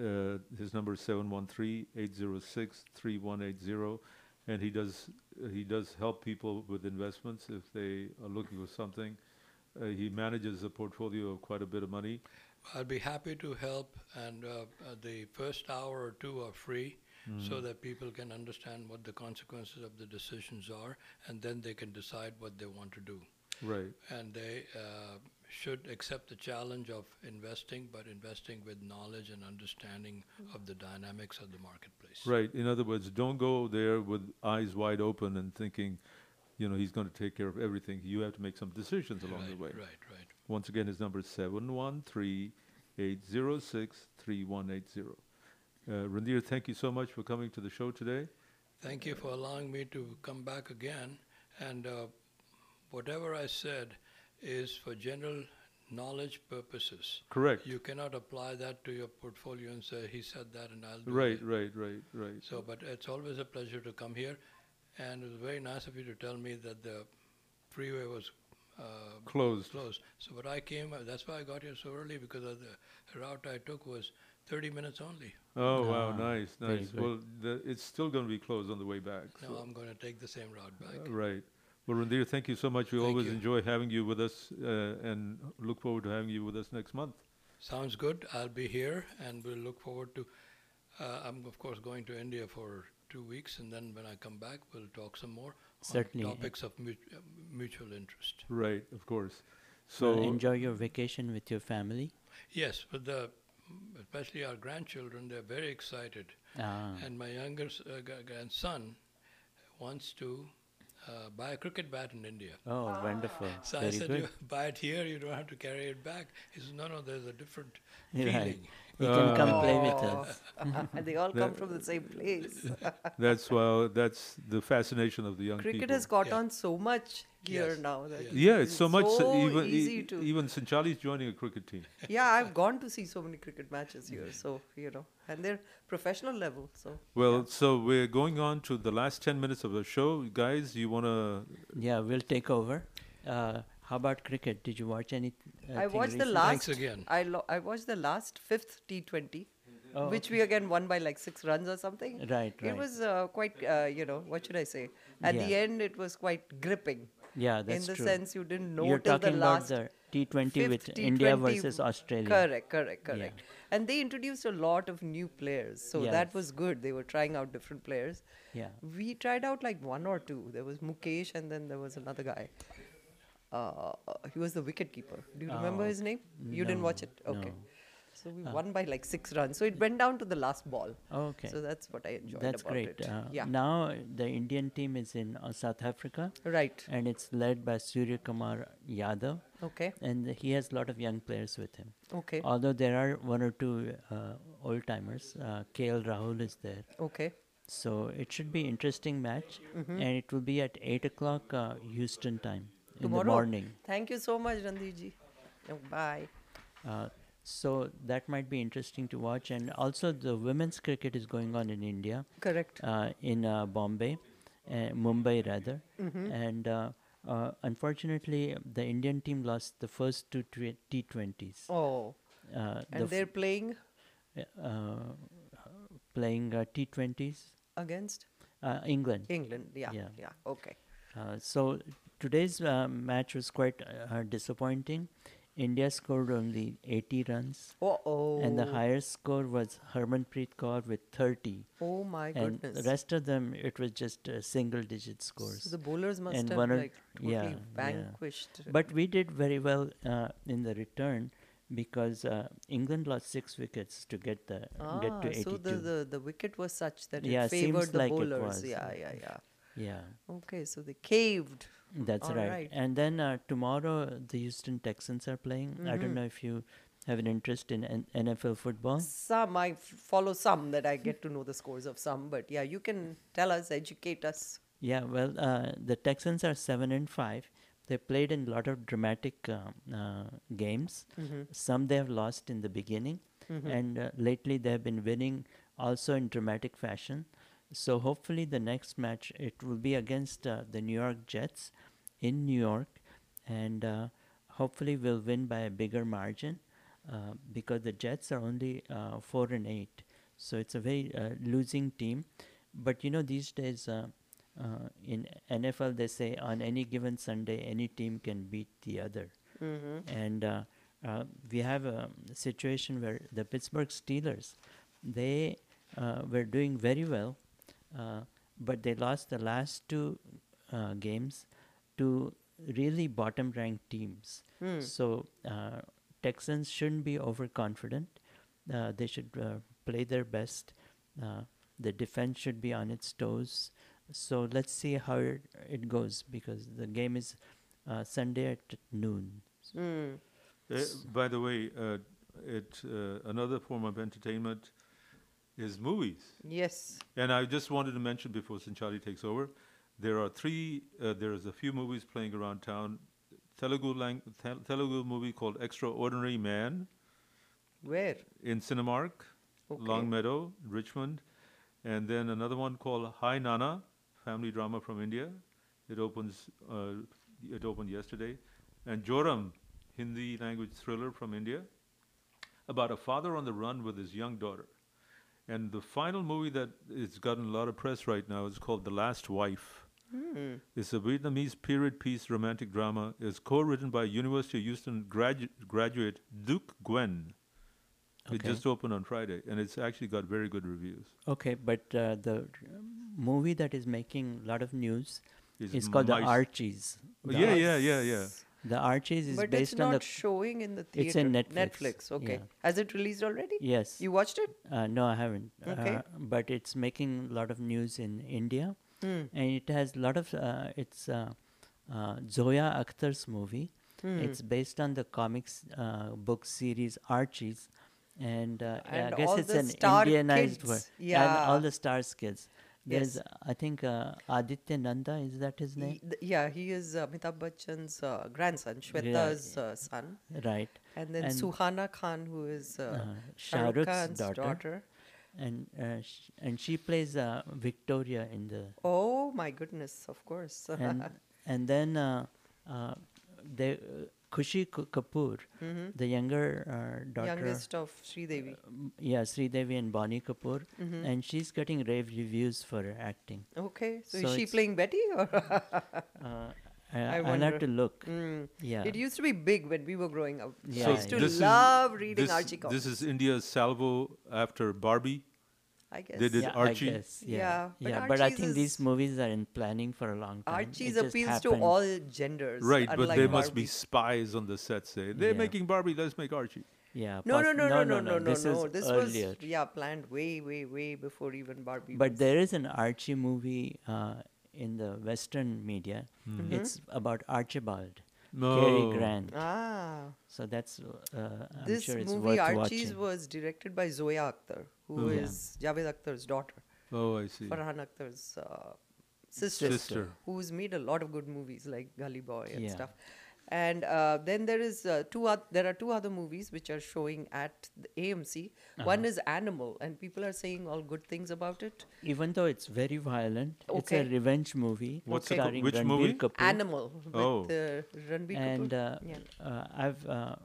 Speaker 3: Uh, his number is 713-806-3180, and he does he does help people with investments if they are looking for something. Uh, he manages a portfolio of quite a bit of money.
Speaker 13: I'd be happy to help, and uh, uh, the first hour or two are free,
Speaker 4: Mm-hmm.
Speaker 13: so
Speaker 3: Mm.
Speaker 13: that people can understand what the consequences of the decisions are, and then they can decide what they want to do.
Speaker 3: Right.
Speaker 13: And they uh, should accept the challenge of investing, but investing with knowledge and understanding of the dynamics of the marketplace.
Speaker 3: Right. In other words, don't go there with eyes wide open and thinking, you know, he's going to take care of everything. You have to make some decisions along the way.
Speaker 13: Right, right.
Speaker 3: Once again, his number is 713 806 3180. Uh, Randir, thank you so much for coming to the show today.
Speaker 13: Thank you for allowing me to come back again. And uh, whatever I said is for general knowledge purposes.
Speaker 3: Correct.
Speaker 13: You cannot apply that to your portfolio and say, he said that and I'll do
Speaker 3: Right,
Speaker 13: it."
Speaker 3: right, right, right.
Speaker 13: So, but it's always a pleasure to come here. And it was very nice of you to tell me that the freeway was uh,
Speaker 3: Closed.
Speaker 13: Closed. So, but I came, that's why I got here so early because of the route I took was 30 minutes only.
Speaker 3: Oh, wow.
Speaker 4: Ah,
Speaker 3: Nice,
Speaker 4: very
Speaker 3: nice.
Speaker 4: good.
Speaker 3: Well, the, it's still going to be closed on the way back.
Speaker 13: Now
Speaker 3: so-
Speaker 13: I'm going to take the same route back.
Speaker 3: Uh, Right. Well, Randir, thank you so much. We always enjoy having you with us uh, and look forward to having you with us next month.
Speaker 13: Sounds good. I'll be here and we'll look forward to. Uh, I'm, of course, going to India for two weeks and then when I come back, we'll talk some more
Speaker 4: Certainly.
Speaker 13: on topics of mut- uh, mutual interest.
Speaker 3: Right, of course.
Speaker 4: So
Speaker 3: So
Speaker 4: enjoy your vacation with your family.
Speaker 13: Yes, but the, especially our grandchildren, they're very excited.
Speaker 4: Ah.
Speaker 13: And my younger s- uh, g- grandson wants to uh, buy a cricket bat in India. Ah.
Speaker 4: Oh, wonderful.
Speaker 13: So I
Speaker 4: Very
Speaker 13: said,
Speaker 4: good.
Speaker 13: you buy it here, you don't have to carry it back. He says, no, no, there's a different
Speaker 4: Right.
Speaker 13: feeling.
Speaker 4: He can come play with
Speaker 13: [laughs]
Speaker 5: Oh,
Speaker 4: us.
Speaker 5: [laughs] they all come
Speaker 3: That-
Speaker 5: from the same [laughs] place.
Speaker 3: [laughs] that's well, that's the fascination of the young
Speaker 5: Cricket
Speaker 3: people.
Speaker 5: has got on so much gear
Speaker 13: Yes.
Speaker 5: now. That
Speaker 3: yeah, it's so much.
Speaker 5: so
Speaker 3: even e-
Speaker 5: easy to.
Speaker 3: even Sanchali is joining a cricket team.
Speaker 5: yeah, I've gone to see so many cricket matches here. So you know, and they're professional level. So
Speaker 3: Well, so we're going on to the last ten minutes of the show, guys. You want to?
Speaker 4: Yeah, we'll take over. Uh, how about cricket? Did you watch any? Uh,
Speaker 5: I
Speaker 4: thing
Speaker 5: watched the
Speaker 4: recently?
Speaker 5: last. I lo- I watched the last fifth T20,
Speaker 4: Oh,
Speaker 5: which we again won by like six runs or something.
Speaker 4: Right,
Speaker 5: It
Speaker 4: right.
Speaker 5: was uh, quite uh, you know what should I say? At the
Speaker 4: Yeah.
Speaker 5: end, it was quite gripping.
Speaker 4: Yeah, that's
Speaker 5: in the
Speaker 4: true.
Speaker 5: sense you didn't know
Speaker 4: You're
Speaker 5: till the
Speaker 4: talking about
Speaker 5: last
Speaker 4: the T20
Speaker 5: fifth
Speaker 4: with India
Speaker 5: T20
Speaker 4: versus Australia.
Speaker 5: Correct, correct,
Speaker 4: Yeah.
Speaker 5: correct. And they introduced a lot of new players, so
Speaker 4: Yes.
Speaker 5: that was good. They were trying out different players.
Speaker 4: Yeah.
Speaker 5: we tried out like one or two. There was Mukesh, and then there was another guy. Uh, he was the wicketkeeper. Do you remember
Speaker 4: Oh,
Speaker 5: his name? You didn't watch it.
Speaker 4: no,
Speaker 5: Okay.
Speaker 4: no.
Speaker 5: So we
Speaker 4: Uh,
Speaker 5: won by like six runs. So it went down to the last ball.
Speaker 4: Okay.
Speaker 5: So that's what I enjoyed
Speaker 4: That's
Speaker 5: about
Speaker 4: great.
Speaker 5: it.
Speaker 4: Uh,
Speaker 5: yeah.
Speaker 4: Now uh, the Indian team is in uh, South Africa.
Speaker 5: Right.
Speaker 4: And it's led by Surya Kumar Yadav.
Speaker 5: Okay.
Speaker 4: And he has a lot of young players with him.
Speaker 5: Okay.
Speaker 4: Although there are one or two uh, old timers, uh, KL Rahul is there.
Speaker 5: Okay.
Speaker 4: So it should be interesting match,
Speaker 5: Mhm.
Speaker 4: and it will be at eight o'clock uh, Houston time in
Speaker 5: Tomorrow.
Speaker 4: the morning.
Speaker 5: Thank you so much, Randhirji. Bye.
Speaker 4: Uh, so that might be interesting to watch. And also, the women's cricket is going on in India.
Speaker 5: Correct.
Speaker 4: Uh, in uh, Bombay, uh, Mumbai rather.
Speaker 5: Mhm.
Speaker 4: And uh, uh, unfortunately, the Indian team lost the first two twe- T20s.
Speaker 5: Oh.
Speaker 4: Uh,
Speaker 5: and
Speaker 4: the
Speaker 5: they're
Speaker 4: f-
Speaker 5: playing
Speaker 4: uh, playing uh, T20s.
Speaker 5: against
Speaker 4: Uh, England.
Speaker 5: England. Yeah. Yeah. Okay.
Speaker 4: Uh, so today's uh, match was quite uh, disappointing. India scored only 80 runs. And the
Speaker 5: Uh-oh.
Speaker 4: highest score was Harmanpreet Kaur with 30.
Speaker 5: Oh my
Speaker 4: and
Speaker 5: goodness.
Speaker 4: The rest of them, it was just uh, single digit scores.
Speaker 5: So the bowlers must
Speaker 4: and
Speaker 5: have,
Speaker 4: one or-
Speaker 5: like, totally
Speaker 4: yeah, yeah.
Speaker 5: vanquished.
Speaker 4: But we did very well uh, in the return. because uh, England lost six wickets to get the get to 82.
Speaker 5: Ah, so the, the, the wicket was such that it
Speaker 4: Yeah, seems
Speaker 5: favored the
Speaker 4: like it
Speaker 5: bowlers.
Speaker 4: was.
Speaker 5: Yeah, yeah, yeah.
Speaker 4: Yeah.
Speaker 5: Okay, so they caved.
Speaker 4: That's
Speaker 5: All
Speaker 4: right. And then uh, tomorrow the Houston Texans are playing. I
Speaker 5: Mhm.
Speaker 4: don't know if you have an interest in N- NFL football.
Speaker 5: Some I f- follow some that I get to know the scores of some, but yeah, you can tell us, educate us.
Speaker 4: Yeah, well, uh, the Texans are seven and five. They played in a lot of dramatic um, uh, games.
Speaker 5: Mhm.
Speaker 4: Some they have lost in the beginning,
Speaker 5: Mhm.
Speaker 4: and uh, lately they have been winning also in dramatic fashion. So hopefully the next match it will be against uh, the New York Jets in New York, and uh, hopefully we'll win by a bigger margin uh, because the Jets are only uh, four and eight, so it's a very uh, losing team. But you know these days. Uh, uh, in NFL, they say on any given Sunday, any team can beat the other.
Speaker 15: Mhm.
Speaker 4: And uh, uh, we have a situation where the Pittsburgh Steelers, they uh, were doing very well, uh, but they lost the last two uh, games to really bottom-ranked teams.
Speaker 5: Hmm.
Speaker 4: So uh, Texans shouldn't be overconfident. Uh, they should uh, play their best. Uh, the defense should be on its toes. So let's see how it, it goes because the game is uh, Sunday at noon.
Speaker 5: Mm.
Speaker 3: Uh, by the way, uh, it uh, another form of entertainment is movies.
Speaker 5: Yes.
Speaker 3: And I just wanted to mention before Sinchari takes over, there are three. Uh, there is a few movies playing around town. Telugu lang- tel- Telugu movie called Extraordinary Man
Speaker 5: Where?
Speaker 3: in Cinemark, Long Meadow, Richmond, and then another one called Hi Nana, family drama from India. It opens. Uh, it opened yesterday, and Joram, Hindi language thriller from India, about a father on the run with his young daughter. And the final movie that it's gotten a lot of press right now is called The Last Wife.
Speaker 15: Hmm.
Speaker 3: It's a Vietnamese period piece romantic drama. It's co-written by University of Houston gradu- graduate Duke Gwen. It
Speaker 4: Okay.
Speaker 3: just opened on Friday, and it's actually got very good reviews.
Speaker 4: Okay, but uh, the um, movie that is making a lot of news
Speaker 3: Is
Speaker 4: is, called The
Speaker 3: Mice.
Speaker 4: Archies.
Speaker 3: Oh,
Speaker 4: The
Speaker 3: yeah,
Speaker 4: Ar-
Speaker 3: yeah, yeah, yeah.
Speaker 4: The Archies is
Speaker 5: But
Speaker 4: based
Speaker 5: it's
Speaker 4: on
Speaker 5: not
Speaker 4: the.
Speaker 5: showing in the theater.
Speaker 4: It's in Netflix.
Speaker 5: okay.
Speaker 4: yeah.
Speaker 5: Has it released already?
Speaker 4: Yes.
Speaker 5: You watched it?
Speaker 4: Uh, no, I haven't.
Speaker 5: Okay.
Speaker 4: Uh, but it's making a lot of news in India,
Speaker 5: Hmm.
Speaker 4: and it has a lot of. Uh, it's uh, uh, Zoya Akhtar's movie.
Speaker 5: Hmm.
Speaker 4: It's based on the comics uh, book series Archies, and, uh,
Speaker 5: And
Speaker 4: I guess
Speaker 5: all
Speaker 4: it's
Speaker 5: the
Speaker 4: an
Speaker 5: Star
Speaker 4: Indianized
Speaker 5: Kids.
Speaker 4: word.
Speaker 5: Yeah.
Speaker 4: And all the stars kids. There's,
Speaker 5: Yes.
Speaker 4: I think, uh, Aditya Nanda. Is that his name?
Speaker 5: He- th- yeah, he is uh, Amitabh Bachchan's uh, grandson, Shweta's uh, son.
Speaker 4: Right.
Speaker 5: And then
Speaker 4: And-
Speaker 5: Suhana Khan, who is uh,
Speaker 4: uh, Shah
Speaker 5: Shahrukh
Speaker 4: Rukh's
Speaker 5: Khan's daughter.
Speaker 4: daughter, and uh, sh- and she plays uh, Victoria in the
Speaker 5: Oh my goodness, of course. [laughs]
Speaker 4: and and then uh, uh, they uh, Kushi K- Kapoor,
Speaker 5: Mhm.
Speaker 4: the younger uh, daughter, Uh,
Speaker 5: Youngest of Sridevi.
Speaker 4: yeah, Sridevi and Bonnie Kapoor,
Speaker 5: Mhm.
Speaker 4: and she's getting rave reviews for her acting.
Speaker 5: Okay, so, is she
Speaker 4: it's- Uh,
Speaker 5: playing Betty or? [laughs]
Speaker 4: I- I'll have to look.
Speaker 5: Mm.
Speaker 4: Yeah.
Speaker 5: It used to be big when we were growing up.
Speaker 4: Yeah,
Speaker 5: I
Speaker 4: So
Speaker 5: used to
Speaker 3: this is-
Speaker 5: love reading
Speaker 3: this,
Speaker 5: Archie Comics.
Speaker 3: This is India's salvo after Barbie.
Speaker 5: I guess.
Speaker 3: They did
Speaker 4: yeah,
Speaker 3: Archie.
Speaker 4: I guess, yeah,
Speaker 5: Yeah, but
Speaker 4: but, I
Speaker 5: Archie's
Speaker 4: think these movies are in planning for a long time.
Speaker 5: Archie's
Speaker 4: It just
Speaker 5: appeals to
Speaker 4: happened.
Speaker 5: all genders.
Speaker 3: Right, but
Speaker 5: unlike
Speaker 3: they must be
Speaker 5: Barbie.
Speaker 3: spies on the set. Say they're
Speaker 4: Yeah.
Speaker 3: making Barbie. Let's make Archie.
Speaker 4: Yeah.
Speaker 5: No, no,
Speaker 4: pos-
Speaker 5: no, no, no, no, no, no.
Speaker 4: This,
Speaker 5: This,
Speaker 4: is earlier.
Speaker 5: was yeah planned way, way, way before even Barbie.
Speaker 4: But
Speaker 5: was-
Speaker 4: there is an Archie movie uh, in the Western media.
Speaker 5: Mhm.
Speaker 4: It's about Archibald,
Speaker 3: Mm-hmm. No.
Speaker 4: Cary Grant.
Speaker 5: Ah.
Speaker 4: So that's, uh, I'm
Speaker 5: this
Speaker 4: sure it's
Speaker 5: movie
Speaker 4: worth
Speaker 5: Archie's
Speaker 4: watching. Oh,
Speaker 5: was directed by Zoya Akhtar, who
Speaker 3: Mhm.
Speaker 5: is
Speaker 3: Yeah.
Speaker 5: Javed Akhtar's daughter.
Speaker 3: Oh, I see.
Speaker 5: Farhan Akhtar's uh, sister,
Speaker 3: Sister.
Speaker 5: who's made a lot of good movies like Gully Boy and
Speaker 3: Yeah.
Speaker 5: stuff. And uh, then there is uh, two. oth- there are two other movies which are showing at the AMC. One
Speaker 4: Uh-huh.
Speaker 5: is Animal, and people are saying all good things about it.
Speaker 4: Even though it's very violent, it's
Speaker 5: Okay.
Speaker 4: a revenge movie.
Speaker 3: What's it
Speaker 4: starring
Speaker 3: called? Which
Speaker 4: Ranbir
Speaker 3: movie?
Speaker 4: Kapoor.
Speaker 5: Animal with oh. uh, Ranbir Kapoor.
Speaker 4: and uh,
Speaker 5: Yeah.
Speaker 4: uh, I've uh,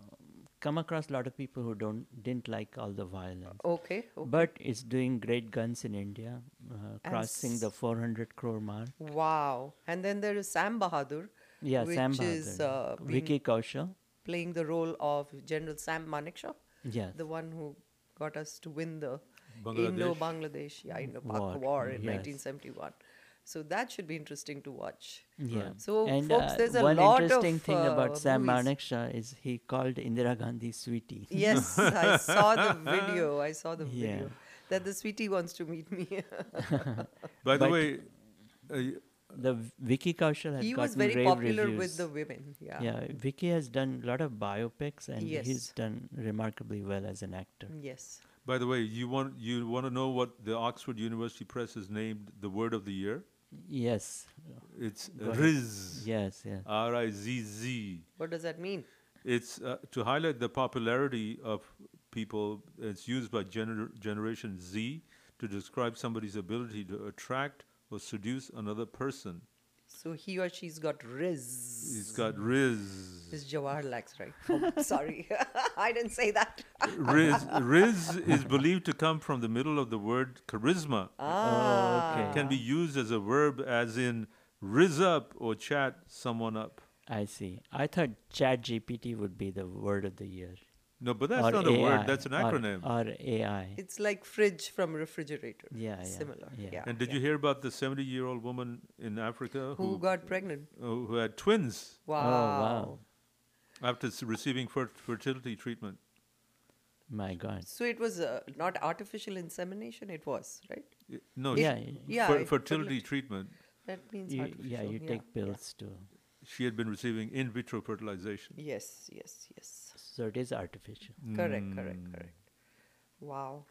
Speaker 4: come across a lot of people who don't didn't like all the violence.
Speaker 5: Okay, okay.
Speaker 4: But it's doing great guns in India, uh, crossing
Speaker 5: s-
Speaker 4: the 400 crore mark.
Speaker 5: Wow. And then there is Sam Bahadur.
Speaker 4: Yeah,
Speaker 5: which
Speaker 4: Sam
Speaker 5: is uh,
Speaker 4: Bahadur,
Speaker 5: being-
Speaker 4: Vicky Kaushal.
Speaker 5: playing the role of General Sam Manekshaw.
Speaker 4: Yes.
Speaker 5: The one who got us to win the
Speaker 4: Bangladesh.
Speaker 5: Indo-Bangladesh, yeah, Indo-Pak
Speaker 4: War,
Speaker 5: war, in
Speaker 4: yes.
Speaker 5: 1971. So that should be interesting to watch.
Speaker 4: Yeah.
Speaker 5: So
Speaker 4: and
Speaker 5: folks,
Speaker 4: uh,
Speaker 5: there's a
Speaker 4: one
Speaker 5: lot
Speaker 4: interesting
Speaker 5: of
Speaker 4: thing about
Speaker 5: uh,
Speaker 4: Sam
Speaker 5: movies.
Speaker 4: Manekshaw is he called Indira Gandhi sweetie.
Speaker 5: [laughs] Yes, I saw
Speaker 4: [laughs]
Speaker 5: the video. I saw the
Speaker 4: Yeah.
Speaker 5: video that the sweetie wants to meet me. [laughs]
Speaker 3: By the
Speaker 4: But
Speaker 3: way, uh,
Speaker 4: the V- Vicky Kaushal has
Speaker 5: He was
Speaker 4: gotten
Speaker 5: very
Speaker 4: rave
Speaker 5: popular with
Speaker 4: reviews.
Speaker 5: the women, yeah.
Speaker 4: Yeah, Vicky has done a lot of biopics, and
Speaker 5: Yes. Mm.
Speaker 4: he's done remarkably well as an actor.
Speaker 5: yes.
Speaker 3: By the way, you want you want to know what the Oxford University Press has named the word of the year?
Speaker 4: Yes.
Speaker 3: It's
Speaker 4: Go ahead.
Speaker 3: Riz.
Speaker 4: Yes, yes.
Speaker 3: R I Z Z.
Speaker 5: What does that mean?
Speaker 3: It's uh, to highlight the popularity of people. It's used by gener- Generation Z to describe somebody's ability to attract or seduce another person.
Speaker 5: So he or she's got Riz.
Speaker 3: He's got Riz.
Speaker 5: It's Jawar Lax, right? Oh, sorry, [laughs] I didn't say that. [laughs]
Speaker 3: Riz, Riz is believed to come from the middle of the word charisma.
Speaker 5: Ah.
Speaker 4: okay.
Speaker 3: Can be used as a verb, as in riz up or chat someone up.
Speaker 4: I see. I thought Chat GPT would be the word of the year.
Speaker 3: No, but that's
Speaker 4: Or
Speaker 3: not a
Speaker 4: AI,
Speaker 3: word. That's an
Speaker 4: or-
Speaker 3: acronym.
Speaker 4: Or, AI.
Speaker 5: It's like fridge from refrigerator.
Speaker 4: Yeah, yeah,
Speaker 5: Similar.
Speaker 4: yeah.
Speaker 5: yeah.
Speaker 3: and did you hear about the 70-year-old woman in Africa
Speaker 5: Who got pregnant?
Speaker 3: oh, who had twins?
Speaker 5: Wow. Oh, wow.
Speaker 3: After s- receiving fer- fertility treatment.
Speaker 4: My God.
Speaker 5: So it was uh, not artificial insemination. It was right.
Speaker 3: Y- No,
Speaker 5: It-
Speaker 3: she-
Speaker 5: yeah.
Speaker 3: fer-
Speaker 5: it-
Speaker 3: fertility treatment.
Speaker 5: That means
Speaker 4: You- yeah,
Speaker 5: artificial,
Speaker 4: you
Speaker 5: yeah.
Speaker 4: take pills too.
Speaker 3: She had been receiving in vitro fertilization.
Speaker 5: Yes, yes, yes.
Speaker 4: So it is artificial.
Speaker 5: Correct,
Speaker 3: Hmm.
Speaker 5: correct, correct. Wow.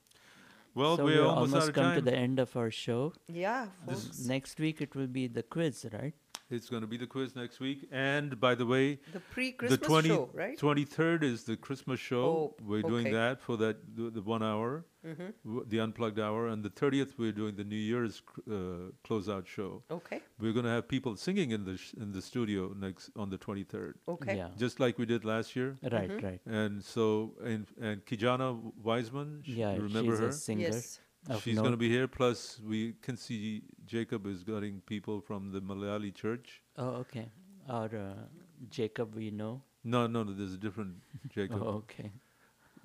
Speaker 3: Well,
Speaker 4: so
Speaker 3: we're
Speaker 4: we're
Speaker 3: almost out of
Speaker 4: come to
Speaker 3: time.
Speaker 4: the end of our show.
Speaker 5: Yeah,
Speaker 3: This-
Speaker 4: Next week it will be the quiz, right?
Speaker 3: It's going to be the quiz next week. And by the way,
Speaker 5: The pre-Christmas show, right?
Speaker 3: 23rd is the Christmas show.
Speaker 5: Oh,
Speaker 3: we're doing
Speaker 5: okay.
Speaker 3: that for that the, the one hour,
Speaker 5: Mhm.
Speaker 3: w- the unplugged hour. And the 30th, we're doing the New Year's cr- uh, closeout show.
Speaker 5: Okay.
Speaker 3: We're going to have people singing in the sh- in the studio next on the 23rd.
Speaker 5: Okay. Mm-hmm. Yeah.
Speaker 3: Just like we did last year.
Speaker 4: Right, Mhm. right.
Speaker 3: And so, and, and Kijana Wiseman, sh-
Speaker 4: Yeah,
Speaker 3: you remember
Speaker 4: she's a
Speaker 3: her?
Speaker 4: singer Yes. of
Speaker 3: She's going to
Speaker 4: note.
Speaker 3: be here. Plus, we can see Jacob is getting people from the Malayali church.
Speaker 4: Oh, okay. Or uh, Jacob, we know.
Speaker 3: No, no, no. There's a
Speaker 4: [laughs]
Speaker 3: different Jacob.
Speaker 4: Oh, okay.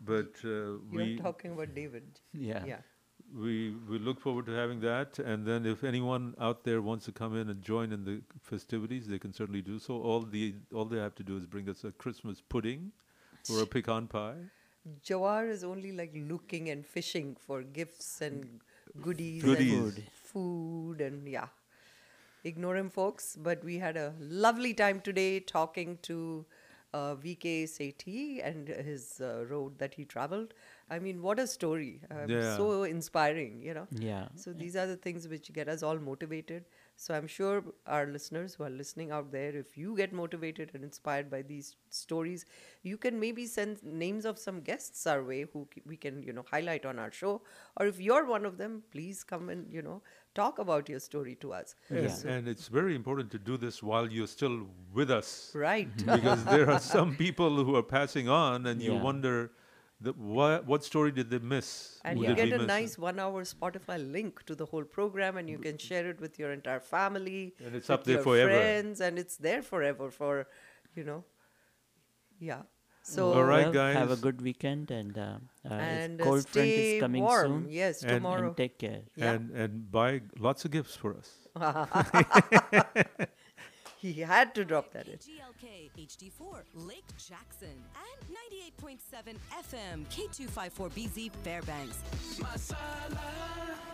Speaker 3: But uh,
Speaker 5: You're
Speaker 3: we
Speaker 5: talking about David.
Speaker 4: Yeah.
Speaker 5: Yeah.
Speaker 3: we we look forward to having that. And then, if anyone out there wants to come in and join in the festivities, they can certainly do so. All the all they have to do is bring us a Christmas pudding or a pecan pie.
Speaker 5: Jawar is only like looking and fishing for gifts and goodies,
Speaker 3: Goodies.
Speaker 5: and food and yeah. Ignore him, folks. But we had a lovely time today talking to uh, VK Sethi and his uh, road that he traveled. I mean, what a story! Um,
Speaker 4: Yeah.
Speaker 5: So inspiring, you know.
Speaker 4: Yeah.
Speaker 5: So these are the things which get us all motivated. So I'm sure our listeners who are listening out there, if you get motivated and inspired by these stories, you can maybe send names of some guests our way who c- we can, you know, highlight on our show. Or if you're one of them, please come and, you know, talk about your story to us.
Speaker 3: Yes,
Speaker 5: So-
Speaker 3: and it's very important to do this while you're still with us.
Speaker 5: Right.
Speaker 3: [laughs] because there are some people who are passing on, and you
Speaker 5: Yeah.
Speaker 3: wonder that what, what story did they miss?
Speaker 5: And
Speaker 3: Who
Speaker 5: you
Speaker 3: did we
Speaker 5: get a
Speaker 3: miss?
Speaker 5: nice one hour Spotify link to the whole program, and you can share it with your entire family.
Speaker 3: And it's
Speaker 5: with
Speaker 3: up there
Speaker 5: your
Speaker 3: forever.
Speaker 5: Friends, and it's there forever for, you know, yeah. So,
Speaker 4: well, Have a good weekend and, uh, uh,
Speaker 5: And,
Speaker 4: if
Speaker 5: uh,
Speaker 4: cold front
Speaker 5: stay
Speaker 4: is coming
Speaker 5: warm.
Speaker 4: soon.
Speaker 5: Yes, And- tomorrow.
Speaker 4: And take care.
Speaker 3: And and buy lots of gifts for
Speaker 5: [laughs]
Speaker 3: us.
Speaker 5: he had to drop that in.
Speaker 19: KGLK HD4 Lake Jackson and 98.7 FM K254BZ Fairbanks.